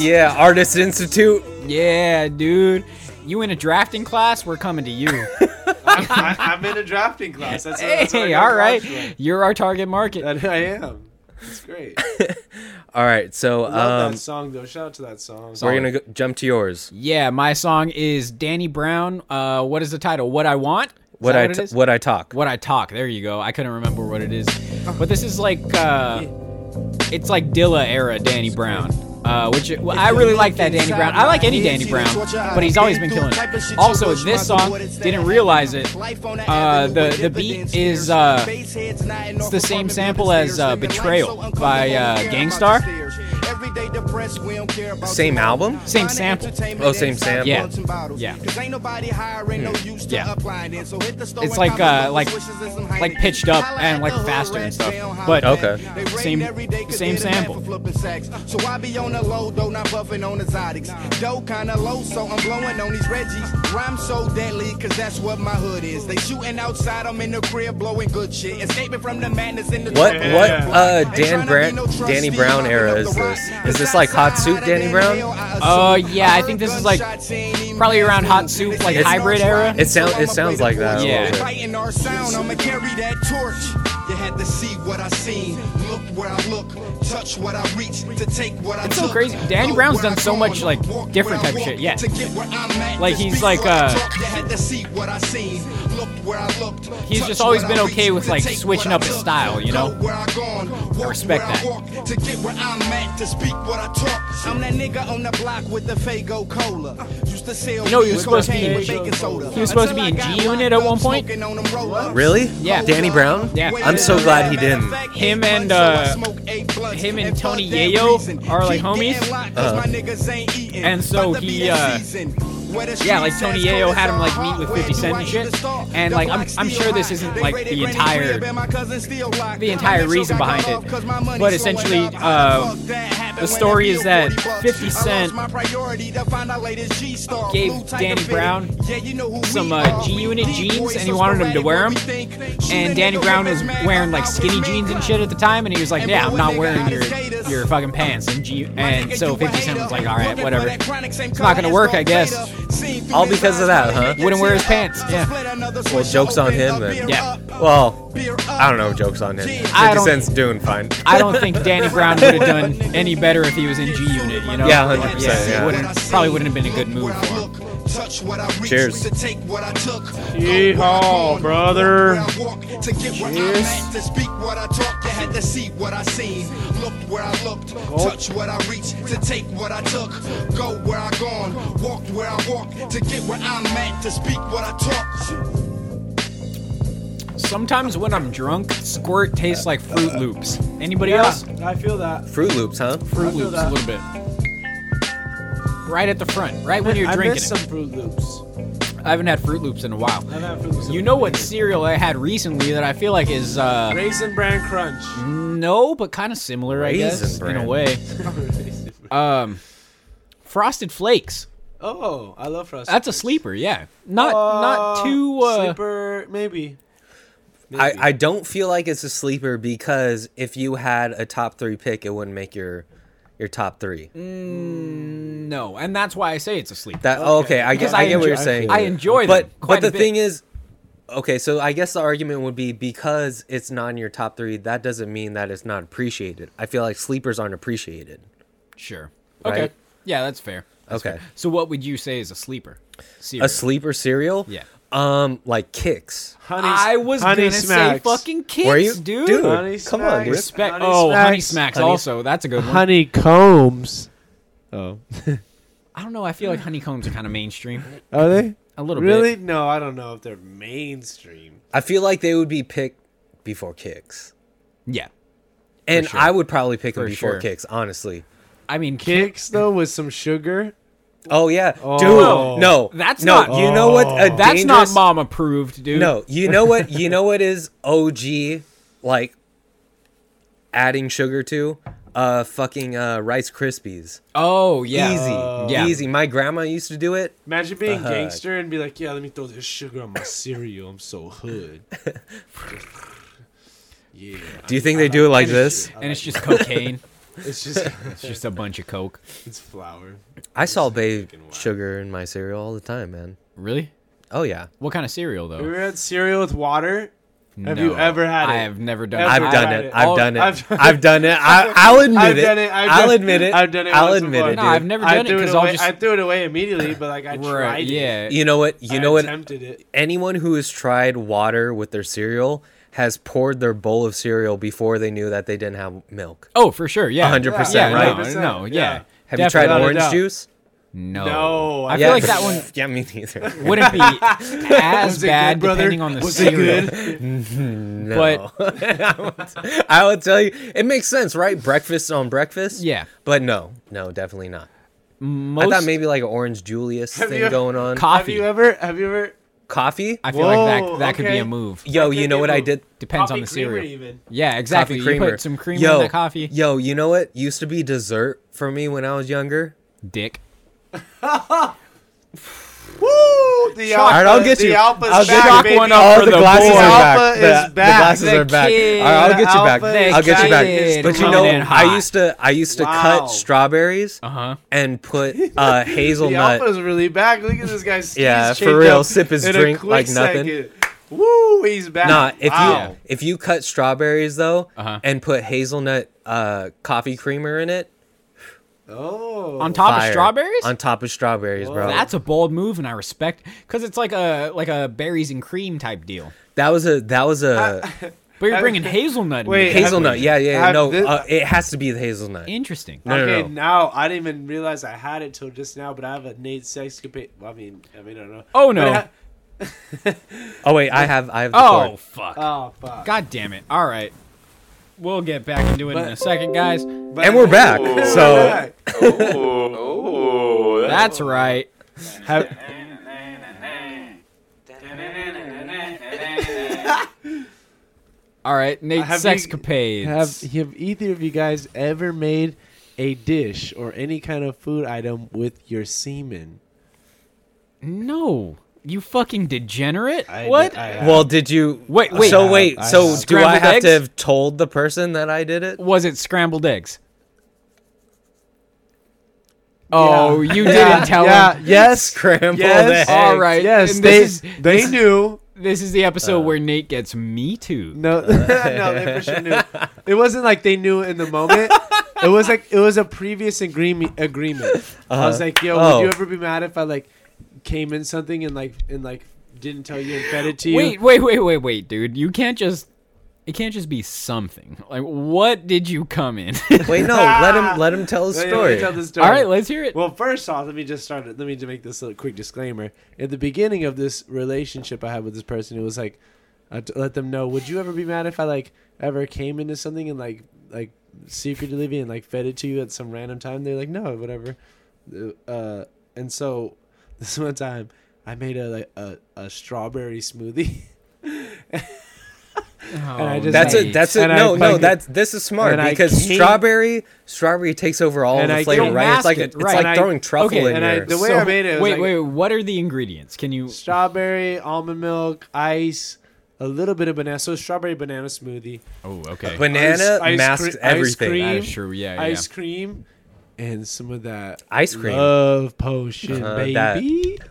[SPEAKER 1] (laughs) Yeah, Artist Institute.
[SPEAKER 2] Yeah, dude. You in a drafting class? We're
[SPEAKER 1] (laughs)
[SPEAKER 2] coming to you.
[SPEAKER 4] I, I'm in a drafting class. That's, that's what I
[SPEAKER 2] hey,
[SPEAKER 4] got
[SPEAKER 2] all right.
[SPEAKER 4] college
[SPEAKER 2] You're our target
[SPEAKER 4] for.
[SPEAKER 1] Uh,
[SPEAKER 2] market.
[SPEAKER 4] That I am. It's great.
[SPEAKER 1] All right, so
[SPEAKER 4] I love
[SPEAKER 1] um,
[SPEAKER 4] that song though. Shout out to that song.
[SPEAKER 1] we're gonna go- jump to yours.
[SPEAKER 2] Yeah, my song is Danny Brown. Uh, what is the title? What I Want? Is
[SPEAKER 1] What
[SPEAKER 2] that
[SPEAKER 1] I
[SPEAKER 2] it
[SPEAKER 1] t-
[SPEAKER 2] is?
[SPEAKER 1] what I talk.
[SPEAKER 2] What I Talk. There you go. I couldn't remember what it is. But this is like, uh, it's like Dilla era Danny Brown. Uh, which well, I really like that Danny Brown. I like any Danny Brown, but he's always been killing it. Also, this song didn't realize it. Uh, the the beat is uh,
[SPEAKER 11] it's
[SPEAKER 2] the same sample as, uh, Betrayal by, uh, Gangstar.
[SPEAKER 1] Same album?
[SPEAKER 2] Same sample.
[SPEAKER 1] Oh, same sample.
[SPEAKER 2] Yeah. Yeah.
[SPEAKER 11] Yeah.
[SPEAKER 2] Yeah.
[SPEAKER 11] Yeah.
[SPEAKER 2] It's like, uh, like- like pitched up and, like, faster and stuff. But-
[SPEAKER 1] Okay.
[SPEAKER 2] Same- same sample.
[SPEAKER 11] So I be on the low, though not buffing on exotics. Dough kinda low, so I'm blowing on these Reggies. Rhyme so deadly, cause that's what my hood is. They shooting outside, I'm in the crib blowing good shit. Escaping from the madness in the
[SPEAKER 1] What
[SPEAKER 11] trouble.
[SPEAKER 1] what uh
[SPEAKER 11] Ain't tryna
[SPEAKER 1] Dan
[SPEAKER 11] be
[SPEAKER 1] Brand
[SPEAKER 11] no trustee,
[SPEAKER 1] Danny Brown
[SPEAKER 11] mopping
[SPEAKER 1] era
[SPEAKER 11] up
[SPEAKER 1] is
[SPEAKER 11] the
[SPEAKER 1] this?
[SPEAKER 11] rock.
[SPEAKER 1] Is this like hot soup Danny Brown?
[SPEAKER 2] Uh, yeah, I think this is like probably around Hot Soup, like
[SPEAKER 1] It's-
[SPEAKER 2] hybrid era.
[SPEAKER 1] It sound it sounds like that. a
[SPEAKER 2] Yeah.
[SPEAKER 1] little bit.
[SPEAKER 11] Fighting our sound, I'ma carry that torch. You had to see what I seen, look where I look, touch what I reach, to take what I
[SPEAKER 2] It's so
[SPEAKER 11] took.
[SPEAKER 2] crazy. Danny
[SPEAKER 11] Go
[SPEAKER 2] Brown's
[SPEAKER 11] where
[SPEAKER 2] done
[SPEAKER 11] I
[SPEAKER 2] so
[SPEAKER 11] gone,
[SPEAKER 2] much, like,
[SPEAKER 11] walk
[SPEAKER 2] different
[SPEAKER 11] where I
[SPEAKER 2] type shit,
[SPEAKER 11] walk,
[SPEAKER 2] yeah.
[SPEAKER 11] to get where I'm at,
[SPEAKER 2] Like,
[SPEAKER 11] to
[SPEAKER 2] he's
[SPEAKER 11] speak
[SPEAKER 2] like,
[SPEAKER 11] what I
[SPEAKER 2] uh,
[SPEAKER 11] talk. You had to see what I seen, look where I looked,
[SPEAKER 2] He's
[SPEAKER 11] touch
[SPEAKER 2] just always
[SPEAKER 11] what I
[SPEAKER 2] been okay
[SPEAKER 11] reached,
[SPEAKER 2] with,
[SPEAKER 11] to
[SPEAKER 2] like,
[SPEAKER 11] take
[SPEAKER 2] switching
[SPEAKER 11] what
[SPEAKER 2] up
[SPEAKER 11] I
[SPEAKER 2] his
[SPEAKER 11] took.
[SPEAKER 2] style, you know?
[SPEAKER 11] Go where I gone, walk
[SPEAKER 2] respect
[SPEAKER 11] where I
[SPEAKER 2] that.
[SPEAKER 11] walk, to get where I'm at, to speak what I talk. I'm that nigga on the block with the Fago Cola. Used to sell
[SPEAKER 2] You know, he was
[SPEAKER 11] weed
[SPEAKER 2] supposed to
[SPEAKER 11] with
[SPEAKER 2] be-
[SPEAKER 11] cane with baking soda.
[SPEAKER 2] he was supposed to be in
[SPEAKER 11] Until I got
[SPEAKER 2] G-Unit
[SPEAKER 11] locked
[SPEAKER 2] at one
[SPEAKER 11] up,
[SPEAKER 2] point?
[SPEAKER 11] smoking on them roll-ups.
[SPEAKER 1] Really?
[SPEAKER 2] Yeah.
[SPEAKER 1] Danny Brown?
[SPEAKER 2] Yeah.
[SPEAKER 1] I'm so glad he didn't.
[SPEAKER 2] Him and, uh, him and Tony Yayo are, like, homies. And so he, uh, yeah, like Tony Yayo had him like meet with 50 Cent and shit, and like I'm, I'm sure this isn't like the entire
[SPEAKER 11] the
[SPEAKER 2] entire reason behind it, but essentially, uh, the story is that 50 Cent gave Danny Brown some, uh, G-Unit jeans, and he wanted him to wear 'em. and Danny Brown was wearing like skinny jeans and shit at the time, and he was like, "Yeah, I'm not wearing your your fucking pants." And G- and so 50 Cent was like, "All right, whatever."
[SPEAKER 11] It's
[SPEAKER 2] not gonna work, I guess.
[SPEAKER 1] All because of that, huh?
[SPEAKER 2] Wouldn't wear his pants. Yeah,
[SPEAKER 1] Well, jokes on him then.
[SPEAKER 2] Yeah.
[SPEAKER 1] Well, I don't know. Jokes on him.
[SPEAKER 2] I
[SPEAKER 1] 50
[SPEAKER 2] don't-
[SPEAKER 1] Cent's doing fine.
[SPEAKER 2] I don't think Danny Brown would have done any better if he was in G Unit. You know?
[SPEAKER 1] Yeah, 100%,
[SPEAKER 2] it
[SPEAKER 1] yeah.
[SPEAKER 2] wouldn't- probably wouldn't have been a good move for him.
[SPEAKER 11] him.
[SPEAKER 1] Cheers.
[SPEAKER 4] Yeehaw, brother.
[SPEAKER 11] Cheers. To speak what I talk, you had to see what I seen. Look where I looked, touch what I reached, to take what I took, go where I gone, walk where I walk, to get where I'm at, to speak what I talk.
[SPEAKER 2] Sometimes when I'm drunk, squirt tastes like Fruit Loops. Anybody
[SPEAKER 4] Yeah,
[SPEAKER 2] else?
[SPEAKER 4] I feel that.
[SPEAKER 1] Fruit Loops, huh?
[SPEAKER 2] Fruit
[SPEAKER 4] I feel
[SPEAKER 2] Loops a
[SPEAKER 4] that.
[SPEAKER 2] little bit. Right at the front, right when you're
[SPEAKER 4] I
[SPEAKER 2] drinking.
[SPEAKER 4] missed
[SPEAKER 2] it.
[SPEAKER 4] some Fruit Loops.
[SPEAKER 2] I haven't had Fruit Loops in a while.
[SPEAKER 4] I've had Fruit Loops.
[SPEAKER 2] You know what cereal I had recently that I feel like is uh
[SPEAKER 4] Raisin Bran Crunch.
[SPEAKER 2] no, but kind of similar, I guess,
[SPEAKER 1] Raisin
[SPEAKER 2] in a
[SPEAKER 1] Bran. (laughs)
[SPEAKER 2] way. Um, Frosted Flakes.
[SPEAKER 4] oh, I love Frosted.
[SPEAKER 2] That's a sleeper, yeah. Not not
[SPEAKER 4] Uh,
[SPEAKER 2] too. Uh,
[SPEAKER 4] Sleeper, maybe.
[SPEAKER 1] I, I don't feel like it's a sleeper because if you had a top three pick, it wouldn't make your your top three.
[SPEAKER 2] Mm, No, and that's why I say it's a sleeper.
[SPEAKER 1] That oh, okay, I, get,
[SPEAKER 2] Because
[SPEAKER 1] I,
[SPEAKER 2] I
[SPEAKER 1] get what
[SPEAKER 2] enjoy-
[SPEAKER 1] you're
[SPEAKER 2] I
[SPEAKER 1] saying.
[SPEAKER 2] feel I it. enjoy them
[SPEAKER 1] but
[SPEAKER 2] quite
[SPEAKER 1] but the
[SPEAKER 2] a bit.
[SPEAKER 1] thing is, okay, so I guess the argument would be because it's not in your top three, that doesn't mean that it's not appreciated. I feel like sleepers aren't appreciated.
[SPEAKER 2] Sure. Okay.
[SPEAKER 1] Right.
[SPEAKER 2] Yeah, that's fair. That's
[SPEAKER 1] Okay.
[SPEAKER 2] fair. So what would you say is a sleeper? Cereal.
[SPEAKER 1] A sleeper cereal,
[SPEAKER 2] Yeah.
[SPEAKER 1] um, like kicks.
[SPEAKER 4] Honey,
[SPEAKER 2] I was
[SPEAKER 4] honey
[SPEAKER 2] gonna
[SPEAKER 4] smacks.
[SPEAKER 2] say fucking kids,
[SPEAKER 1] Were you,
[SPEAKER 2] dude.
[SPEAKER 4] Honey
[SPEAKER 1] come
[SPEAKER 4] Smacks.
[SPEAKER 1] on, dude.
[SPEAKER 2] Respect.
[SPEAKER 4] Honey
[SPEAKER 2] oh, honey
[SPEAKER 4] Smacks.
[SPEAKER 2] smacks.
[SPEAKER 1] Honey-
[SPEAKER 2] Also, that's a good one.
[SPEAKER 4] Honeycombs. Oh.
[SPEAKER 2] I don't know. I feel like honeycombs are kind of mainstream.
[SPEAKER 4] Are they?
[SPEAKER 2] A little
[SPEAKER 4] really?
[SPEAKER 2] bit.
[SPEAKER 4] No, I don't know if they're mainstream.
[SPEAKER 1] I feel like they would be picked before kicks.
[SPEAKER 2] Yeah.
[SPEAKER 1] And
[SPEAKER 2] sure.
[SPEAKER 1] I would probably pick them
[SPEAKER 2] For
[SPEAKER 1] before
[SPEAKER 2] sure.
[SPEAKER 1] kicks, honestly.
[SPEAKER 2] I mean, kick.
[SPEAKER 4] Kicks though with some sugar.
[SPEAKER 1] Oh yeah,
[SPEAKER 4] Oh.
[SPEAKER 1] dude. No,
[SPEAKER 2] That's
[SPEAKER 1] no.
[SPEAKER 2] not- Oh.
[SPEAKER 1] You know what? A
[SPEAKER 2] That's not
[SPEAKER 1] Oh, dangerous-
[SPEAKER 2] mom approved, dude.
[SPEAKER 1] No, you know what? You know what is OG like adding sugar to uh fucking uh Rice Krispies.
[SPEAKER 2] Oh yeah.
[SPEAKER 1] Easy,
[SPEAKER 2] yeah.
[SPEAKER 1] easy. My grandma used to do it.
[SPEAKER 4] Imagine being
[SPEAKER 1] Fuck.
[SPEAKER 4] gangster and be like, yeah, let me throw this sugar on my cereal. I'm
[SPEAKER 1] (laughs)
[SPEAKER 4] so hood. (laughs) yeah.
[SPEAKER 1] Do you think they do it like this?
[SPEAKER 2] And it's just cocaine.
[SPEAKER 4] It's
[SPEAKER 1] (laughs)
[SPEAKER 4] just
[SPEAKER 2] It's just a bunch of coke.
[SPEAKER 4] it's flour.
[SPEAKER 1] I saw babe sugar in my cereal all the time, man.
[SPEAKER 2] Really?
[SPEAKER 1] Oh yeah,
[SPEAKER 2] What kind of cereal
[SPEAKER 4] Have you
[SPEAKER 2] though?
[SPEAKER 4] ever had cereal with water? Have
[SPEAKER 2] No.
[SPEAKER 4] you ever had it?
[SPEAKER 2] I have never done.
[SPEAKER 4] Ever
[SPEAKER 2] I-
[SPEAKER 1] I've done
[SPEAKER 4] tried
[SPEAKER 1] it.
[SPEAKER 4] it.
[SPEAKER 1] I've
[SPEAKER 2] Oh,
[SPEAKER 1] done it.
[SPEAKER 4] I've- (laughs)
[SPEAKER 1] I've done it. I, I'll admit
[SPEAKER 4] I've
[SPEAKER 1] it.
[SPEAKER 4] done it. I've
[SPEAKER 1] I'll
[SPEAKER 4] done-
[SPEAKER 1] admit it.
[SPEAKER 4] I've done it
[SPEAKER 1] I'll
[SPEAKER 4] once
[SPEAKER 1] admit
[SPEAKER 4] before.
[SPEAKER 1] it.
[SPEAKER 2] No,
[SPEAKER 1] dude.
[SPEAKER 2] I've never
[SPEAKER 4] I
[SPEAKER 2] done it
[SPEAKER 4] threw it
[SPEAKER 2] because I'll
[SPEAKER 4] away.
[SPEAKER 2] just.
[SPEAKER 4] I threw it away immediately, but like I tried it.
[SPEAKER 2] yeah.
[SPEAKER 1] You know what? You know
[SPEAKER 4] I
[SPEAKER 1] what?
[SPEAKER 4] attempted it.
[SPEAKER 1] Anyone who has tried water with their cereal has poured their bowl of cereal before they knew that they didn't have milk.
[SPEAKER 2] oh, for sure. Yeah.
[SPEAKER 1] 100%,
[SPEAKER 2] Yeah,
[SPEAKER 1] right?
[SPEAKER 2] No, no, yeah.
[SPEAKER 4] Yeah.
[SPEAKER 1] Have
[SPEAKER 2] Definitely.
[SPEAKER 1] you tried
[SPEAKER 4] Without a
[SPEAKER 1] orange
[SPEAKER 4] doubt.
[SPEAKER 1] juice?
[SPEAKER 2] No.
[SPEAKER 4] No,
[SPEAKER 2] I
[SPEAKER 4] I
[SPEAKER 2] feel like that one
[SPEAKER 1] Oh. (laughs) yeah, me
[SPEAKER 4] (laughs)
[SPEAKER 1] neither.
[SPEAKER 2] wouldn't be as
[SPEAKER 4] it good,
[SPEAKER 2] bad
[SPEAKER 4] brother?
[SPEAKER 2] depending on the
[SPEAKER 4] Was it
[SPEAKER 2] cereal.
[SPEAKER 1] No. (laughs) I would tell you, it makes sense, right? Breakfast on breakfast.
[SPEAKER 2] Yeah.
[SPEAKER 1] But no, no, definitely not.
[SPEAKER 2] Most
[SPEAKER 1] I thought maybe like an orange Julius
[SPEAKER 4] Have
[SPEAKER 1] thing
[SPEAKER 4] you-
[SPEAKER 1] going on.
[SPEAKER 4] Have
[SPEAKER 2] coffee.
[SPEAKER 4] you ever? Have you ever?
[SPEAKER 1] coffee.
[SPEAKER 2] I feel like that
[SPEAKER 4] Whoa,
[SPEAKER 2] that could be
[SPEAKER 4] okay.
[SPEAKER 2] a move.
[SPEAKER 1] Yo, you
[SPEAKER 4] could
[SPEAKER 1] know
[SPEAKER 4] be
[SPEAKER 1] what
[SPEAKER 4] a
[SPEAKER 1] I
[SPEAKER 4] move.
[SPEAKER 1] did?
[SPEAKER 2] Depends on
[SPEAKER 4] Coffee
[SPEAKER 2] the
[SPEAKER 4] creamer
[SPEAKER 2] cereal.
[SPEAKER 4] Even.
[SPEAKER 2] Yeah, exactly.
[SPEAKER 1] Coffee creamer.
[SPEAKER 2] You put some cream
[SPEAKER 1] yo,
[SPEAKER 2] in the coffee.
[SPEAKER 1] Yo, you know what used to be dessert for me when I was younger?
[SPEAKER 2] Dick.
[SPEAKER 4] Woo! The
[SPEAKER 1] All right, I'll get
[SPEAKER 4] the
[SPEAKER 1] you.
[SPEAKER 4] Alpha's
[SPEAKER 1] I'll get
[SPEAKER 4] back,
[SPEAKER 1] you.
[SPEAKER 4] baby.
[SPEAKER 2] one up.
[SPEAKER 1] All
[SPEAKER 2] for
[SPEAKER 1] Oh, the
[SPEAKER 2] the
[SPEAKER 1] glasses
[SPEAKER 2] boy.
[SPEAKER 1] are back.
[SPEAKER 4] Alpha
[SPEAKER 1] The-
[SPEAKER 4] is
[SPEAKER 1] the
[SPEAKER 4] back.
[SPEAKER 1] glasses
[SPEAKER 2] The
[SPEAKER 1] are back.
[SPEAKER 2] kid.
[SPEAKER 1] All right, I'll get you back.
[SPEAKER 4] Alpha is
[SPEAKER 1] I'll get you back.
[SPEAKER 2] kid
[SPEAKER 1] But you
[SPEAKER 2] coming
[SPEAKER 1] know,
[SPEAKER 2] in
[SPEAKER 1] I
[SPEAKER 2] hot.
[SPEAKER 1] used to I used to
[SPEAKER 4] Wow.
[SPEAKER 1] cut strawberries
[SPEAKER 2] Uh
[SPEAKER 4] Uh-huh.
[SPEAKER 2] huh.
[SPEAKER 1] and
[SPEAKER 4] (laughs)
[SPEAKER 1] put uh,
[SPEAKER 4] The
[SPEAKER 1] hazelnut.
[SPEAKER 4] Alpha's really back. Look at this guy's.
[SPEAKER 1] Yeah,
[SPEAKER 4] he's
[SPEAKER 1] for
[SPEAKER 4] changed
[SPEAKER 1] real.
[SPEAKER 4] up
[SPEAKER 1] Sip his
[SPEAKER 4] in a
[SPEAKER 1] drink
[SPEAKER 4] quick
[SPEAKER 1] like nothing.
[SPEAKER 4] second. Woo! He's back.
[SPEAKER 1] Nah, if
[SPEAKER 4] wow.
[SPEAKER 1] you if you cut strawberries though
[SPEAKER 2] Uh-huh.
[SPEAKER 1] and put hazelnut uh, coffee creamer in it,
[SPEAKER 4] Oh.
[SPEAKER 2] On top
[SPEAKER 1] fire.
[SPEAKER 2] of strawberries.
[SPEAKER 1] on top of strawberries, bro.
[SPEAKER 2] That's a bold move, and I respect because it's like a like a berries and cream type deal.
[SPEAKER 1] that was a that was a
[SPEAKER 2] But you're bringing hazelnut. in
[SPEAKER 4] Wait,
[SPEAKER 2] there.
[SPEAKER 4] have-
[SPEAKER 1] hazelnut.
[SPEAKER 4] (laughs)
[SPEAKER 1] Yeah, yeah.
[SPEAKER 4] have
[SPEAKER 1] no,
[SPEAKER 4] thi-
[SPEAKER 1] uh, it has to be the hazelnut.
[SPEAKER 2] Interesting.
[SPEAKER 1] No, no,
[SPEAKER 4] okay,
[SPEAKER 1] no.
[SPEAKER 4] now I didn't even realize I had it till just now, but I have a Nate sexcapade. Well, I mean, I mean, I don't know.
[SPEAKER 2] Oh,
[SPEAKER 4] But
[SPEAKER 2] no.
[SPEAKER 4] I ha-
[SPEAKER 1] Oh wait, I have I have the
[SPEAKER 2] Oh
[SPEAKER 1] oh.
[SPEAKER 2] fuck.
[SPEAKER 4] oh fuck!
[SPEAKER 2] God damn it. All right. We'll get back into it in
[SPEAKER 4] But-
[SPEAKER 2] a second, guys.
[SPEAKER 4] But-
[SPEAKER 1] And we're
[SPEAKER 4] (laughs)
[SPEAKER 1] back. So
[SPEAKER 4] Alright.
[SPEAKER 2] That's right.
[SPEAKER 4] Have-
[SPEAKER 2] All right, Nate
[SPEAKER 4] Have you-
[SPEAKER 2] sexcapades.
[SPEAKER 4] Have have either of you guys ever made a dish or any kind of food item with your semen?
[SPEAKER 2] no, you fucking degenerate.
[SPEAKER 4] I-
[SPEAKER 2] what?
[SPEAKER 4] I- I-
[SPEAKER 1] well, did you
[SPEAKER 2] Wait, wait.
[SPEAKER 1] So
[SPEAKER 2] I
[SPEAKER 1] wait,
[SPEAKER 4] have- I
[SPEAKER 1] so
[SPEAKER 4] have.
[SPEAKER 1] do I
[SPEAKER 2] Scrambled
[SPEAKER 1] have
[SPEAKER 2] eggs?
[SPEAKER 1] to have told the person that I did
[SPEAKER 4] (laughs)
[SPEAKER 1] it?
[SPEAKER 2] Was it scrambled eggs? Oh, you
[SPEAKER 4] (laughs)
[SPEAKER 2] didn't tell
[SPEAKER 4] yeah,
[SPEAKER 2] him.
[SPEAKER 4] Yes.
[SPEAKER 1] Scrambled
[SPEAKER 4] Yes.
[SPEAKER 1] eggs.
[SPEAKER 2] All right.
[SPEAKER 4] Yes.
[SPEAKER 2] and
[SPEAKER 4] They
[SPEAKER 2] this is
[SPEAKER 4] they knew.
[SPEAKER 2] this is the
[SPEAKER 4] Uh.
[SPEAKER 2] episode where Nate gets me too.
[SPEAKER 4] No, (laughs) no, they for sure knew. It wasn't like they knew in the moment. It was like it was a previous agreement. Agreement. I was like, yo,
[SPEAKER 1] Oh.
[SPEAKER 4] would you ever be mad if I like came in something and like and like didn't tell you and fed it to you?
[SPEAKER 2] Wait, wait, wait, wait, wait, dude. You can't just it can't just be something. Like what did you come in? (laughs)
[SPEAKER 1] Wait, no, let him let him tell his
[SPEAKER 4] Let me- let me
[SPEAKER 1] story.
[SPEAKER 4] tell the story.
[SPEAKER 2] All right, let's hear it.
[SPEAKER 4] Well, first off, let me just start. Let me just make this little quick disclaimer. At the beginning of this relationship I had with this person, it was like, I t- let them know, would you ever be mad if I like ever came into something and like like secretly and like fed it to you at some random time? They're like, no, whatever. Uh, and so (laughs) this one time, I made a like a, a strawberry smoothie. (laughs) I just-
[SPEAKER 1] That's a
[SPEAKER 4] Nice.
[SPEAKER 1] that's a
[SPEAKER 4] And I
[SPEAKER 1] no no
[SPEAKER 4] fucking-
[SPEAKER 1] that's this is smart
[SPEAKER 4] and I
[SPEAKER 1] because
[SPEAKER 4] came-
[SPEAKER 1] strawberry strawberry takes over all
[SPEAKER 4] And
[SPEAKER 1] the
[SPEAKER 4] I
[SPEAKER 1] flavor
[SPEAKER 4] came-
[SPEAKER 1] right it's like
[SPEAKER 2] Mask it,
[SPEAKER 1] it's
[SPEAKER 2] right.
[SPEAKER 1] like
[SPEAKER 2] And I-
[SPEAKER 1] throwing truffle
[SPEAKER 2] okay,
[SPEAKER 1] in
[SPEAKER 4] and I-
[SPEAKER 1] there
[SPEAKER 4] the way I made it was
[SPEAKER 2] wait,
[SPEAKER 4] like-
[SPEAKER 2] wait. What are the ingredients? Can you?
[SPEAKER 4] strawberry, almond milk, ice, a little bit of banana. So strawberry banana smoothie.
[SPEAKER 2] Oh, okay.
[SPEAKER 1] (laughs) banana
[SPEAKER 4] Ice- ice
[SPEAKER 1] masks
[SPEAKER 4] cre- ice
[SPEAKER 1] everything
[SPEAKER 4] cream.
[SPEAKER 2] that is true. Yeah, yeah.
[SPEAKER 4] ice cream and some of that
[SPEAKER 1] Ice cream.
[SPEAKER 4] love potion,
[SPEAKER 1] Uh,
[SPEAKER 4] baby.
[SPEAKER 1] that-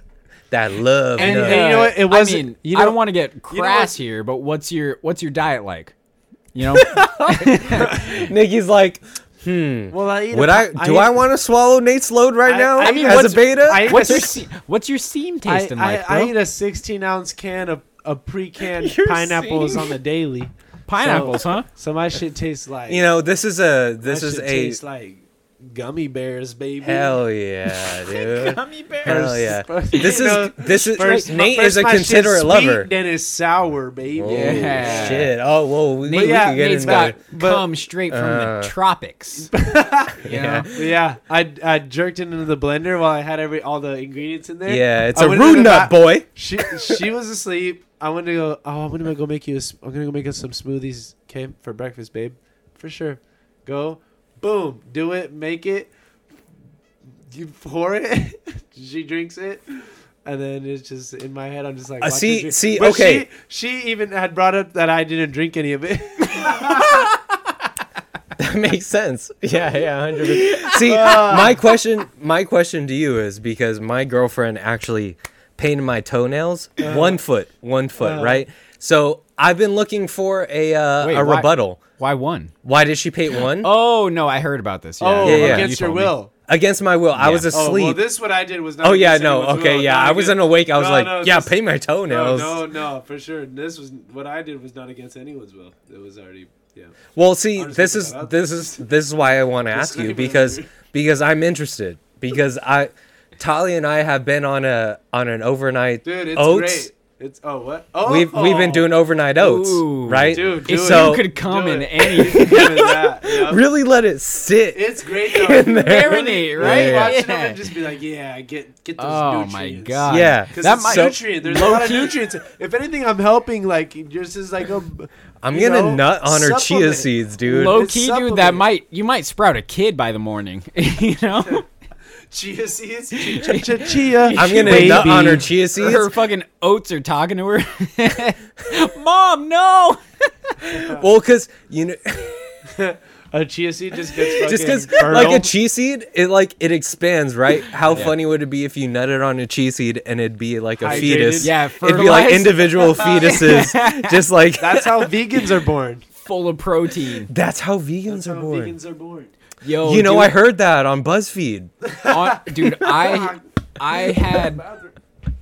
[SPEAKER 1] that love
[SPEAKER 4] And-
[SPEAKER 1] nut.
[SPEAKER 4] and you know what? It
[SPEAKER 2] I
[SPEAKER 4] wasn't-
[SPEAKER 2] mean,
[SPEAKER 4] you
[SPEAKER 2] I
[SPEAKER 4] know-
[SPEAKER 2] don't want to get
[SPEAKER 4] know
[SPEAKER 2] crass
[SPEAKER 4] what-
[SPEAKER 2] here, but what's your what's your diet like? You
[SPEAKER 4] (laughs)
[SPEAKER 2] know,
[SPEAKER 1] Nikki's like
[SPEAKER 4] well, I eat
[SPEAKER 1] would
[SPEAKER 4] a-
[SPEAKER 1] I do I,
[SPEAKER 4] eat-
[SPEAKER 1] want to swallow Nate's load right
[SPEAKER 4] I-
[SPEAKER 1] now
[SPEAKER 4] I mean,
[SPEAKER 1] as
[SPEAKER 4] what's-
[SPEAKER 1] a beta
[SPEAKER 4] I-
[SPEAKER 2] what's your se- what's your seam
[SPEAKER 4] I,
[SPEAKER 2] tasting
[SPEAKER 4] I,
[SPEAKER 2] like,
[SPEAKER 4] I
[SPEAKER 2] bro?
[SPEAKER 4] eat a 16 ounce can of, of pre
[SPEAKER 1] (laughs)
[SPEAKER 4] canned
[SPEAKER 1] You're
[SPEAKER 4] pineapples
[SPEAKER 1] seeing-
[SPEAKER 4] on the daily.
[SPEAKER 2] Pineapples, huh?
[SPEAKER 4] So my shit tastes like
[SPEAKER 1] you know this is a
[SPEAKER 4] my
[SPEAKER 1] this is
[SPEAKER 4] shit
[SPEAKER 1] a
[SPEAKER 4] tastes like gummy bears, baby.
[SPEAKER 1] Hell
[SPEAKER 4] (laughs)
[SPEAKER 1] yeah, dude.
[SPEAKER 4] Gummy bears.
[SPEAKER 1] Hell yeah.
[SPEAKER 4] First-
[SPEAKER 1] This
[SPEAKER 4] you
[SPEAKER 1] is
[SPEAKER 4] know,
[SPEAKER 1] this is
[SPEAKER 4] first-
[SPEAKER 1] Nate
[SPEAKER 4] first
[SPEAKER 1] is a
[SPEAKER 4] my shit's
[SPEAKER 1] considerate
[SPEAKER 4] sweet,
[SPEAKER 1] lover.
[SPEAKER 4] Then it's sour, baby.
[SPEAKER 1] Oh, Shit. Oh, whoa. We,
[SPEAKER 4] Nate-
[SPEAKER 1] we
[SPEAKER 4] yeah,
[SPEAKER 1] can get
[SPEAKER 4] Nate's
[SPEAKER 1] into
[SPEAKER 4] got-
[SPEAKER 1] that.
[SPEAKER 4] But-
[SPEAKER 2] Come straight from
[SPEAKER 1] Uh.
[SPEAKER 2] the
[SPEAKER 1] (laughs)
[SPEAKER 2] tropics.
[SPEAKER 1] Yeah.
[SPEAKER 4] But yeah, I I jerked it into the blender while I had every all the ingredients in there.
[SPEAKER 1] Yeah, it's
[SPEAKER 4] I
[SPEAKER 1] a
[SPEAKER 4] went into
[SPEAKER 1] rude
[SPEAKER 4] the
[SPEAKER 1] nut,
[SPEAKER 4] ba-
[SPEAKER 1] boy. (laughs)
[SPEAKER 4] She she was asleep. I went to go. Oh, I'm gonna go make you. A, s- I'm gonna go make us some smoothies, okay, for breakfast, babe, for sure. Go, boom, do it, make it. You pour it. (laughs) she drinks it. And then it's just in my head. I'm just like,
[SPEAKER 1] Uh,
[SPEAKER 4] watch her
[SPEAKER 1] see-
[SPEAKER 4] drink.
[SPEAKER 1] see,
[SPEAKER 4] But
[SPEAKER 1] okay.
[SPEAKER 4] She, she even had brought up that I didn't drink any
[SPEAKER 1] (laughs)
[SPEAKER 4] of it.
[SPEAKER 1] That makes sense. (laughs) Yeah, yeah, hundred. percent. See,
[SPEAKER 4] Uh.
[SPEAKER 1] my question, my question to you is because my girlfriend actually painted my toenails
[SPEAKER 4] Uh.
[SPEAKER 1] one foot, one foot,
[SPEAKER 2] Uh.
[SPEAKER 1] right? So I've been looking for a uh,
[SPEAKER 2] Wait,
[SPEAKER 1] a
[SPEAKER 2] why-
[SPEAKER 1] rebuttal.
[SPEAKER 2] Why one?
[SPEAKER 1] Why did she paint one?
[SPEAKER 2] Oh no, I heard about this. Yeah.
[SPEAKER 4] Oh,
[SPEAKER 1] Yeah, yeah.
[SPEAKER 2] You
[SPEAKER 4] against your
[SPEAKER 2] told me.
[SPEAKER 4] will.
[SPEAKER 1] Against my will, I was
[SPEAKER 2] Yeah.
[SPEAKER 1] asleep.
[SPEAKER 4] Oh, well, this what I did was not.
[SPEAKER 1] Oh, yeah,
[SPEAKER 4] against
[SPEAKER 1] no,
[SPEAKER 4] anyone's
[SPEAKER 1] okay,
[SPEAKER 4] will,
[SPEAKER 1] yeah,
[SPEAKER 4] not
[SPEAKER 1] I was
[SPEAKER 4] against-
[SPEAKER 1] unawake, I was like, yeah,
[SPEAKER 4] this-
[SPEAKER 1] paint my toenails.
[SPEAKER 4] No, no, no, for sure. This was what I did was not against anyone's will. It was already yeah.
[SPEAKER 1] Well, see,
[SPEAKER 4] I'll just
[SPEAKER 1] this
[SPEAKER 4] leave
[SPEAKER 1] is
[SPEAKER 4] that out.
[SPEAKER 1] this is this is why I want to ask you
[SPEAKER 4] Disclaimer.
[SPEAKER 1] because because I'm interested because I, Tali and I have been on a on an overnight
[SPEAKER 4] Dude, it's
[SPEAKER 1] oats.
[SPEAKER 4] great. It's oh what? Oh,
[SPEAKER 1] We've we've been doing overnight oats,
[SPEAKER 2] Ooh.
[SPEAKER 1] right?
[SPEAKER 4] Dude, do
[SPEAKER 2] If
[SPEAKER 4] it.
[SPEAKER 1] So-
[SPEAKER 2] you could come
[SPEAKER 4] Do
[SPEAKER 2] in
[SPEAKER 4] it.
[SPEAKER 2] any
[SPEAKER 4] Give it
[SPEAKER 1] (laughs)
[SPEAKER 4] that, yeah.
[SPEAKER 1] Really let it sit.
[SPEAKER 4] It's great
[SPEAKER 1] (laughs)
[SPEAKER 4] though.
[SPEAKER 1] in there.
[SPEAKER 2] marinate, right?
[SPEAKER 1] Yeah.
[SPEAKER 4] Watch it and just be like, yeah, get get those
[SPEAKER 2] Oh
[SPEAKER 4] nutrients.
[SPEAKER 2] my god.
[SPEAKER 1] Yeah.
[SPEAKER 4] Because
[SPEAKER 2] That
[SPEAKER 4] it's
[SPEAKER 2] might-
[SPEAKER 4] nutrient. There's a lot of
[SPEAKER 2] Low-key-
[SPEAKER 4] nutrients. If anything, I'm helping. Like yours is like a.
[SPEAKER 1] I'm
[SPEAKER 4] you
[SPEAKER 1] gonna
[SPEAKER 4] know,
[SPEAKER 1] nut on her chia
[SPEAKER 4] supplement.
[SPEAKER 1] seeds, dude.
[SPEAKER 2] Low
[SPEAKER 4] It's
[SPEAKER 2] key, dude, that
[SPEAKER 4] supplement.
[SPEAKER 2] might you might sprout a kid by the morning. (laughs) you know,
[SPEAKER 4] Chia seeds. Chia. chia- chia.
[SPEAKER 1] I'm gonna
[SPEAKER 2] Baby.
[SPEAKER 1] nut on her chia
[SPEAKER 2] (laughs)
[SPEAKER 1] seeds.
[SPEAKER 2] her fucking oats are talking to her. (laughs) Mom, no.
[SPEAKER 1] Well, cause you know,
[SPEAKER 4] A chia seed just gets
[SPEAKER 1] (laughs)
[SPEAKER 4] fucking
[SPEAKER 1] just cause
[SPEAKER 4] fertile.
[SPEAKER 1] like a chia seed, it like it expands, right? How funny would it be if you nutted on a chia seed and it'd be like a
[SPEAKER 4] Hydrated.
[SPEAKER 1] fetus?
[SPEAKER 2] Yeah,
[SPEAKER 1] it'd be like
[SPEAKER 2] fertilized.
[SPEAKER 4] (laughs)
[SPEAKER 1] individual fetuses, just like
[SPEAKER 4] That's how vegans
[SPEAKER 1] (laughs)
[SPEAKER 4] are born.
[SPEAKER 2] Full of protein.
[SPEAKER 1] That's how vegans
[SPEAKER 4] That's
[SPEAKER 1] are
[SPEAKER 4] how
[SPEAKER 1] born.
[SPEAKER 4] vegans Oh, are born.
[SPEAKER 2] Yo,
[SPEAKER 1] you know,
[SPEAKER 2] dude,
[SPEAKER 1] I heard that on BuzzFeed.
[SPEAKER 2] on-
[SPEAKER 1] (laughs)
[SPEAKER 2] dude, I I had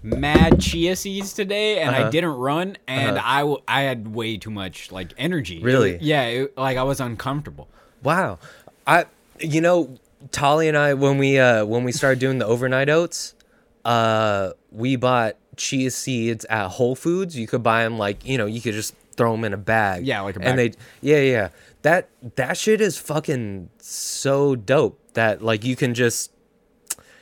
[SPEAKER 2] mad chia seeds today, and I
[SPEAKER 1] Uh-huh.
[SPEAKER 2] didn't run, and I w I I had way too much like energy.
[SPEAKER 1] Really?
[SPEAKER 2] yeah, it, like I was uncomfortable.
[SPEAKER 1] Wow, I you know Tolly and I when we uh when we started doing the overnight oats, uh we bought chia seeds at Whole Foods. You could buy them like you know you could just throw them in a bag.
[SPEAKER 2] Yeah, like a
[SPEAKER 1] and they
[SPEAKER 2] bag.
[SPEAKER 1] yeah yeah that that shit is fucking so dope that like you can just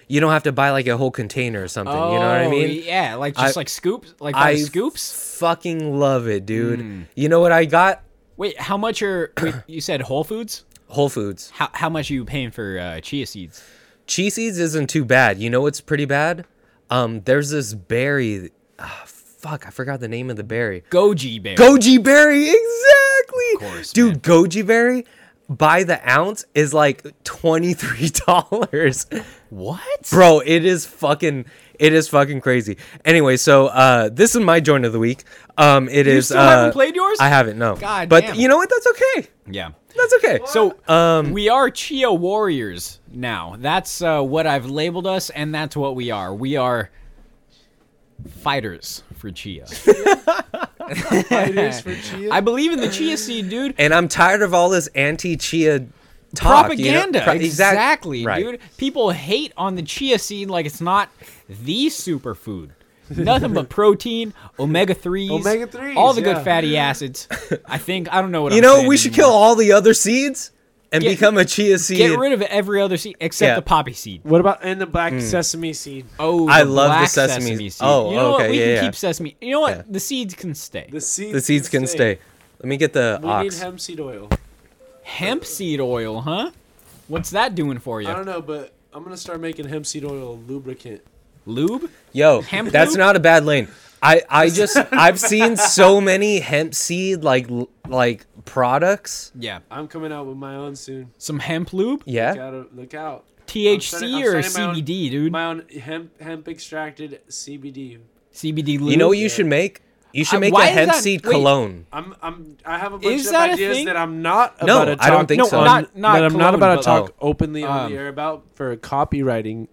[SPEAKER 1] you don't have to buy like a whole container or something. you know what I
[SPEAKER 2] Oh,
[SPEAKER 1] mean?
[SPEAKER 2] Yeah, like just
[SPEAKER 1] I-
[SPEAKER 2] like scoops, like
[SPEAKER 1] I
[SPEAKER 2] five scoops. Mm.
[SPEAKER 1] fucking love it, dude. You know what I got?
[SPEAKER 2] Wait, how much are (coughs) wait, you said Whole Foods?
[SPEAKER 1] Whole Foods.
[SPEAKER 2] How how much are you paying for uh, chia seeds?
[SPEAKER 1] chia seeds isn't too bad. You know what's pretty bad? Um, there's this berry. Ah, fuck, I forgot the name of the berry.
[SPEAKER 2] Goji berry.
[SPEAKER 1] Goji berry, exactly. Of
[SPEAKER 2] course,
[SPEAKER 1] dude. Goji berry by the ounce is like twenty three dollars,
[SPEAKER 2] what?
[SPEAKER 1] bro. It is fucking. It is fucking crazy. Anyway, so uh, this is my joint of the week. Um, it is.
[SPEAKER 2] still
[SPEAKER 1] uh,
[SPEAKER 2] haven't played yours?
[SPEAKER 1] I haven't. No.
[SPEAKER 2] God
[SPEAKER 1] But
[SPEAKER 2] damn.
[SPEAKER 1] you know what? That's okay.
[SPEAKER 2] Yeah.
[SPEAKER 1] That's okay.
[SPEAKER 2] So
[SPEAKER 1] um,
[SPEAKER 2] we are chia warriors now. That's uh, what I've labeled us, and that's what we are. We are fighters for chia.
[SPEAKER 4] (laughs) Fighters
[SPEAKER 2] (laughs)
[SPEAKER 4] for chia.
[SPEAKER 2] I believe in the chia seed, dude.
[SPEAKER 1] and I'm tired of all this anti chia talk. you know?
[SPEAKER 2] Propaganda,
[SPEAKER 1] Pro- exact-
[SPEAKER 2] exactly,
[SPEAKER 1] right.
[SPEAKER 2] dude. People hate on the chia seed like it's not the superfood.
[SPEAKER 1] (laughs)
[SPEAKER 2] Nothing but protein, omega threes,
[SPEAKER 4] Omega-3s,
[SPEAKER 2] all the good
[SPEAKER 4] yeah.
[SPEAKER 2] fatty acids. I think I don't know what
[SPEAKER 1] You
[SPEAKER 2] I'm
[SPEAKER 1] know,
[SPEAKER 2] saying
[SPEAKER 1] we should
[SPEAKER 2] anymore.
[SPEAKER 1] kill all the other seeds and
[SPEAKER 2] Get-
[SPEAKER 1] become a chia seed.
[SPEAKER 2] Get rid of every other seed except
[SPEAKER 1] Yeah.
[SPEAKER 2] the poppy seed.
[SPEAKER 4] What about and the
[SPEAKER 1] Hmm.
[SPEAKER 4] black sesame seed?
[SPEAKER 2] Oh,
[SPEAKER 1] I
[SPEAKER 2] the
[SPEAKER 1] love the
[SPEAKER 2] black
[SPEAKER 1] sesame-
[SPEAKER 2] seed.
[SPEAKER 1] oh,
[SPEAKER 2] you know
[SPEAKER 1] okay,
[SPEAKER 2] what? We
[SPEAKER 1] yeah,
[SPEAKER 2] can
[SPEAKER 1] yeah.
[SPEAKER 2] keep sesame. You know what?
[SPEAKER 1] Yeah.
[SPEAKER 2] The seeds can stay.
[SPEAKER 4] The seeds.
[SPEAKER 1] the seeds can stay. Let me get the
[SPEAKER 4] We need
[SPEAKER 1] ox.
[SPEAKER 4] hemp seed oil.
[SPEAKER 2] Hemp seed oil, huh? What's that doing for
[SPEAKER 4] I don't
[SPEAKER 2] you?
[SPEAKER 4] know, but I'm gonna start making hemp seed oil lubricant.
[SPEAKER 2] Lube?
[SPEAKER 1] Yo,
[SPEAKER 2] Hemp
[SPEAKER 1] that's
[SPEAKER 2] lube?
[SPEAKER 1] not a bad lane. I,
[SPEAKER 2] (laughs)
[SPEAKER 1] I just I've seen so many hemp seed like l- like products.
[SPEAKER 2] Yeah.
[SPEAKER 4] I'm coming out with my own soon.
[SPEAKER 2] Some hemp lube?
[SPEAKER 4] Look
[SPEAKER 1] Yeah.
[SPEAKER 4] out! Look out! I'm
[SPEAKER 2] THC
[SPEAKER 4] starting- I'm
[SPEAKER 2] or
[SPEAKER 4] starting my own-
[SPEAKER 2] CBD, dude?
[SPEAKER 4] My own hemp hemp extracted CBD.
[SPEAKER 2] CBD lube.
[SPEAKER 1] You know what you should make? You should
[SPEAKER 2] Uh,
[SPEAKER 1] make
[SPEAKER 2] why
[SPEAKER 1] a
[SPEAKER 2] is
[SPEAKER 1] hemp
[SPEAKER 2] that-
[SPEAKER 1] seed
[SPEAKER 2] wait.
[SPEAKER 1] cologne.
[SPEAKER 4] I'm I'm I have a bunch
[SPEAKER 2] Is
[SPEAKER 4] of
[SPEAKER 2] that a
[SPEAKER 4] ideas
[SPEAKER 2] thing?
[SPEAKER 4] that I'm not
[SPEAKER 1] No,
[SPEAKER 4] about to
[SPEAKER 1] I
[SPEAKER 4] talk.
[SPEAKER 1] don't think
[SPEAKER 4] no,
[SPEAKER 1] so. oh.
[SPEAKER 4] Not,
[SPEAKER 2] Not- not
[SPEAKER 4] that I'm not
[SPEAKER 2] cologne,
[SPEAKER 4] about to
[SPEAKER 2] but-
[SPEAKER 4] talk openly on
[SPEAKER 2] Um,
[SPEAKER 4] the air about for copywriting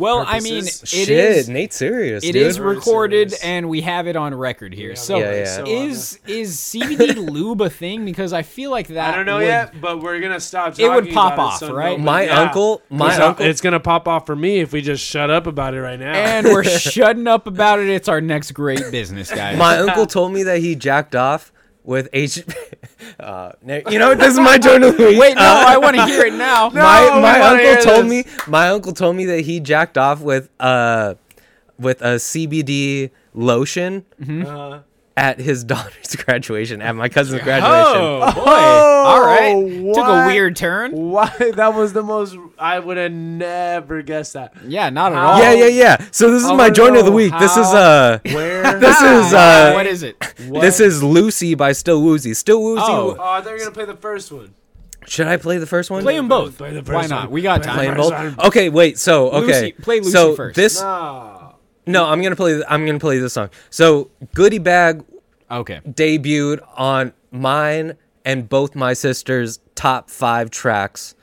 [SPEAKER 2] Well, I mean, it
[SPEAKER 1] purposes.
[SPEAKER 2] is
[SPEAKER 1] Shit, Nate's serious,
[SPEAKER 2] It
[SPEAKER 1] dude.
[SPEAKER 2] is recorded, and we have it on record here. So,
[SPEAKER 1] Yeah, yeah.
[SPEAKER 2] is is CBD lube a thing? Because I feel like that.
[SPEAKER 4] I don't know
[SPEAKER 2] would-
[SPEAKER 4] yet, but we're gonna stop.
[SPEAKER 2] It would
[SPEAKER 4] talking
[SPEAKER 2] pop
[SPEAKER 4] about it,
[SPEAKER 2] off,
[SPEAKER 4] so
[SPEAKER 2] right?
[SPEAKER 4] no,
[SPEAKER 2] My
[SPEAKER 4] yeah.
[SPEAKER 2] uncle- my
[SPEAKER 4] it's
[SPEAKER 2] uncle-
[SPEAKER 4] It's gonna pop off for me if we just shut up about it right now. (laughs)
[SPEAKER 2] And we're shutting up about it. It's our next great business, guys. (laughs)
[SPEAKER 1] My uncle told me that he jacked off with H. (laughs) Uh, ne- you know, what? this is my turn to week.
[SPEAKER 2] Wait, no,
[SPEAKER 1] Uh,
[SPEAKER 2] I want to hear it now.
[SPEAKER 1] (laughs) my my uncle told me my uncle told me that he jacked off with uh with a CBD lotion Uh-huh.
[SPEAKER 4] Uh,
[SPEAKER 1] at his (laughs) daughter's graduation at my cousin's graduation.
[SPEAKER 2] Mm-hmm. Oh boy! All right, took a
[SPEAKER 4] what?
[SPEAKER 2] weird turn.
[SPEAKER 4] Why? That was the most. I would have never guessed that.
[SPEAKER 2] Yeah, not at
[SPEAKER 4] How-
[SPEAKER 2] all.
[SPEAKER 1] Yeah, yeah, yeah. So this is
[SPEAKER 4] I
[SPEAKER 1] my
[SPEAKER 4] wanna
[SPEAKER 1] joint of the
[SPEAKER 4] know
[SPEAKER 1] week. this is
[SPEAKER 4] how,
[SPEAKER 1] uh
[SPEAKER 4] (laughs) Where?
[SPEAKER 1] this is uh
[SPEAKER 2] what is it?
[SPEAKER 4] what-
[SPEAKER 1] this is Lucy by Still Woozy. Still Woozy.
[SPEAKER 2] Oh.
[SPEAKER 4] Oh, I thought you were gonna play the first one.
[SPEAKER 1] Should I play the first one?
[SPEAKER 2] Play them both.
[SPEAKER 4] Play the
[SPEAKER 2] Why
[SPEAKER 4] first
[SPEAKER 2] not?
[SPEAKER 4] one.
[SPEAKER 2] We got
[SPEAKER 4] Play
[SPEAKER 2] time.
[SPEAKER 1] Play 'em
[SPEAKER 4] first
[SPEAKER 1] both. Okay, wait. So
[SPEAKER 2] Lucy-
[SPEAKER 1] okay,
[SPEAKER 2] play Lucy
[SPEAKER 1] so
[SPEAKER 2] first.
[SPEAKER 1] This
[SPEAKER 4] No.
[SPEAKER 1] no, I'm gonna play. I'm gonna play this song. So Goodie Bag
[SPEAKER 2] Okay.
[SPEAKER 1] debuted on mine and both my sisters' top five tracks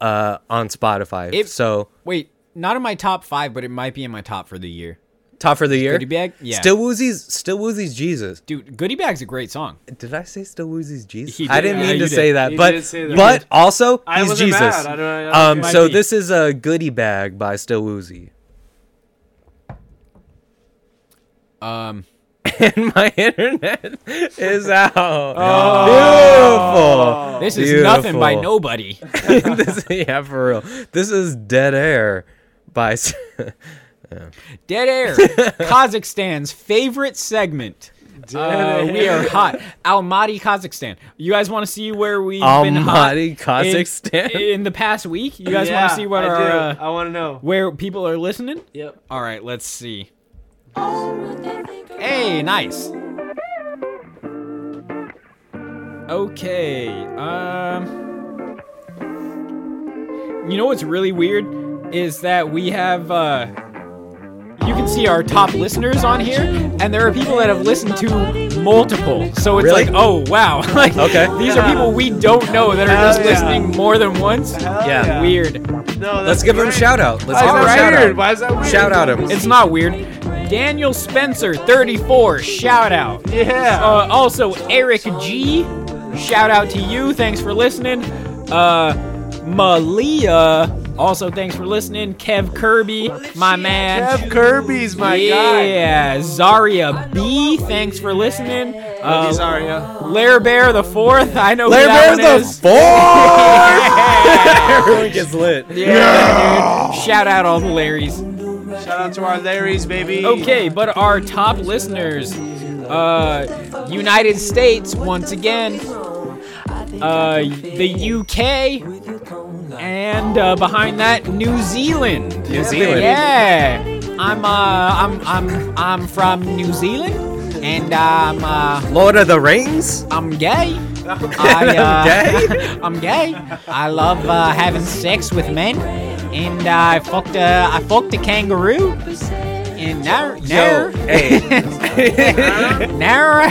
[SPEAKER 1] uh, on Spotify.
[SPEAKER 2] It-
[SPEAKER 1] so
[SPEAKER 2] Wait, not in my top five, but it might be in my top for the year.
[SPEAKER 1] top for the year.
[SPEAKER 2] Goodie Bag? Yeah.
[SPEAKER 1] Still Woozy's Still Woozy's Jesus.
[SPEAKER 2] Dude, Goodie Bag's a great song.
[SPEAKER 1] Did I say Still Woozy's Jesus?
[SPEAKER 2] He
[SPEAKER 1] I
[SPEAKER 2] did.
[SPEAKER 1] didn't
[SPEAKER 2] Yeah,
[SPEAKER 1] mean
[SPEAKER 2] you
[SPEAKER 1] to
[SPEAKER 2] did.
[SPEAKER 1] say that,
[SPEAKER 4] You
[SPEAKER 1] but
[SPEAKER 4] did say that.
[SPEAKER 1] but also
[SPEAKER 4] I
[SPEAKER 1] he's
[SPEAKER 4] wasn't
[SPEAKER 1] Jesus.
[SPEAKER 4] mad. I don't- I don't
[SPEAKER 1] um,
[SPEAKER 4] care.
[SPEAKER 1] so
[SPEAKER 2] Might be.
[SPEAKER 1] this is a Goodie Bag by Still Woozy.
[SPEAKER 2] Um,
[SPEAKER 1] (laughs) and my internet is out. Beautiful.
[SPEAKER 2] this is
[SPEAKER 1] Beautiful.
[SPEAKER 2] nothing by nobody.
[SPEAKER 1] This- (laughs) yeah, for real. This is Dead Air by.
[SPEAKER 2] (laughs)
[SPEAKER 1] S-
[SPEAKER 2] Dead air. Kazakhstan's favorite segment. Uh, we are hot. Almaty, Kazakhstan. You guys want to see where we've been hot?
[SPEAKER 1] Almaty,
[SPEAKER 2] in-
[SPEAKER 1] Kazakhstan?
[SPEAKER 2] In, the past week, you guys want to see what
[SPEAKER 4] I
[SPEAKER 2] our
[SPEAKER 4] do.
[SPEAKER 2] uh,
[SPEAKER 4] I want to know.
[SPEAKER 2] where people are listening?
[SPEAKER 4] Yep.
[SPEAKER 2] All right, let's see. Hey, nice. Okay. Um You know what's really weird is that we have uh you can see our top listeners on here and there are people that have listened to multiple. So it's
[SPEAKER 1] Really?
[SPEAKER 2] like, "Oh, wow." (laughs) like
[SPEAKER 1] Okay.
[SPEAKER 2] these are people we don't know that are
[SPEAKER 4] Hell
[SPEAKER 2] just
[SPEAKER 4] yeah.
[SPEAKER 2] listening more than once.
[SPEAKER 1] Yeah.
[SPEAKER 4] yeah.
[SPEAKER 2] Weird.
[SPEAKER 4] No,
[SPEAKER 1] Let's give him a shout out. Let's
[SPEAKER 4] Why
[SPEAKER 1] give
[SPEAKER 4] is
[SPEAKER 1] him a
[SPEAKER 4] that
[SPEAKER 1] shout
[SPEAKER 4] weird?
[SPEAKER 1] out.
[SPEAKER 4] Why is that weird?
[SPEAKER 1] Shout out him.
[SPEAKER 2] It's not weird. Daniel Spencer, 34, shout out.
[SPEAKER 4] Yeah.
[SPEAKER 2] Uh, also, Eric G, shout out to you. Thanks for listening. Uh, Malia, also thanks for listening. Kev Kirby, my man.
[SPEAKER 4] Jeff Kirby's my guy.
[SPEAKER 2] yeah. Zaria B, thanks for listening.
[SPEAKER 4] He's
[SPEAKER 2] Uh,
[SPEAKER 4] Aria.
[SPEAKER 2] Lair Bear the fourth, I know
[SPEAKER 1] Blair
[SPEAKER 2] who that one
[SPEAKER 1] Bear the
[SPEAKER 2] is.
[SPEAKER 1] fourth. (laughs) Everyone
[SPEAKER 2] (laughs)
[SPEAKER 1] gets lit.
[SPEAKER 2] Yeah, dude. Shout out all the Larrys.
[SPEAKER 4] Shout out to our Larrys, baby.
[SPEAKER 2] Okay, but our top listeners, uh, United States once again, uh, the UK, and uh, behind that, New Zealand.
[SPEAKER 1] New Zealand.
[SPEAKER 2] Yeah, I'm uh, I'm I'm I'm from New Zealand, and I'm uh,
[SPEAKER 1] Lord of the Rings?
[SPEAKER 2] I'm
[SPEAKER 1] (laughs)
[SPEAKER 2] gay. I, uh,
[SPEAKER 1] I'm gay?
[SPEAKER 2] (laughs) I'm gay. I love uh, having sex with men, and I fucked a I fucked a kangaroo. And now,
[SPEAKER 1] Yo,
[SPEAKER 2] now,
[SPEAKER 1] hey. (laughs)
[SPEAKER 2] Nara,
[SPEAKER 4] I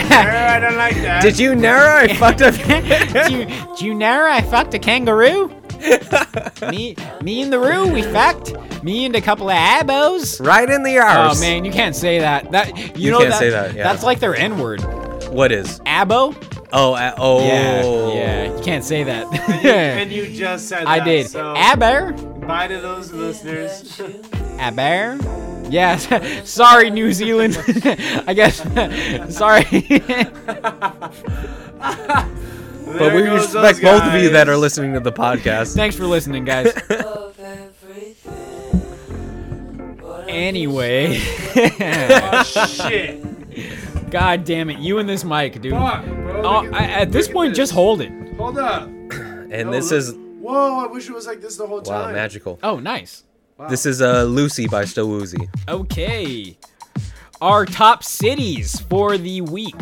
[SPEAKER 4] don't like that.
[SPEAKER 1] Did you
[SPEAKER 2] (laughs)
[SPEAKER 1] narrow? I fucked up.
[SPEAKER 2] do, you, do you Nara? I fucked a kangaroo. me, me and the roo, we fucked. Me and a couple of abos.
[SPEAKER 1] (laughs) right in the arse.
[SPEAKER 2] Oh man, you can't say that. That you,
[SPEAKER 1] You
[SPEAKER 2] know
[SPEAKER 1] can't
[SPEAKER 2] that,
[SPEAKER 1] say that, yeah.
[SPEAKER 2] That's like their N word.
[SPEAKER 1] What is?
[SPEAKER 2] Abo.
[SPEAKER 1] Oh, uh, oh.
[SPEAKER 2] Yeah, yeah. You can't say that. (laughs)
[SPEAKER 4] And you just said
[SPEAKER 2] I
[SPEAKER 4] that,
[SPEAKER 2] did.
[SPEAKER 4] So
[SPEAKER 2] Aber.
[SPEAKER 4] bye to those listeners.
[SPEAKER 2] Aber. Yes. (laughs) sorry, New Zealand. (laughs) I guess. (laughs) sorry. (laughs)
[SPEAKER 1] But we
[SPEAKER 4] There goes
[SPEAKER 1] respect
[SPEAKER 4] those
[SPEAKER 1] both of you that
[SPEAKER 4] guys.
[SPEAKER 1] are listening to the podcast.
[SPEAKER 2] (laughs) Thanks for listening, guys. anyway, (laughs)
[SPEAKER 4] Shit.
[SPEAKER 2] god damn it, you and this mic, dude.
[SPEAKER 4] Fuck, bro.
[SPEAKER 2] Oh,
[SPEAKER 4] Look at-
[SPEAKER 2] I- at this
[SPEAKER 4] look
[SPEAKER 2] point, just hold it.
[SPEAKER 4] Hold up.
[SPEAKER 1] and
[SPEAKER 4] Oh,
[SPEAKER 1] this
[SPEAKER 4] look-
[SPEAKER 1] is
[SPEAKER 4] Whoa, I wish it was like this the whole time.
[SPEAKER 1] wow, magical.
[SPEAKER 2] Oh, nice.
[SPEAKER 1] This is uh, Lucy by Still Woozy.
[SPEAKER 2] Okay. Our top cities for the week: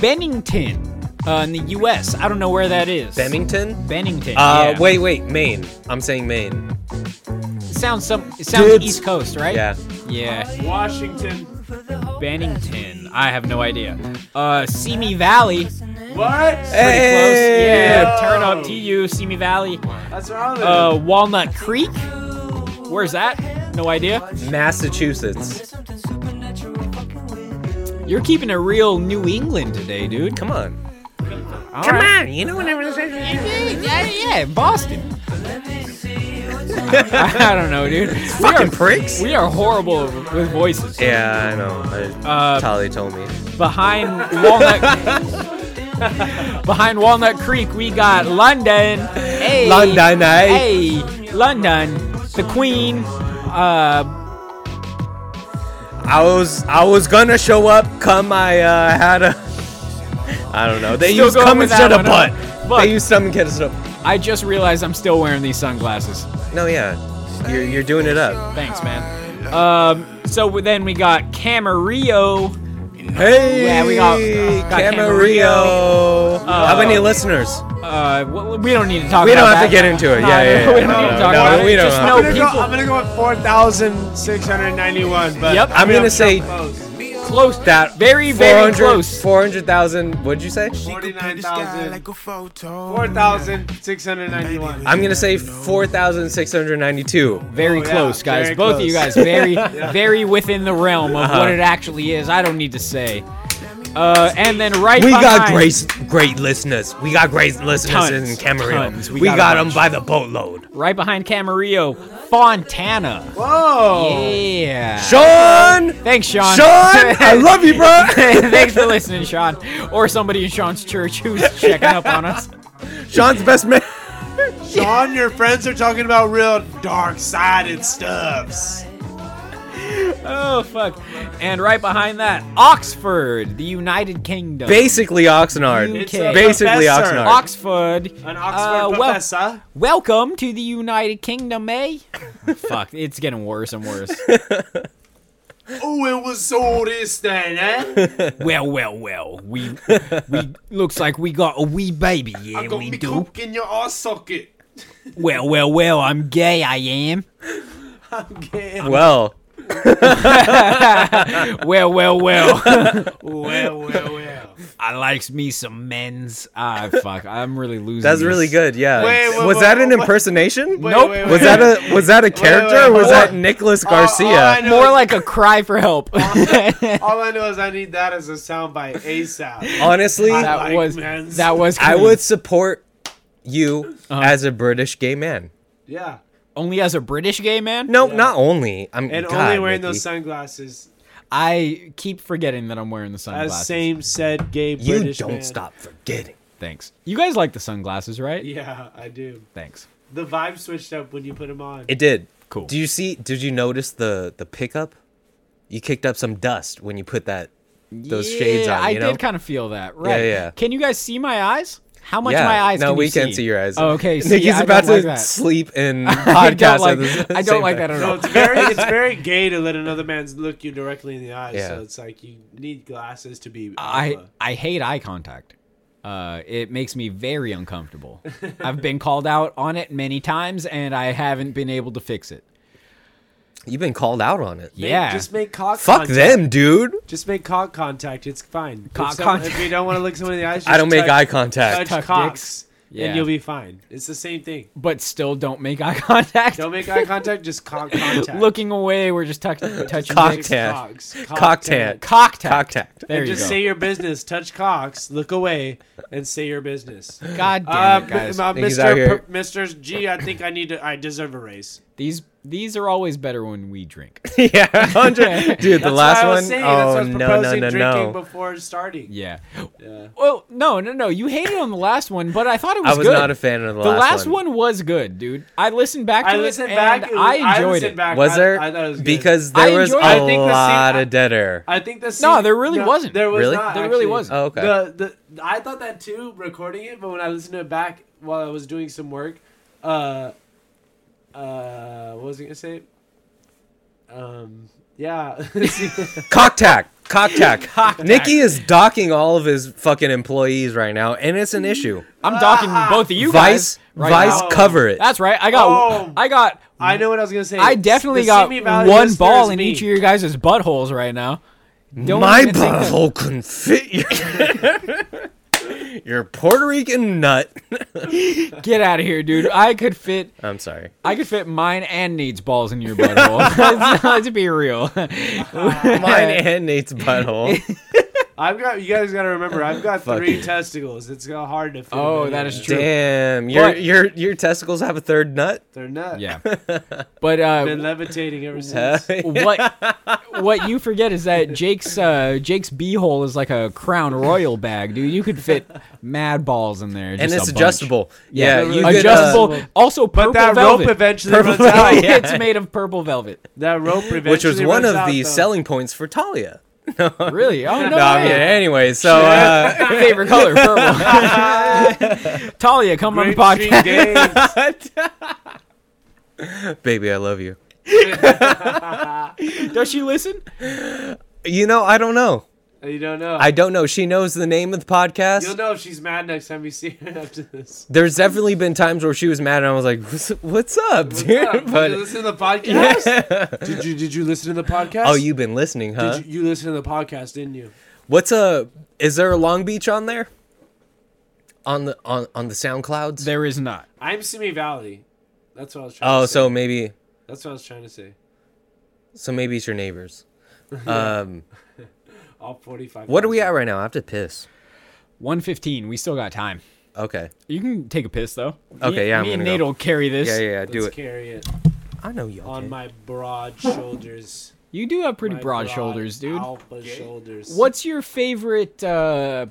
[SPEAKER 2] Bennington, uh, in the U.S. I don't know where that is.
[SPEAKER 1] Bennington.
[SPEAKER 2] Bennington.
[SPEAKER 1] Uh,
[SPEAKER 2] yeah.
[SPEAKER 1] wait, wait, Maine. I'm saying Maine.
[SPEAKER 2] It sounds some. It sounds
[SPEAKER 1] Dudes.
[SPEAKER 2] East Coast, right?
[SPEAKER 1] Yeah.
[SPEAKER 2] Yeah.
[SPEAKER 4] Washington.
[SPEAKER 2] Bennington. I have no idea. Uh, Simi Valley.
[SPEAKER 4] What?
[SPEAKER 2] Pretty
[SPEAKER 1] Hey!
[SPEAKER 2] close. Yeah. Turn up to you, Simi Valley. Oh,
[SPEAKER 4] That's where I live.
[SPEAKER 2] Uh, Walnut Creek. Where's that? No idea?
[SPEAKER 1] Massachusetts.
[SPEAKER 2] (laughs) You're keeping a real New England today, dude.
[SPEAKER 1] Come on.
[SPEAKER 2] Come
[SPEAKER 1] on, you know what I'm
[SPEAKER 2] saying? Yeah, yeah, Boston. (laughs) I don't know, dude.
[SPEAKER 1] fucking pricks.
[SPEAKER 2] We are horrible with voices.
[SPEAKER 1] Yeah, I know. I,
[SPEAKER 2] Uh,
[SPEAKER 1] Tali told me.
[SPEAKER 2] Behind (laughs) Walnut, behind Walnut Creek, we got London. Hey,
[SPEAKER 1] London, eh?
[SPEAKER 2] Hey, London, the Queen. Uh,
[SPEAKER 1] I was I was gonna show up. Come, I uh, had a. (laughs) I don't know. They
[SPEAKER 2] Still
[SPEAKER 1] used
[SPEAKER 2] going
[SPEAKER 1] come
[SPEAKER 2] with
[SPEAKER 1] instead
[SPEAKER 2] that
[SPEAKER 1] of
[SPEAKER 2] one,
[SPEAKER 1] butt.
[SPEAKER 2] huh? But-
[SPEAKER 1] They used some instead of.
[SPEAKER 2] I just realized I'm still wearing these sunglasses.
[SPEAKER 1] No, yeah, you're you're doing it up.
[SPEAKER 2] Thanks, man. Um, so then we got Camarillo.
[SPEAKER 1] Hey,
[SPEAKER 2] Yeah, we got- got
[SPEAKER 1] Camarillo.
[SPEAKER 2] Uh,
[SPEAKER 1] How many listeners?
[SPEAKER 2] Uh, well, we don't need to talk.
[SPEAKER 1] We
[SPEAKER 2] about
[SPEAKER 1] don't have
[SPEAKER 2] that.
[SPEAKER 1] to get into it.
[SPEAKER 2] No,
[SPEAKER 1] Yeah, yeah, yeah.
[SPEAKER 2] we don't need
[SPEAKER 4] Oh,
[SPEAKER 2] to talk
[SPEAKER 1] No,
[SPEAKER 2] about
[SPEAKER 1] we
[SPEAKER 2] it.
[SPEAKER 1] don't
[SPEAKER 2] Just
[SPEAKER 1] have
[SPEAKER 2] know
[SPEAKER 1] to.
[SPEAKER 4] I'm gonna, go,
[SPEAKER 2] people
[SPEAKER 4] I'm gonna go with 4,691, but
[SPEAKER 2] Yep.
[SPEAKER 1] I'm gonna say
[SPEAKER 2] close
[SPEAKER 1] that
[SPEAKER 2] very, very
[SPEAKER 1] 400
[SPEAKER 2] close.
[SPEAKER 1] 400,000. What'd you say?
[SPEAKER 4] 49,000. 4,691.
[SPEAKER 1] oh, I'm gonna say 4,692.
[SPEAKER 2] Very
[SPEAKER 4] Oh, yeah,
[SPEAKER 2] close, guys.
[SPEAKER 4] very
[SPEAKER 2] Both of
[SPEAKER 4] close.
[SPEAKER 2] you guys,
[SPEAKER 1] (laughs)
[SPEAKER 2] very, very within the realm of
[SPEAKER 1] Uh-huh.
[SPEAKER 2] what it actually is. I don't need to say. Uh, and then right
[SPEAKER 1] We got
[SPEAKER 2] behind-
[SPEAKER 1] great, great listeners. We got great listeners
[SPEAKER 2] Tons,
[SPEAKER 1] in Camarillo.
[SPEAKER 2] tons.
[SPEAKER 1] We,
[SPEAKER 2] We
[SPEAKER 1] got,
[SPEAKER 2] got a
[SPEAKER 1] them
[SPEAKER 2] bunch.
[SPEAKER 1] by the boatload.
[SPEAKER 2] right behind Camarillo, Fontana. Oh.
[SPEAKER 4] Whoa!
[SPEAKER 2] Yeah.
[SPEAKER 1] Sean,
[SPEAKER 2] Thanks, Sean.
[SPEAKER 1] Sean, (laughs)
[SPEAKER 2] (laughs)
[SPEAKER 1] I love you, bro.
[SPEAKER 2] Thanks for listening, Sean, or somebody in Sean's church who's checking up on us.
[SPEAKER 1] (laughs)
[SPEAKER 2] (laughs)
[SPEAKER 1] Sean's best man.
[SPEAKER 4] Sean, your friends are talking about real dark-sided stuffs.
[SPEAKER 2] Oh fuck! And right behind that, Oxford, the United Kingdom.
[SPEAKER 1] Basically Oxnard.
[SPEAKER 2] It's a
[SPEAKER 1] Basically
[SPEAKER 4] professor.
[SPEAKER 1] Oxnard.
[SPEAKER 2] Oxford.
[SPEAKER 4] An
[SPEAKER 2] Uh,
[SPEAKER 4] Oxford
[SPEAKER 2] wel-
[SPEAKER 4] professor.
[SPEAKER 2] welcome to the United Kingdom, eh? (laughs) Fuck, it's getting worse and
[SPEAKER 1] (laughs)
[SPEAKER 2] worse.
[SPEAKER 4] Oh, it was so this then, eh?
[SPEAKER 2] well, well, well. We we looks like we got a wee baby, yeah,
[SPEAKER 4] I got
[SPEAKER 2] we
[SPEAKER 4] me
[SPEAKER 2] do.
[SPEAKER 4] cook in your ass socket.
[SPEAKER 2] Well, well, well. I'm gay. I am.
[SPEAKER 1] Well,
[SPEAKER 2] Well,
[SPEAKER 1] (laughs)
[SPEAKER 2] well, well.
[SPEAKER 4] (laughs) Well, well, well.
[SPEAKER 2] I likes me some men's. Ah, fuck. I'm really losing.
[SPEAKER 1] that's
[SPEAKER 2] this.
[SPEAKER 1] really good. Yeah.
[SPEAKER 4] Wait, wait,
[SPEAKER 1] was
[SPEAKER 4] wait,
[SPEAKER 1] that an
[SPEAKER 4] wait.
[SPEAKER 1] impersonation?
[SPEAKER 4] Wait,
[SPEAKER 2] Nope.
[SPEAKER 4] wait, wait,
[SPEAKER 1] Was that a was that a character? or
[SPEAKER 4] wait,
[SPEAKER 1] was
[SPEAKER 4] hold
[SPEAKER 1] that
[SPEAKER 4] on.
[SPEAKER 1] Nicholas
[SPEAKER 4] all I
[SPEAKER 1] Garcia?
[SPEAKER 4] know-
[SPEAKER 2] More like a cry for help.
[SPEAKER 4] All (laughs) I know is I need that as a soundbite ASAP.
[SPEAKER 1] Honestly,
[SPEAKER 2] (laughs)
[SPEAKER 4] I
[SPEAKER 2] that
[SPEAKER 4] like
[SPEAKER 2] was
[SPEAKER 4] men's.
[SPEAKER 2] that was.
[SPEAKER 1] I
[SPEAKER 2] clean.
[SPEAKER 1] would support you as a British gay man.
[SPEAKER 4] Yeah.
[SPEAKER 2] only as a British gay man.
[SPEAKER 1] No, not only. I'm
[SPEAKER 4] And
[SPEAKER 1] God,
[SPEAKER 4] only wearing
[SPEAKER 1] Nikki.
[SPEAKER 4] those sunglasses.
[SPEAKER 2] I keep forgetting that I'm wearing the
[SPEAKER 4] As
[SPEAKER 2] sunglasses.
[SPEAKER 4] same said gay
[SPEAKER 1] You
[SPEAKER 4] British
[SPEAKER 1] don't
[SPEAKER 4] man.
[SPEAKER 1] stop forgetting.
[SPEAKER 2] Thanks. You guys like the sunglasses, right?
[SPEAKER 4] Yeah, I do.
[SPEAKER 2] Thanks.
[SPEAKER 4] The vibe switched up when you put them on.
[SPEAKER 1] It did.
[SPEAKER 2] Cool.
[SPEAKER 1] Do you see? Did you notice the the pickup? You kicked up some dust when you put that those shades
[SPEAKER 2] Yeah,
[SPEAKER 1] on. You
[SPEAKER 2] I
[SPEAKER 1] know.
[SPEAKER 2] did kind of feel that. Right.
[SPEAKER 1] yeah.
[SPEAKER 2] Can you guys see my eyes? How much
[SPEAKER 1] yeah.
[SPEAKER 2] my eyes?
[SPEAKER 1] No,
[SPEAKER 2] can
[SPEAKER 1] we
[SPEAKER 2] you
[SPEAKER 1] can't see your eyes.
[SPEAKER 2] Oh,
[SPEAKER 1] (laughs)
[SPEAKER 2] okay. See,
[SPEAKER 1] Nikki's
[SPEAKER 2] I
[SPEAKER 1] about
[SPEAKER 2] don't
[SPEAKER 1] to
[SPEAKER 2] like that.
[SPEAKER 1] sleep in (laughs)
[SPEAKER 2] (laughs) I
[SPEAKER 1] podcast.
[SPEAKER 2] don't like,
[SPEAKER 1] (laughs)
[SPEAKER 2] I don't like that at
[SPEAKER 4] No,
[SPEAKER 2] all.
[SPEAKER 4] it's very it's very gay to let another man look you directly in the eye.
[SPEAKER 1] Yeah.
[SPEAKER 4] So it's like you need glasses to be.
[SPEAKER 2] I
[SPEAKER 4] alpha.
[SPEAKER 2] I hate eye contact. Uh, it makes me very
[SPEAKER 4] (laughs)
[SPEAKER 2] uncomfortable. I've been called out on it many times, and I haven't been able to fix it.
[SPEAKER 1] You've been called out on it.
[SPEAKER 4] Make-
[SPEAKER 2] Yeah.
[SPEAKER 4] Just make cock.
[SPEAKER 1] Fuck
[SPEAKER 4] contact.
[SPEAKER 1] them, dude.
[SPEAKER 4] Just make cock contact. It's fine.
[SPEAKER 2] Cock
[SPEAKER 4] if someone-
[SPEAKER 2] contact.
[SPEAKER 4] If you don't want to look someone in the eyes,
[SPEAKER 1] (laughs)
[SPEAKER 4] just
[SPEAKER 1] I don't make
[SPEAKER 4] touch-
[SPEAKER 1] eye contact. (laughs)
[SPEAKER 4] Touch
[SPEAKER 2] Tuck
[SPEAKER 4] cocks,
[SPEAKER 2] Yeah.
[SPEAKER 4] and you'll be fine. It's the same thing.
[SPEAKER 2] but still, don't make eye (laughs) contact.
[SPEAKER 4] Don't make eye contact.
[SPEAKER 1] (laughs)
[SPEAKER 4] Just cock contact.
[SPEAKER 2] Looking away, we're just tuck- touching.
[SPEAKER 1] Cock
[SPEAKER 2] dicks.
[SPEAKER 1] tap.
[SPEAKER 4] Cocks.
[SPEAKER 1] Cocktail.
[SPEAKER 2] Cocktail.
[SPEAKER 1] Contact.
[SPEAKER 2] There you
[SPEAKER 4] Just
[SPEAKER 2] go.
[SPEAKER 4] say your business. Touch cocks. Look away and say
[SPEAKER 1] (laughs)
[SPEAKER 4] your business.
[SPEAKER 2] God
[SPEAKER 4] Uh,
[SPEAKER 2] damn it, guys.
[SPEAKER 4] m- uh,
[SPEAKER 1] He's out here.
[SPEAKER 4] Mr. P- Mr. G, I think I need to. I deserve a raise.
[SPEAKER 2] these these are always better when we drink. (laughs)
[SPEAKER 1] yeah, 100. dude. the
[SPEAKER 4] That's
[SPEAKER 1] last
[SPEAKER 4] what I was
[SPEAKER 1] one.
[SPEAKER 4] Saying. That's what
[SPEAKER 1] oh
[SPEAKER 4] I was
[SPEAKER 1] no, no,
[SPEAKER 4] proposing
[SPEAKER 1] no, no.
[SPEAKER 4] drinking Before starting.
[SPEAKER 2] Yeah.
[SPEAKER 4] Yeah.
[SPEAKER 2] Well, no, no, no. You hated on the last one, but I thought it was.
[SPEAKER 1] I was
[SPEAKER 2] good.
[SPEAKER 1] not a fan of the,
[SPEAKER 2] The last one was good, dude. I listened back to
[SPEAKER 4] I
[SPEAKER 2] it
[SPEAKER 4] listened
[SPEAKER 2] and
[SPEAKER 4] back. it
[SPEAKER 2] I
[SPEAKER 4] was-
[SPEAKER 2] enjoyed
[SPEAKER 4] listened
[SPEAKER 2] it.
[SPEAKER 4] Back,
[SPEAKER 1] Was
[SPEAKER 4] I-
[SPEAKER 1] there?
[SPEAKER 4] I thought it was good.
[SPEAKER 1] because
[SPEAKER 2] I
[SPEAKER 1] there was a
[SPEAKER 2] enjoyed it. I
[SPEAKER 4] think the scene-
[SPEAKER 1] lot
[SPEAKER 4] I-
[SPEAKER 1] of dead air.
[SPEAKER 4] I think the
[SPEAKER 2] No,
[SPEAKER 4] scene-
[SPEAKER 2] there really wasn't.
[SPEAKER 4] There was
[SPEAKER 1] Really?
[SPEAKER 4] not.
[SPEAKER 2] There really
[SPEAKER 4] actually.
[SPEAKER 2] wasn't.
[SPEAKER 1] Oh, okay.
[SPEAKER 4] The the I thought that too recording it, but when I listened to it back while I was doing some work, uh, uh, what was I gonna say? Um, yeah. (laughs)
[SPEAKER 1] Cocktack. Cocktack. Nikki is docking all of his fucking employees right now, and it's an issue.
[SPEAKER 2] I'm docking both of you
[SPEAKER 1] Vice,
[SPEAKER 2] guys. right
[SPEAKER 1] Vice,
[SPEAKER 2] now.
[SPEAKER 1] cover it.
[SPEAKER 2] That's right. I got.
[SPEAKER 4] Oh.
[SPEAKER 2] I got.
[SPEAKER 4] I know what I was gonna say.
[SPEAKER 2] I definitely
[SPEAKER 4] The
[SPEAKER 2] got
[SPEAKER 4] Simi Valley
[SPEAKER 2] one
[SPEAKER 4] listener
[SPEAKER 2] ball
[SPEAKER 4] is
[SPEAKER 2] in
[SPEAKER 4] me.
[SPEAKER 2] each of your guys' buttholes right now. Don't
[SPEAKER 1] My
[SPEAKER 2] even think that-
[SPEAKER 1] butthole can fit you. You're a Puerto Rican nut.
[SPEAKER 2] Get out of here, dude. I could fit
[SPEAKER 1] I'm sorry.
[SPEAKER 2] I could fit mine and Nate's balls in your butthole. (laughs) Let's be real. (laughs)
[SPEAKER 1] Mine
[SPEAKER 4] (laughs)
[SPEAKER 1] and Nate's butthole.
[SPEAKER 4] I've got. You guys got to remember, I've
[SPEAKER 1] (laughs)
[SPEAKER 4] got
[SPEAKER 1] Fuck
[SPEAKER 4] three
[SPEAKER 1] it.
[SPEAKER 4] testicles. It's got hard to. fit
[SPEAKER 2] Oh,
[SPEAKER 4] in
[SPEAKER 2] that
[SPEAKER 4] there.
[SPEAKER 2] is true.
[SPEAKER 1] Damn, your
[SPEAKER 2] But-
[SPEAKER 1] your your testicles have a third nut.
[SPEAKER 4] They're
[SPEAKER 1] (laughs)
[SPEAKER 4] not.
[SPEAKER 2] Yeah. But uh,
[SPEAKER 4] Been levitating ever
[SPEAKER 1] Huh?
[SPEAKER 4] since.
[SPEAKER 2] what
[SPEAKER 1] (laughs)
[SPEAKER 2] what you forget is that Jake's uh, Jake's beehole is like a Crown Royal bag, dude. You could fit mad balls in there,
[SPEAKER 1] and
[SPEAKER 2] just
[SPEAKER 1] it's
[SPEAKER 2] a bunch.
[SPEAKER 1] adjustable. Yeah, you could, uh,
[SPEAKER 2] adjustable. also, purple
[SPEAKER 4] But that
[SPEAKER 2] velvet.
[SPEAKER 4] rope eventually
[SPEAKER 1] Purple
[SPEAKER 4] runs out.
[SPEAKER 1] velvet. (laughs) Yeah.
[SPEAKER 2] it's made of purple velvet.
[SPEAKER 4] That rope eventually
[SPEAKER 1] which was one
[SPEAKER 4] runs
[SPEAKER 1] of
[SPEAKER 4] out,
[SPEAKER 1] the
[SPEAKER 4] though.
[SPEAKER 1] selling points for Talia. No,
[SPEAKER 2] Really? Oh
[SPEAKER 1] (laughs)
[SPEAKER 2] no!
[SPEAKER 1] no I mean,
[SPEAKER 2] way.
[SPEAKER 1] anyway, so uh,
[SPEAKER 2] favorite color, purple.
[SPEAKER 1] (laughs)
[SPEAKER 2] Talia, come
[SPEAKER 4] Grape
[SPEAKER 2] on the
[SPEAKER 4] Street
[SPEAKER 2] podcast.
[SPEAKER 4] Games.
[SPEAKER 1] uh, baby, I love you.
[SPEAKER 2] Does she listen?
[SPEAKER 1] You know, I don't know.
[SPEAKER 2] (laughs)
[SPEAKER 4] you don't know.
[SPEAKER 1] I don't know. She knows the name of the podcast.
[SPEAKER 4] You'll know if she's mad next time you see her after this.
[SPEAKER 1] There's definitely been times where she was mad, and I was like, "What's, what's up, dude?"
[SPEAKER 4] Yeah, did
[SPEAKER 1] (laughs)
[SPEAKER 4] you
[SPEAKER 1] But
[SPEAKER 4] listen to the podcast?
[SPEAKER 1] yeah.
[SPEAKER 4] Did you Did you listen to the podcast?
[SPEAKER 1] oh, you've been listening, huh?
[SPEAKER 4] Did you, you listen to the podcast, didn't you?
[SPEAKER 1] What's a? Is there a Long Beach on there? On the on on the SoundClouds?
[SPEAKER 2] There is not.
[SPEAKER 4] I'm Simi Valley. That's what I was trying.
[SPEAKER 1] oh,
[SPEAKER 4] to say.
[SPEAKER 1] so maybe
[SPEAKER 4] that's what I was trying to say.
[SPEAKER 1] so maybe it's your neighbors. Um,
[SPEAKER 4] All 45.
[SPEAKER 1] what are we at right now? I have to piss.
[SPEAKER 2] One fifteen. We still got time.
[SPEAKER 1] Okay.
[SPEAKER 2] You can take a piss though.
[SPEAKER 1] Okay,
[SPEAKER 2] Me-
[SPEAKER 1] yeah, I'm
[SPEAKER 2] Me and
[SPEAKER 1] gonna
[SPEAKER 2] Nate
[SPEAKER 1] go.
[SPEAKER 2] will carry this.
[SPEAKER 1] Yeah, yeah, yeah. Do
[SPEAKER 4] Let's
[SPEAKER 1] it.
[SPEAKER 4] carry it
[SPEAKER 1] I know y'all.
[SPEAKER 4] on
[SPEAKER 1] can.
[SPEAKER 4] my
[SPEAKER 2] (laughs)
[SPEAKER 4] broad shoulders.
[SPEAKER 2] You do have pretty
[SPEAKER 4] My
[SPEAKER 2] broad, shoulders, dude.
[SPEAKER 4] Alpha shoulders.
[SPEAKER 2] What's your favorite uh,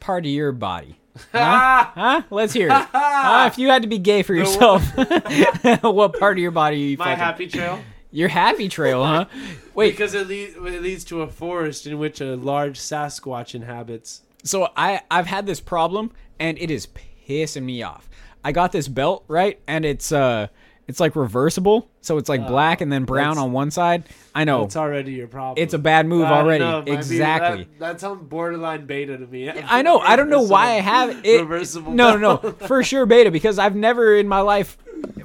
[SPEAKER 2] part of your
[SPEAKER 4] (laughs)
[SPEAKER 2] body? Huh? huh? Let's hear it. Huh? if you had to be gay for yourself,
[SPEAKER 4] (laughs)
[SPEAKER 2] (laughs) what part of your body are you
[SPEAKER 4] My
[SPEAKER 2] fucking?
[SPEAKER 1] (laughs)
[SPEAKER 4] happy trail.
[SPEAKER 2] your happy trail,
[SPEAKER 4] (laughs)
[SPEAKER 2] huh? Wait,
[SPEAKER 4] Because it, le- it leads to a forest in which a large Sasquatch inhabits.
[SPEAKER 2] so I I've had this problem and it is pissing me off. I got this belt right, and it's uh it's like reversible, so it's like black and then brown
[SPEAKER 4] Uh, that's-
[SPEAKER 2] on one side. I
[SPEAKER 1] Oh.
[SPEAKER 2] know
[SPEAKER 4] It's already your problem.
[SPEAKER 2] it's a bad move
[SPEAKER 4] I don't
[SPEAKER 2] already.
[SPEAKER 4] know, it might be- that-
[SPEAKER 2] exactly.
[SPEAKER 4] that sounds borderline beta to me.
[SPEAKER 2] I know. I don't know why I
[SPEAKER 4] (laughs)
[SPEAKER 2] have it.
[SPEAKER 4] Reversible
[SPEAKER 2] No, no,
[SPEAKER 4] belt.
[SPEAKER 2] no. (laughs) For sure, beta because I've never in my life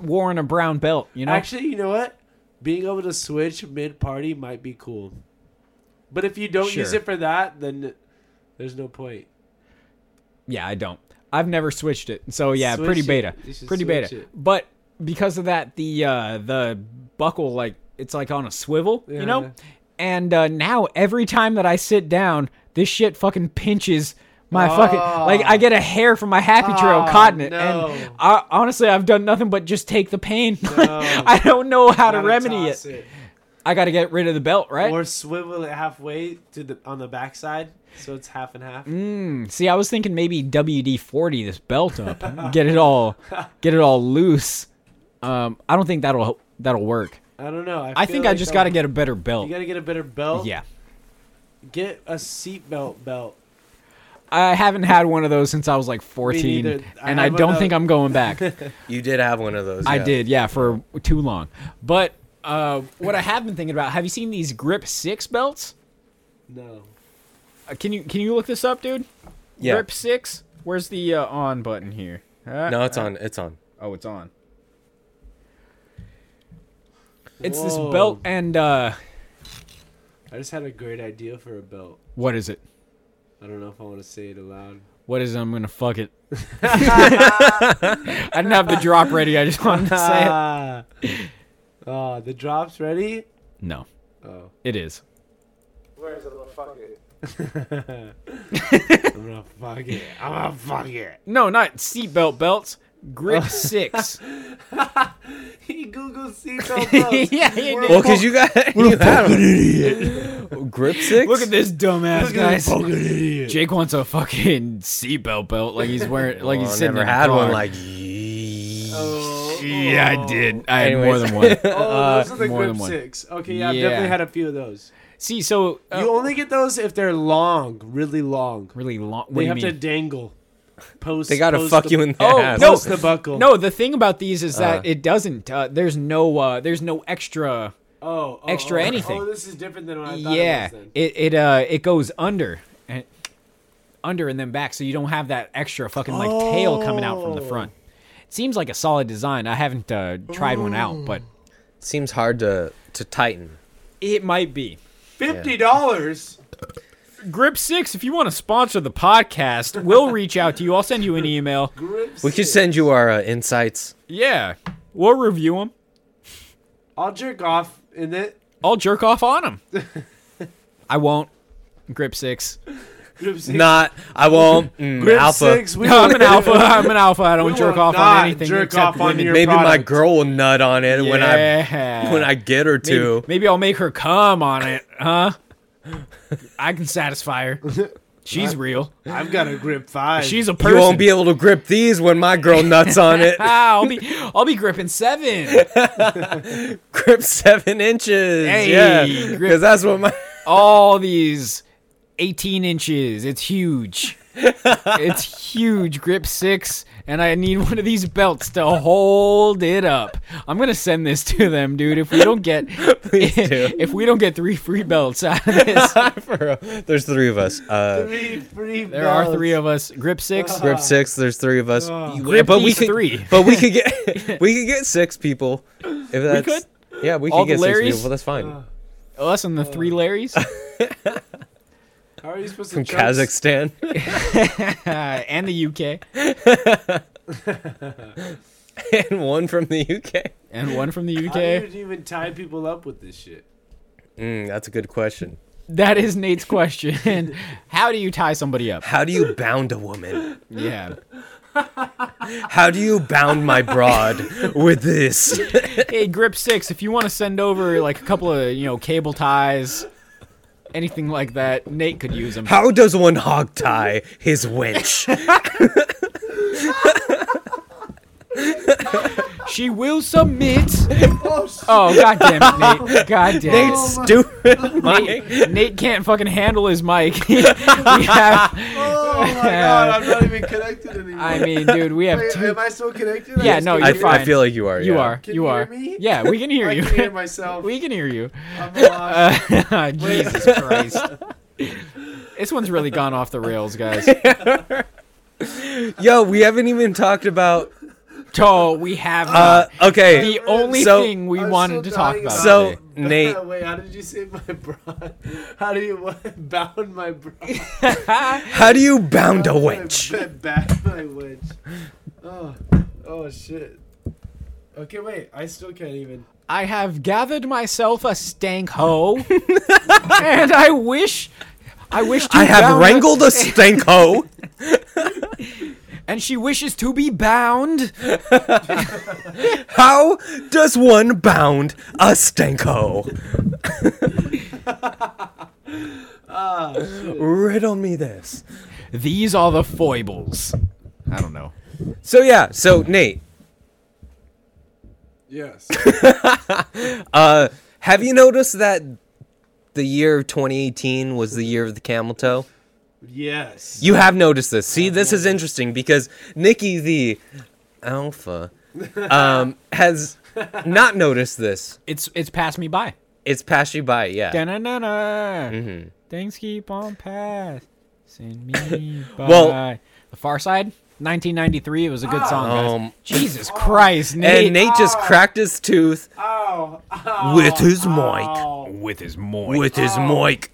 [SPEAKER 2] worn a brown belt. You know.
[SPEAKER 4] (laughs) Actually, you know what? Being able to switch mid party might be cool. But if you don't use
[SPEAKER 2] Sure.
[SPEAKER 4] it for that, then there's no point.
[SPEAKER 2] yeah, I don't. I've never switched it. So yeah,
[SPEAKER 4] Switch
[SPEAKER 2] pretty
[SPEAKER 4] it.
[SPEAKER 2] beta,
[SPEAKER 4] You should
[SPEAKER 2] pretty
[SPEAKER 4] switch
[SPEAKER 2] beta.
[SPEAKER 4] it.
[SPEAKER 2] But because of that, the uh, the buckle like it's like on a swivel. You
[SPEAKER 4] Yeah.
[SPEAKER 2] know. And uh, now every time that I sit down, this shit fucking pinches. My fucking like I get a hair from my happy trail
[SPEAKER 4] Oh,
[SPEAKER 2] cotton it,
[SPEAKER 4] Ah. no.
[SPEAKER 2] and I, honestly I've done nothing but just take the pain. (laughs) I don't know how to
[SPEAKER 4] Gotta
[SPEAKER 2] remedy
[SPEAKER 4] toss
[SPEAKER 2] it. I got to get rid of the belt, right?
[SPEAKER 4] Or swivel it halfway to the on the backside, so it's half and half.
[SPEAKER 2] Mm. See, I was thinking maybe WD forty this belt up, get it
[SPEAKER 4] (laughs)
[SPEAKER 2] all, get it all loose. Um, I don't think that'll that'll work.
[SPEAKER 4] I don't know. I,
[SPEAKER 2] I
[SPEAKER 4] feel
[SPEAKER 2] think I
[SPEAKER 4] like
[SPEAKER 2] just
[SPEAKER 4] I'll-
[SPEAKER 2] got to get a better belt.
[SPEAKER 4] You gotta get a better belt.
[SPEAKER 2] Yeah,
[SPEAKER 4] Get a seatbelt belt.
[SPEAKER 2] I haven't had one of those since I was like fourteen,
[SPEAKER 4] neither. I
[SPEAKER 2] and I
[SPEAKER 4] have one
[SPEAKER 2] don't
[SPEAKER 4] of-
[SPEAKER 2] think I'm going
[SPEAKER 4] (laughs)
[SPEAKER 2] back.
[SPEAKER 1] you did have one of those.
[SPEAKER 2] I
[SPEAKER 1] yeah.
[SPEAKER 2] did, yeah, for too long. But uh, what I have been thinking about, have you seen these Grip Six belts?
[SPEAKER 4] No.
[SPEAKER 2] Uh, can you can you look this up, dude?
[SPEAKER 1] Yeah.
[SPEAKER 2] Grip Six. Where's the uh, on button here? Uh,
[SPEAKER 1] No, it's on. It's on.
[SPEAKER 2] Oh, it's on. It's
[SPEAKER 4] Whoa.
[SPEAKER 2] this belt and uh
[SPEAKER 4] I just had a great idea for a belt.
[SPEAKER 2] what is it?
[SPEAKER 4] I don't know if I want to say it aloud.
[SPEAKER 2] What is it? I'm gonna fuck it. I didn't have the drop ready. I just wanted to say
[SPEAKER 4] (laughs)
[SPEAKER 2] it.
[SPEAKER 4] Ah. Oh, the drop's ready?
[SPEAKER 2] No,
[SPEAKER 4] Oh.
[SPEAKER 2] it is.
[SPEAKER 4] I'm gonna fuck it. I'm gonna fuck it. (laughs)
[SPEAKER 2] No, not seatbelt belts. Grip six.
[SPEAKER 4] He
[SPEAKER 2] (laughs)
[SPEAKER 4] Googled seatbelt belts.
[SPEAKER 2] yeah, you
[SPEAKER 1] Well, cause you
[SPEAKER 2] (laughs)
[SPEAKER 1] got you had an idiot. (laughs) Grip six.
[SPEAKER 2] Look at this dumbass guys.
[SPEAKER 4] Fucking idiot.
[SPEAKER 2] Jake wants a fucking seatbelt belt, like he's wearing, like
[SPEAKER 1] Well, I
[SPEAKER 2] he's sitting
[SPEAKER 1] Oh, never
[SPEAKER 2] in a
[SPEAKER 1] had
[SPEAKER 2] car.
[SPEAKER 1] one like.
[SPEAKER 2] Oh,
[SPEAKER 1] Yeah.
[SPEAKER 2] yeah, I did. I had more
[SPEAKER 1] Anyways.
[SPEAKER 2] than one.
[SPEAKER 4] Oh, those are the
[SPEAKER 2] Uh, more
[SPEAKER 4] grip
[SPEAKER 2] than one.
[SPEAKER 4] six. Okay, yeah, I've
[SPEAKER 2] Yeah.
[SPEAKER 4] definitely had a few of those.
[SPEAKER 2] See, so uh,
[SPEAKER 4] you only get those if they're long, really long.
[SPEAKER 2] really long. What
[SPEAKER 4] They
[SPEAKER 2] do you
[SPEAKER 4] have
[SPEAKER 2] mean?
[SPEAKER 4] to dangle. Post.
[SPEAKER 1] They gotta
[SPEAKER 4] post
[SPEAKER 1] fuck
[SPEAKER 4] the-
[SPEAKER 1] you in the
[SPEAKER 2] Oh,
[SPEAKER 1] ass.
[SPEAKER 2] no.
[SPEAKER 4] Post the buckle.
[SPEAKER 2] No, the thing about these is that
[SPEAKER 1] Uh.
[SPEAKER 2] it doesn't. Uh, there's no. Uh, there's no extra.
[SPEAKER 4] Oh, oh,
[SPEAKER 2] Extra
[SPEAKER 4] oh,
[SPEAKER 2] anything.
[SPEAKER 4] Oh, this is different than what I thought
[SPEAKER 2] Yeah,
[SPEAKER 4] it was. Then.
[SPEAKER 2] it it uh it goes under and under and then back, so you don't have that extra fucking like tail coming out from the front. It seems like a solid design. I haven't uh, tried one out, but
[SPEAKER 1] Seems hard to to tighten.
[SPEAKER 2] it might be.
[SPEAKER 4] Fifty dollars.
[SPEAKER 2] Grip Six, if you want to sponsor the podcast, we'll reach out to you. I'll send you an email.
[SPEAKER 1] We could send you our uh,
[SPEAKER 2] (laughs)
[SPEAKER 1] insights.
[SPEAKER 2] Yeah, we'll review them.
[SPEAKER 3] I'll jerk off in it.
[SPEAKER 2] I'll jerk off
[SPEAKER 1] (laughs)
[SPEAKER 2] on them. I won't. Grip Six.
[SPEAKER 3] Group six.
[SPEAKER 1] Not, I
[SPEAKER 2] (laughs)
[SPEAKER 1] won't. Mm,
[SPEAKER 3] Group
[SPEAKER 1] alpha.
[SPEAKER 3] six, we
[SPEAKER 2] No,
[SPEAKER 3] will-
[SPEAKER 2] I'm an alpha. I'm an alpha. I
[SPEAKER 3] We
[SPEAKER 2] don't jerk
[SPEAKER 3] will
[SPEAKER 2] off
[SPEAKER 3] not
[SPEAKER 2] on anything.
[SPEAKER 3] jerk
[SPEAKER 2] except
[SPEAKER 3] off on
[SPEAKER 2] women.
[SPEAKER 3] your-
[SPEAKER 1] Maybe my
[SPEAKER 3] product.
[SPEAKER 1] girl will nut on it when I
[SPEAKER 2] Yeah.
[SPEAKER 1] when I get her to.
[SPEAKER 2] Maybe, maybe I'll make her come on it, huh? I can
[SPEAKER 3] (laughs)
[SPEAKER 2] satisfy her. She's real.
[SPEAKER 3] I've got a grip five.
[SPEAKER 2] She's a
[SPEAKER 1] You
[SPEAKER 2] person.
[SPEAKER 1] won't be able to grip these when my girl nuts on
[SPEAKER 2] (laughs)
[SPEAKER 1] it. (laughs)
[SPEAKER 2] Ah, I'll be I'll be gripping seven.
[SPEAKER 1] grip seven inches.
[SPEAKER 2] Hey,
[SPEAKER 1] yeah,
[SPEAKER 2] grip-
[SPEAKER 1] because that's what my (laughs)
[SPEAKER 2] All these eighteen inches.
[SPEAKER 1] (laughs)
[SPEAKER 2] It's huge. It's huge. Grip six, and I need one of these belts to hold it up. I'm gonna send this to them, dude. If we don't get
[SPEAKER 1] (laughs) Please do.
[SPEAKER 2] (laughs) if we don't get three free belts
[SPEAKER 1] (laughs)
[SPEAKER 2] out of this,
[SPEAKER 1] For real. There's three of us. Uh,
[SPEAKER 3] Three, three
[SPEAKER 2] there are three of us. Grip six.
[SPEAKER 1] grip six. There's three of us. You-
[SPEAKER 2] Grip
[SPEAKER 1] but we
[SPEAKER 2] these
[SPEAKER 1] could,
[SPEAKER 2] three.
[SPEAKER 1] But we could
[SPEAKER 2] (laughs)
[SPEAKER 1] get we could get six people. If that's, Yeah, we
[SPEAKER 2] All Uh,
[SPEAKER 1] could get
[SPEAKER 2] the
[SPEAKER 1] six
[SPEAKER 2] Larrys?
[SPEAKER 1] people. That's fine.
[SPEAKER 2] Us and
[SPEAKER 1] Oh.
[SPEAKER 2] the
[SPEAKER 1] (laughs)
[SPEAKER 2] three Larrys. uh,
[SPEAKER 3] How are you supposed to
[SPEAKER 1] From
[SPEAKER 3] chug-
[SPEAKER 1] Kazakhstan. (laughs)
[SPEAKER 2] Uh, and the UK,
[SPEAKER 1] and one from the UK.
[SPEAKER 2] and one from the
[SPEAKER 3] How do
[SPEAKER 2] UK.
[SPEAKER 3] you even tie people up with this shit?
[SPEAKER 1] Mm, that's a good question.
[SPEAKER 2] That is Nate's question. How do you tie somebody up?
[SPEAKER 1] How do you bound a woman?
[SPEAKER 2] Yeah.
[SPEAKER 1] How do you bound my broad with this?
[SPEAKER 2] Hey, Grip Six, if you want to send over like a couple of you know cable ties, anything like that, Nate could use them.
[SPEAKER 1] How does one hog tie his
[SPEAKER 2] (laughs)
[SPEAKER 1] wench?
[SPEAKER 2] She will submit. Oh, god damn it,
[SPEAKER 4] (laughs)
[SPEAKER 2] Nate! Oh God damn it.
[SPEAKER 1] Stupid Mike.
[SPEAKER 2] Nate, Nate can't fucking handle his mic. (laughs) we have,
[SPEAKER 4] Oh my god, I'm not even connected anymore.
[SPEAKER 2] I mean, dude, we have
[SPEAKER 4] Wait,
[SPEAKER 2] two.
[SPEAKER 4] am I still connected?
[SPEAKER 2] Yeah,
[SPEAKER 4] just
[SPEAKER 2] no,
[SPEAKER 1] (laughs)
[SPEAKER 4] can't
[SPEAKER 1] I,
[SPEAKER 2] you're
[SPEAKER 4] hear-
[SPEAKER 2] fine.
[SPEAKER 1] I feel like you are.
[SPEAKER 2] You
[SPEAKER 1] yeah.
[SPEAKER 2] are.
[SPEAKER 4] Can
[SPEAKER 2] you
[SPEAKER 4] you hear
[SPEAKER 2] are.
[SPEAKER 4] me?
[SPEAKER 2] Yeah, we can hear
[SPEAKER 4] I
[SPEAKER 2] you.
[SPEAKER 4] can (laughs) hear
[SPEAKER 2] (laughs)
[SPEAKER 4] myself.
[SPEAKER 2] we can hear
[SPEAKER 4] (laughs)
[SPEAKER 2] you. (laughs)
[SPEAKER 4] I'm lost.
[SPEAKER 2] Uh, Jesus Christ. This one's really gone off the rails, guys.
[SPEAKER 1] Yo, we haven't even talked about.
[SPEAKER 2] Oh, we have
[SPEAKER 1] Uh,
[SPEAKER 2] not.
[SPEAKER 1] okay.
[SPEAKER 2] the only
[SPEAKER 1] so-
[SPEAKER 2] thing we
[SPEAKER 4] I'm
[SPEAKER 2] wanted to
[SPEAKER 4] still
[SPEAKER 2] talk
[SPEAKER 4] dying
[SPEAKER 2] about.
[SPEAKER 4] about
[SPEAKER 1] So
[SPEAKER 2] today.
[SPEAKER 4] (laughs)
[SPEAKER 1] Nate,
[SPEAKER 4] Wait, how did you say my broad? How do you what, (laughs) bound
[SPEAKER 2] (laughs)
[SPEAKER 4] my broad?
[SPEAKER 1] how do you bound
[SPEAKER 4] (laughs)
[SPEAKER 1] a wench?
[SPEAKER 4] Back my winch. Oh, oh shit. Okay, wait. I still can't even.
[SPEAKER 2] I have gathered myself a stank hoe, (laughs) and I wish, I wish to.
[SPEAKER 1] I have
[SPEAKER 2] bound- (laughs)
[SPEAKER 1] wrangled a stank hoe.
[SPEAKER 2] and she wishes to be bound.
[SPEAKER 1] How does one bound a stank hoe? Riddle me this.
[SPEAKER 2] These are the foibles. I don't know.
[SPEAKER 1] So yeah, so Nate,
[SPEAKER 4] Yes.
[SPEAKER 1] uh, have you noticed that the year of 2018 was the year of the camel toe?
[SPEAKER 4] (laughs) yes.
[SPEAKER 1] You have noticed this. See, this is interesting because Nikki the alpha um, has not noticed this.
[SPEAKER 2] It's it's passed me by.
[SPEAKER 1] It's passed you by, yeah.
[SPEAKER 2] Da-na-na-na.
[SPEAKER 1] Mm-hmm.
[SPEAKER 2] Things keep on passing
[SPEAKER 1] (laughs)
[SPEAKER 2] me by.
[SPEAKER 1] Well-
[SPEAKER 2] The Far Side, 1993. It was a good song, guys.
[SPEAKER 1] Um,
[SPEAKER 2] Jesus Christ, Nate.
[SPEAKER 1] and Nate just cracked his tooth
[SPEAKER 4] Ow. Ow.
[SPEAKER 1] with his mic.
[SPEAKER 4] Ow.
[SPEAKER 2] with his moy.
[SPEAKER 1] With his mic.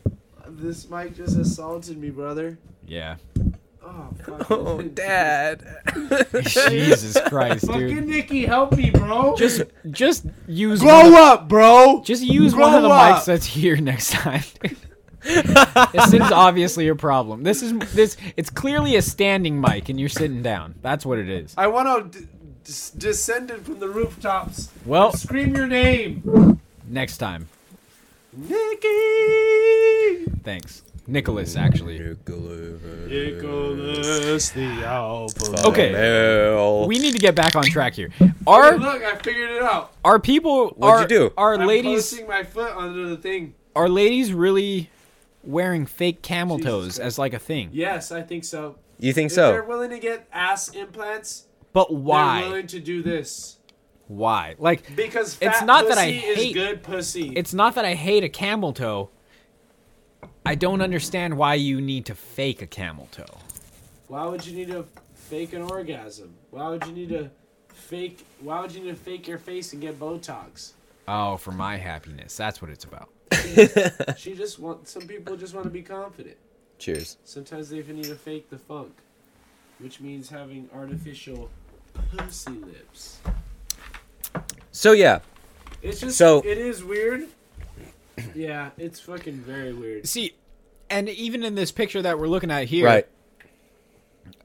[SPEAKER 4] This mic just assaulted me, brother.
[SPEAKER 2] yeah.
[SPEAKER 4] Oh,
[SPEAKER 2] (laughs)
[SPEAKER 4] fuck.
[SPEAKER 1] Oh, Dad.
[SPEAKER 2] Jesus
[SPEAKER 1] (laughs)
[SPEAKER 2] Christ,
[SPEAKER 4] Fucking
[SPEAKER 2] dude.
[SPEAKER 4] Nikki, help me, bro.
[SPEAKER 2] Just, just use. one
[SPEAKER 4] grow
[SPEAKER 2] of the-
[SPEAKER 4] up, bro.
[SPEAKER 2] Just use one of the
[SPEAKER 4] Grow up.
[SPEAKER 2] mics that's here next time.
[SPEAKER 1] (laughs)
[SPEAKER 2] this is obviously a problem. This is this. It's clearly a standing mic, and you're sitting down. That's what it is.
[SPEAKER 4] I want to d- dis- descended from the rooftops.
[SPEAKER 2] Well,
[SPEAKER 4] Scream your name,
[SPEAKER 2] next time.
[SPEAKER 4] Nikki.
[SPEAKER 2] Thanks, Nicholas. Actually,
[SPEAKER 4] Nicholas the Alpha.
[SPEAKER 2] okay.
[SPEAKER 1] Well,
[SPEAKER 2] We need to get back on track here. Are
[SPEAKER 4] Look, I figured it out.
[SPEAKER 2] are people?
[SPEAKER 1] What'd you
[SPEAKER 2] are-
[SPEAKER 1] do?
[SPEAKER 2] Are
[SPEAKER 4] I'm
[SPEAKER 2] ladies?
[SPEAKER 4] placing my foot under the thing.
[SPEAKER 2] Are ladies really wearing fake camel toes as like a thing?
[SPEAKER 4] Yes, I think so.
[SPEAKER 1] you think
[SPEAKER 4] If they're
[SPEAKER 1] so?
[SPEAKER 4] willing to get ass implants,
[SPEAKER 2] But
[SPEAKER 4] they're
[SPEAKER 2] why?
[SPEAKER 4] willing to do this
[SPEAKER 2] Why? Like,
[SPEAKER 4] because fat
[SPEAKER 2] It's not
[SPEAKER 4] pussy
[SPEAKER 2] that I hate-
[SPEAKER 4] is good pussy.
[SPEAKER 2] it's not that I hate a camel toe. I don't understand why you need to fake a camel toe.
[SPEAKER 4] Why would you need to fake an orgasm? Why would you need to fake? Why would you need to fake your face and get Botox?
[SPEAKER 2] Oh, for my happiness. That's what it's about.
[SPEAKER 4] She just want some people just want to be confident.
[SPEAKER 1] Cheers.
[SPEAKER 4] Sometimes they even need to fake the funk, which means having artificial pussy lips.
[SPEAKER 1] So yeah,
[SPEAKER 4] It's just
[SPEAKER 1] So-
[SPEAKER 4] it is weird. Yeah, it's fucking very weird.
[SPEAKER 2] See, and even in this picture that we're looking at here,
[SPEAKER 1] right.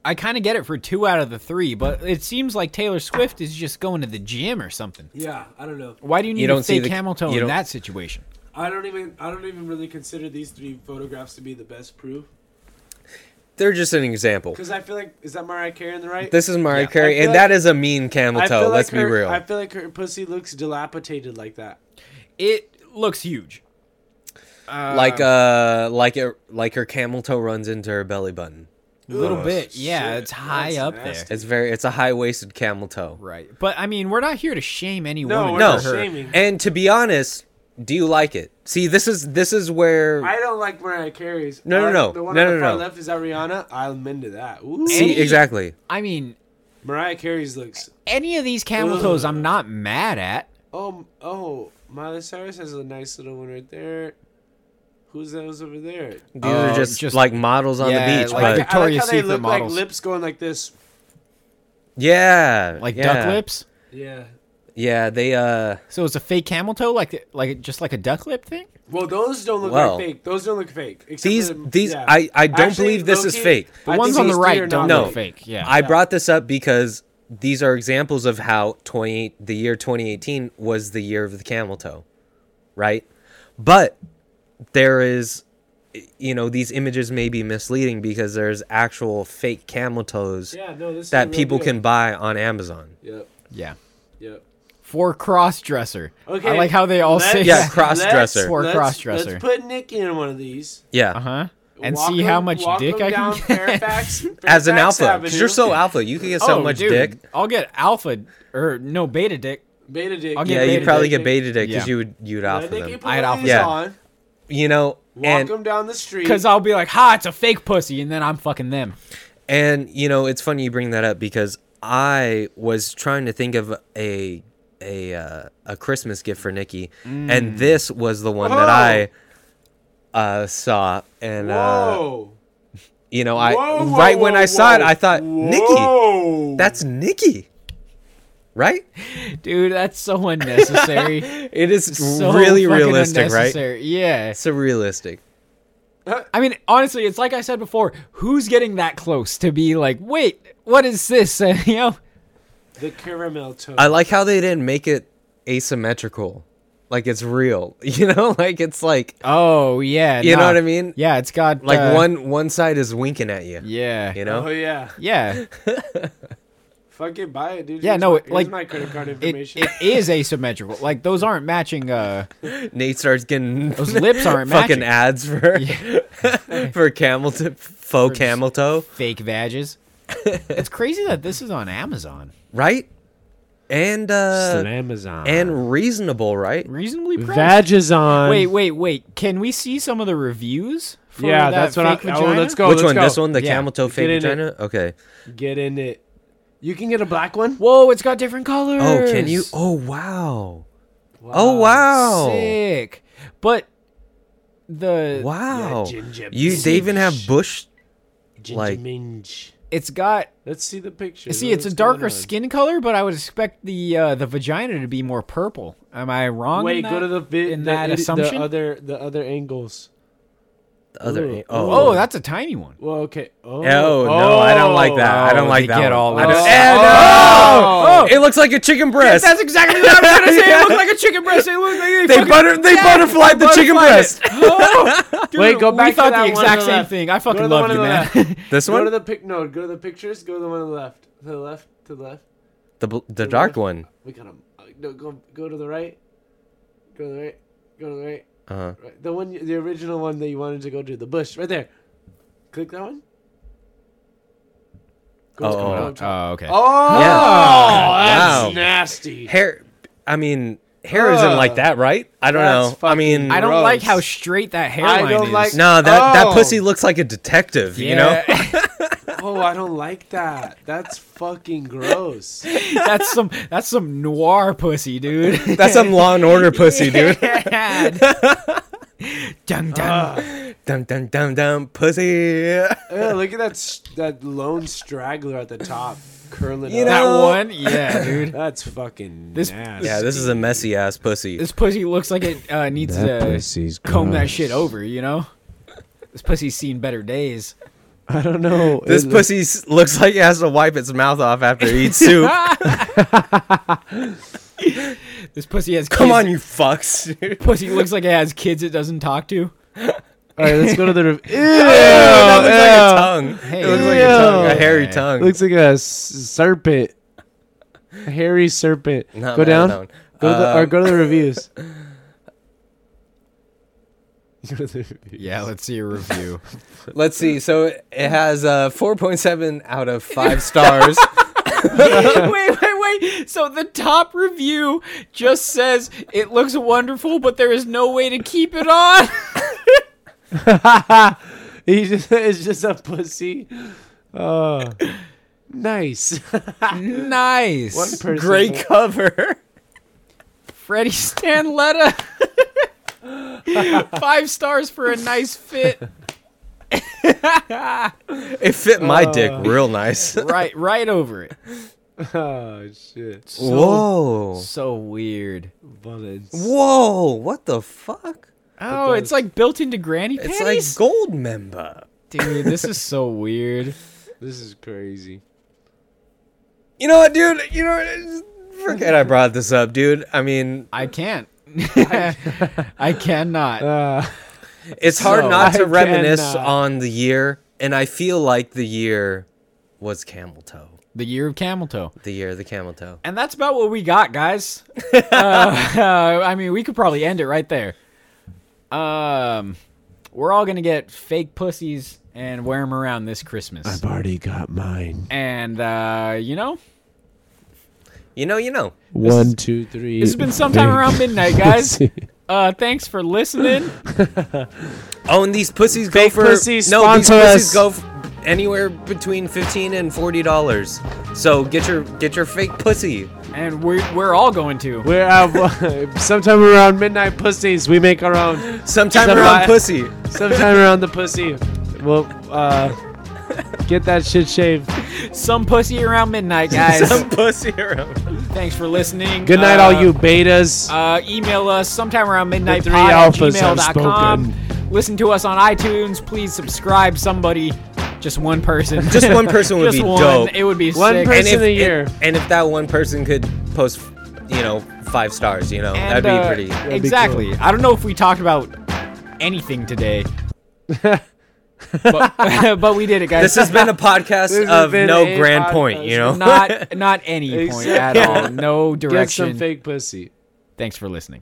[SPEAKER 2] I kind of get it for two out of the three, but it seems like Taylor Swift is just going to the gym or something.
[SPEAKER 4] Yeah, I don't know.
[SPEAKER 2] Why do you need
[SPEAKER 1] don't
[SPEAKER 2] to
[SPEAKER 1] see
[SPEAKER 2] fake
[SPEAKER 1] the-
[SPEAKER 2] camel toe
[SPEAKER 1] you
[SPEAKER 2] in
[SPEAKER 1] don't-
[SPEAKER 2] that situation?
[SPEAKER 4] I don't even I don't even really consider these three photographs to be the best proof
[SPEAKER 1] They're just an example.
[SPEAKER 4] because I feel like is that Mariah Carey in the right?
[SPEAKER 1] This is Mariah
[SPEAKER 2] Yeah.
[SPEAKER 1] Carey,
[SPEAKER 4] I feel
[SPEAKER 1] and
[SPEAKER 4] like-
[SPEAKER 1] that is a mean camel
[SPEAKER 4] I
[SPEAKER 1] toe.
[SPEAKER 4] feel like
[SPEAKER 1] let's
[SPEAKER 4] her-
[SPEAKER 1] be real.
[SPEAKER 4] I feel like her pussy looks dilapidated like that.
[SPEAKER 2] It looks huge.
[SPEAKER 1] like uh, like it, like her camel toe runs into her belly button.
[SPEAKER 2] A little
[SPEAKER 4] Ugh,
[SPEAKER 2] bit. Yeah,
[SPEAKER 4] shit,
[SPEAKER 2] it's high
[SPEAKER 4] that's
[SPEAKER 2] up
[SPEAKER 4] nasty.
[SPEAKER 2] there.
[SPEAKER 1] It's very, it's a high waisted camel toe.
[SPEAKER 2] Right. But I mean, we're not here to shame any
[SPEAKER 4] No,
[SPEAKER 2] woman
[SPEAKER 4] we're
[SPEAKER 1] No,
[SPEAKER 4] not
[SPEAKER 2] for her.
[SPEAKER 4] shaming.
[SPEAKER 1] and to be honest, do you like it? See, this is this is where
[SPEAKER 4] I don't like Mariah Carey's.
[SPEAKER 1] No, no,
[SPEAKER 4] I like
[SPEAKER 1] no.
[SPEAKER 4] The one
[SPEAKER 1] No,
[SPEAKER 4] on the
[SPEAKER 1] no,
[SPEAKER 4] far
[SPEAKER 1] no.
[SPEAKER 4] left is that Rihanna. I'm into that. Ooh.
[SPEAKER 1] see
[SPEAKER 2] Any-
[SPEAKER 1] exactly.
[SPEAKER 2] I mean,
[SPEAKER 4] Mariah Carey's looks.
[SPEAKER 2] any of these camel toes, I'm not mad at.
[SPEAKER 4] Oh, oh, Miley Cyrus has a nice little one right there. Who's those over there?
[SPEAKER 1] These
[SPEAKER 2] Uh,
[SPEAKER 1] are just,
[SPEAKER 2] just-
[SPEAKER 1] like models on
[SPEAKER 2] yeah,
[SPEAKER 1] the beach,
[SPEAKER 2] like-
[SPEAKER 1] but
[SPEAKER 4] I like
[SPEAKER 2] Victoria's
[SPEAKER 4] how they
[SPEAKER 2] Secret
[SPEAKER 4] look
[SPEAKER 2] models.
[SPEAKER 4] like lips going like this.
[SPEAKER 1] yeah,
[SPEAKER 2] Like
[SPEAKER 1] yeah,
[SPEAKER 2] duck lips.
[SPEAKER 4] Yeah.
[SPEAKER 1] Yeah, they uh,
[SPEAKER 2] So it's a fake camel toe, like like just like a duck lip thing.
[SPEAKER 4] Well, those don't look
[SPEAKER 1] Well,
[SPEAKER 4] like fake. Those don't look fake. Except
[SPEAKER 1] these-
[SPEAKER 4] for the-
[SPEAKER 1] these- I- I don't believe this is
[SPEAKER 4] low-key,
[SPEAKER 1] fake. The
[SPEAKER 2] The
[SPEAKER 4] I
[SPEAKER 2] ones
[SPEAKER 4] think
[SPEAKER 2] on the
[SPEAKER 4] these three
[SPEAKER 2] right
[SPEAKER 4] are
[SPEAKER 2] don't
[SPEAKER 4] not
[SPEAKER 1] No.
[SPEAKER 2] look fake. Yeah.
[SPEAKER 1] I brought this up because these are examples of how 20, the year 2018 was the year of the camel toe, right? But there is, you know, these images may be misleading because there's actual fake camel toes
[SPEAKER 4] Yeah, no, this is a
[SPEAKER 1] that
[SPEAKER 4] real
[SPEAKER 1] people
[SPEAKER 4] deal.
[SPEAKER 1] can buy on Amazon.
[SPEAKER 4] Yep,
[SPEAKER 2] yeah.
[SPEAKER 4] yep.
[SPEAKER 2] For cross dresser.
[SPEAKER 4] Okay.
[SPEAKER 2] I like how they all
[SPEAKER 4] let's-
[SPEAKER 2] say (laughs)
[SPEAKER 1] Yeah,
[SPEAKER 2] that.
[SPEAKER 1] cross-dresser.
[SPEAKER 4] let's-
[SPEAKER 2] Or
[SPEAKER 4] let's-
[SPEAKER 2] cross-dresser.
[SPEAKER 4] Let's put Nick in one of these.
[SPEAKER 1] Yeah.
[SPEAKER 2] Uh-huh. And
[SPEAKER 4] walk
[SPEAKER 2] see how
[SPEAKER 4] him-
[SPEAKER 2] much
[SPEAKER 4] walk
[SPEAKER 2] dick
[SPEAKER 4] him
[SPEAKER 2] I
[SPEAKER 4] down
[SPEAKER 2] can (laughs) get.
[SPEAKER 4] Fairfax,
[SPEAKER 1] As an
[SPEAKER 4] Fairfax
[SPEAKER 1] alpha, because you're
[SPEAKER 4] Avenue.
[SPEAKER 1] so alpha, you can get so much
[SPEAKER 2] Oh, dude,
[SPEAKER 1] dick.
[SPEAKER 2] I'll get alpha or no beta
[SPEAKER 4] (laughs)
[SPEAKER 2] dick.
[SPEAKER 4] beta dick.
[SPEAKER 2] I'll get
[SPEAKER 1] Yeah,
[SPEAKER 2] beta
[SPEAKER 1] you'd probably
[SPEAKER 2] dick.
[SPEAKER 1] get baited it
[SPEAKER 2] Yeah.
[SPEAKER 1] because you would you'd
[SPEAKER 4] Yeah,
[SPEAKER 1] alpha
[SPEAKER 4] Nick, you
[SPEAKER 1] them.
[SPEAKER 4] put
[SPEAKER 2] I'd
[SPEAKER 4] one of
[SPEAKER 2] alpha
[SPEAKER 4] these
[SPEAKER 1] them.
[SPEAKER 4] on,
[SPEAKER 1] You know,
[SPEAKER 4] walk
[SPEAKER 1] and
[SPEAKER 4] him down the street.
[SPEAKER 2] Because I'll be like, ha, it's a fake pussy, and then I'm fucking them.
[SPEAKER 1] And you know, it's funny you bring that up because I was trying to think of a a uh, a Christmas gift for Nikki,
[SPEAKER 4] Mm.
[SPEAKER 1] and this was the one that I uh, saw, and uh,
[SPEAKER 4] Whoa.
[SPEAKER 1] you know, I
[SPEAKER 4] Whoa, whoa,
[SPEAKER 1] right when
[SPEAKER 4] whoa,
[SPEAKER 1] I saw it,
[SPEAKER 4] whoa.
[SPEAKER 1] I thought Nikki,
[SPEAKER 4] Whoa.
[SPEAKER 1] that's Nikki, right?
[SPEAKER 2] Dude, that's
[SPEAKER 4] (laughs)
[SPEAKER 2] so unnecessary.
[SPEAKER 1] It is
[SPEAKER 2] so
[SPEAKER 1] really
[SPEAKER 2] fucking
[SPEAKER 1] realistic, right?
[SPEAKER 2] unnecessary. Yeah.
[SPEAKER 1] Surrealistic.
[SPEAKER 2] I mean, honestly, it's like I said before. Who's getting that close to be like, wait, what is this? (laughs) you know?
[SPEAKER 4] the caramel toe.
[SPEAKER 1] I like how they didn't make it asymmetrical, like it's real. (laughs) You know, like it's like
[SPEAKER 2] Oh yeah.
[SPEAKER 1] You know
[SPEAKER 2] nah.
[SPEAKER 1] what I mean?
[SPEAKER 2] Yeah, it's got
[SPEAKER 1] like
[SPEAKER 2] uh,
[SPEAKER 1] one one side is winking at you.
[SPEAKER 2] Yeah.
[SPEAKER 1] You
[SPEAKER 4] Oh
[SPEAKER 1] know,
[SPEAKER 4] yeah.
[SPEAKER 2] Yeah.
[SPEAKER 4] Fucking buy it, dude.
[SPEAKER 2] Yeah,
[SPEAKER 4] Here's
[SPEAKER 2] no,
[SPEAKER 4] my,
[SPEAKER 2] it- like,
[SPEAKER 4] here's my credit card
[SPEAKER 2] It,
[SPEAKER 4] information.
[SPEAKER 2] it is asymmetrical. Like those aren't matching. Uh,
[SPEAKER 1] Nate starts getting
[SPEAKER 2] those lips
[SPEAKER 1] (laughs)
[SPEAKER 2] aren't
[SPEAKER 1] fucking
[SPEAKER 2] matching.
[SPEAKER 1] ads for (laughs) for camel to faux
[SPEAKER 2] For-
[SPEAKER 1] camel toe,
[SPEAKER 2] Fake vages. it's crazy that this is on Amazon.
[SPEAKER 1] right? And uh
[SPEAKER 12] Slamazon.
[SPEAKER 1] and reasonable, right?
[SPEAKER 2] Reasonably priced.
[SPEAKER 12] Vagazon.
[SPEAKER 2] Wait, wait, wait. Can we see some of the reviews? For
[SPEAKER 12] Yeah,
[SPEAKER 2] that
[SPEAKER 12] that's what I-
[SPEAKER 2] fake
[SPEAKER 12] oh,
[SPEAKER 2] vagina?
[SPEAKER 12] let's go.
[SPEAKER 1] Which
[SPEAKER 12] let's
[SPEAKER 1] one?
[SPEAKER 12] go.
[SPEAKER 1] This one, the
[SPEAKER 2] Yeah.
[SPEAKER 1] camel toe fake
[SPEAKER 12] in it.
[SPEAKER 1] vagina. Okay.
[SPEAKER 12] Get in it. You can get a black one.
[SPEAKER 2] Whoa, it's got different colors.
[SPEAKER 1] Oh, can you? Oh, wow. Oh, wow.
[SPEAKER 2] Sick. But the
[SPEAKER 1] Wow.
[SPEAKER 4] ginger
[SPEAKER 1] you they even have bush.
[SPEAKER 4] Ginger
[SPEAKER 1] like-
[SPEAKER 4] minge.
[SPEAKER 2] it's got
[SPEAKER 4] Let's see the picture.
[SPEAKER 2] see
[SPEAKER 4] Look
[SPEAKER 2] it's a
[SPEAKER 4] what's going
[SPEAKER 2] darker
[SPEAKER 4] on.
[SPEAKER 2] skin color, but I would expect the uh, the vagina to be more purple. Am I wrong?
[SPEAKER 4] Wait,
[SPEAKER 2] in
[SPEAKER 4] go
[SPEAKER 2] that-
[SPEAKER 4] to the bit
[SPEAKER 2] in
[SPEAKER 4] the,
[SPEAKER 2] that
[SPEAKER 4] idi-
[SPEAKER 2] assumption.
[SPEAKER 4] The other the other angles.
[SPEAKER 1] The other.
[SPEAKER 4] Ooh.
[SPEAKER 1] Oh.
[SPEAKER 2] oh, that's a tiny one.
[SPEAKER 4] Well, okay. Oh,
[SPEAKER 1] Oh, no, I don't like that. I don't
[SPEAKER 2] Oh,
[SPEAKER 1] like
[SPEAKER 2] they
[SPEAKER 1] that.
[SPEAKER 2] get
[SPEAKER 1] one.
[SPEAKER 2] all
[SPEAKER 1] I don't-
[SPEAKER 2] upset.
[SPEAKER 1] Eh, no!
[SPEAKER 2] Oh!
[SPEAKER 1] It looks like a chicken breast.
[SPEAKER 2] That's exactly what I was gonna say.
[SPEAKER 1] (laughs)
[SPEAKER 2] It looked like a chicken breast. It looked like
[SPEAKER 1] they butter they butterflied the chicken
[SPEAKER 2] (laughs)
[SPEAKER 1] breast.
[SPEAKER 2] Wait,
[SPEAKER 4] go back
[SPEAKER 2] We
[SPEAKER 4] to
[SPEAKER 2] thought
[SPEAKER 4] that
[SPEAKER 2] the
[SPEAKER 4] one on
[SPEAKER 2] exact
[SPEAKER 4] the
[SPEAKER 2] same
[SPEAKER 4] left.
[SPEAKER 2] thing. I
[SPEAKER 4] Go to
[SPEAKER 2] fucking
[SPEAKER 4] the one
[SPEAKER 2] love you,
[SPEAKER 4] on the
[SPEAKER 2] man.
[SPEAKER 4] left.
[SPEAKER 1] This
[SPEAKER 4] Go to
[SPEAKER 1] one,
[SPEAKER 4] the pic. No, go to the pictures. Go to the one on the left. To the left. To the left.
[SPEAKER 1] the bl- the dark
[SPEAKER 4] left.
[SPEAKER 1] one.
[SPEAKER 4] We got them. No, go go to the right. Go to the right. Go to the right.
[SPEAKER 1] Uh-huh.
[SPEAKER 4] right. The one, you- the original one that you wanted to go to, the bush, right there. Click that one. Go
[SPEAKER 1] Oh, (laughs)
[SPEAKER 4] to-
[SPEAKER 1] oh,
[SPEAKER 4] go to-
[SPEAKER 2] Oh, okay.
[SPEAKER 4] oh,
[SPEAKER 1] Yeah.
[SPEAKER 4] that's
[SPEAKER 1] Wow.
[SPEAKER 4] nasty.
[SPEAKER 1] Hair. I mean, hair isn't like
[SPEAKER 4] Ugh.
[SPEAKER 1] that, right? I don't
[SPEAKER 4] That's
[SPEAKER 1] know. I mean,
[SPEAKER 2] I don't like
[SPEAKER 4] gross.
[SPEAKER 2] how straight that hairline
[SPEAKER 4] don't
[SPEAKER 2] is.
[SPEAKER 4] like-
[SPEAKER 1] No, that that
[SPEAKER 4] Oh.
[SPEAKER 1] pussy looks like a detective. (laughs) You (laughs) know.
[SPEAKER 2] Yeah. (laughs)
[SPEAKER 4] Oh, I don't like that. That's fucking gross.
[SPEAKER 2] that's some that's some noir
[SPEAKER 1] (laughs)
[SPEAKER 2] pussy, dude. (laughs)
[SPEAKER 1] That's some Law and Order pussy, dude.
[SPEAKER 4] Uh,
[SPEAKER 2] dun dun.
[SPEAKER 1] Dum dum dum dum pussy.
[SPEAKER 3] Yeah, look at that s- that lone straggler at the top curling
[SPEAKER 1] You
[SPEAKER 3] up.
[SPEAKER 1] know-
[SPEAKER 2] That one, yeah, dude.
[SPEAKER 3] That's fucking
[SPEAKER 2] This-
[SPEAKER 3] nasty.
[SPEAKER 1] Yeah, this is a messy ass pussy.
[SPEAKER 2] This pussy looks like it uh, needs
[SPEAKER 7] That
[SPEAKER 2] to
[SPEAKER 7] pussy's
[SPEAKER 2] comb that
[SPEAKER 7] gross.
[SPEAKER 2] shit over. You know, this pussy's seen better days.
[SPEAKER 4] I don't know.
[SPEAKER 1] This
[SPEAKER 4] It-
[SPEAKER 1] pussy s- looks like it has to wipe its mouth off after it eats soup. (laughs)
[SPEAKER 2] This pussy has.
[SPEAKER 1] Come
[SPEAKER 2] kids.
[SPEAKER 1] on, you fucks. (laughs) dude.
[SPEAKER 2] Pussy looks like it has kids it doesn't talk to.
[SPEAKER 4] All right, let's go
[SPEAKER 1] (laughs)
[SPEAKER 4] to the. Rev-
[SPEAKER 1] that
[SPEAKER 4] Ew,
[SPEAKER 1] looks like a tongue.
[SPEAKER 2] Hey,
[SPEAKER 1] It looks like a tongue, a hairy
[SPEAKER 2] Hey.
[SPEAKER 1] tongue.
[SPEAKER 4] looks like a s- serpent, a hairy serpent.
[SPEAKER 1] Not
[SPEAKER 4] go
[SPEAKER 1] mad at
[SPEAKER 4] down.
[SPEAKER 1] that one.
[SPEAKER 4] Go to the, or
[SPEAKER 1] Um,
[SPEAKER 4] go to the reviews.
[SPEAKER 1] (laughs)
[SPEAKER 4] (laughs) Go to the reviews.
[SPEAKER 2] Yeah, let's see a review.
[SPEAKER 1] Let's see. So it has uh, 4.7 out of 5 (laughs) stars.
[SPEAKER 2] (laughs) wait, wait, wait. So the top review just says it looks wonderful, but there is no way to keep it on.
[SPEAKER 4] He's just, it's just a pussy. Oh, nice.
[SPEAKER 2] (laughs)
[SPEAKER 4] (laughs)
[SPEAKER 2] nice.
[SPEAKER 4] One person.
[SPEAKER 1] Gray cover. (laughs)
[SPEAKER 2] Freddie Stanletta. Five stars for a nice fit.
[SPEAKER 1] It fit my dick
[SPEAKER 4] Uh,
[SPEAKER 1] real nice.
[SPEAKER 2] Right, right over it.
[SPEAKER 4] (laughs) Oh shit.
[SPEAKER 1] (laughs) Whoa.
[SPEAKER 2] So weird.
[SPEAKER 4] Bullets.
[SPEAKER 1] Whoa. What the fuck?
[SPEAKER 2] Oh, it's like built into granny
[SPEAKER 1] It's like
[SPEAKER 2] panties.
[SPEAKER 1] gold member.
[SPEAKER 2] Dude, this is so weird.
[SPEAKER 4] This is crazy.
[SPEAKER 1] You know what, dude? You know what? Forget
[SPEAKER 4] (laughs)
[SPEAKER 1] I brought this up, dude. I mean, (laughs)
[SPEAKER 2] I can't. (laughs) I cannot.
[SPEAKER 4] Uh,
[SPEAKER 1] it's hard
[SPEAKER 2] So-
[SPEAKER 1] not to
[SPEAKER 4] I
[SPEAKER 1] reminisce
[SPEAKER 4] cannot.
[SPEAKER 1] on the year, and I feel like the year was Camel Toe.
[SPEAKER 2] the year of camel toe.
[SPEAKER 1] The year of the Camel Toe.
[SPEAKER 2] And that's about what we got,
[SPEAKER 4] (laughs)
[SPEAKER 2] guys. uh, (laughs) uh, I mean, we could probably end it right there. Um, we're all gonna get fake pussies and wear them around this Christmas.
[SPEAKER 7] I've already got mine.
[SPEAKER 2] And uh, you know,
[SPEAKER 1] You know, you know.
[SPEAKER 4] one, two, three.
[SPEAKER 2] this has been sometime
[SPEAKER 7] Big
[SPEAKER 2] around midnight, guys.
[SPEAKER 7] pussy.
[SPEAKER 2] Uh, thanks for listening.
[SPEAKER 1] Own these pussies go
[SPEAKER 4] Fake
[SPEAKER 1] for
[SPEAKER 4] pussies,
[SPEAKER 1] no.
[SPEAKER 4] sponsor
[SPEAKER 1] these pussies
[SPEAKER 4] us.
[SPEAKER 1] go f- anywhere between fifteen and forty dollars. So get your get your fake pussy.
[SPEAKER 2] And we're we're all going to.
[SPEAKER 4] We're at (laughs) sometime around midnight pussies. We make our own.
[SPEAKER 1] Sometime
[SPEAKER 4] Some
[SPEAKER 1] around
[SPEAKER 4] bi-
[SPEAKER 1] pussy.
[SPEAKER 4] Sometime around the pussy. We'll uh, get that shit shaved.
[SPEAKER 2] (laughs) Some pussy around midnight,
[SPEAKER 4] (laughs)
[SPEAKER 2] guys.
[SPEAKER 1] Some pussy around.
[SPEAKER 2] thanks for listening.
[SPEAKER 4] Good night,
[SPEAKER 2] Uh,
[SPEAKER 4] all you betas.
[SPEAKER 2] Uh, email us sometime around midnight
[SPEAKER 4] three
[SPEAKER 2] at
[SPEAKER 4] alphas have
[SPEAKER 2] gmail.com. Listen to us on iTunes. Please subscribe somebody. Just one person.
[SPEAKER 1] (laughs) Just one person would
[SPEAKER 2] (laughs) Just
[SPEAKER 1] be
[SPEAKER 2] one.
[SPEAKER 1] dope.
[SPEAKER 2] It would be
[SPEAKER 4] One
[SPEAKER 2] sick.
[SPEAKER 4] person- of the year.
[SPEAKER 1] And, and if that one person could post, you know, five stars, you know, that'd
[SPEAKER 2] And,
[SPEAKER 1] be
[SPEAKER 2] uh,
[SPEAKER 1] pretty.
[SPEAKER 4] be
[SPEAKER 2] exactly. I don't know if we talked about anything today.
[SPEAKER 4] (laughs)
[SPEAKER 2] but, (laughs) but we did it, guys.
[SPEAKER 1] This has been a podcast
[SPEAKER 4] has
[SPEAKER 1] of
[SPEAKER 4] been
[SPEAKER 1] no
[SPEAKER 4] a
[SPEAKER 1] grand
[SPEAKER 4] podcast.
[SPEAKER 1] point, you know. (laughs)
[SPEAKER 2] (laughs) not not any point at
[SPEAKER 4] Exactly.
[SPEAKER 2] all. No
[SPEAKER 4] get some
[SPEAKER 2] direction.
[SPEAKER 4] fake pussy.
[SPEAKER 2] Thanks for listening.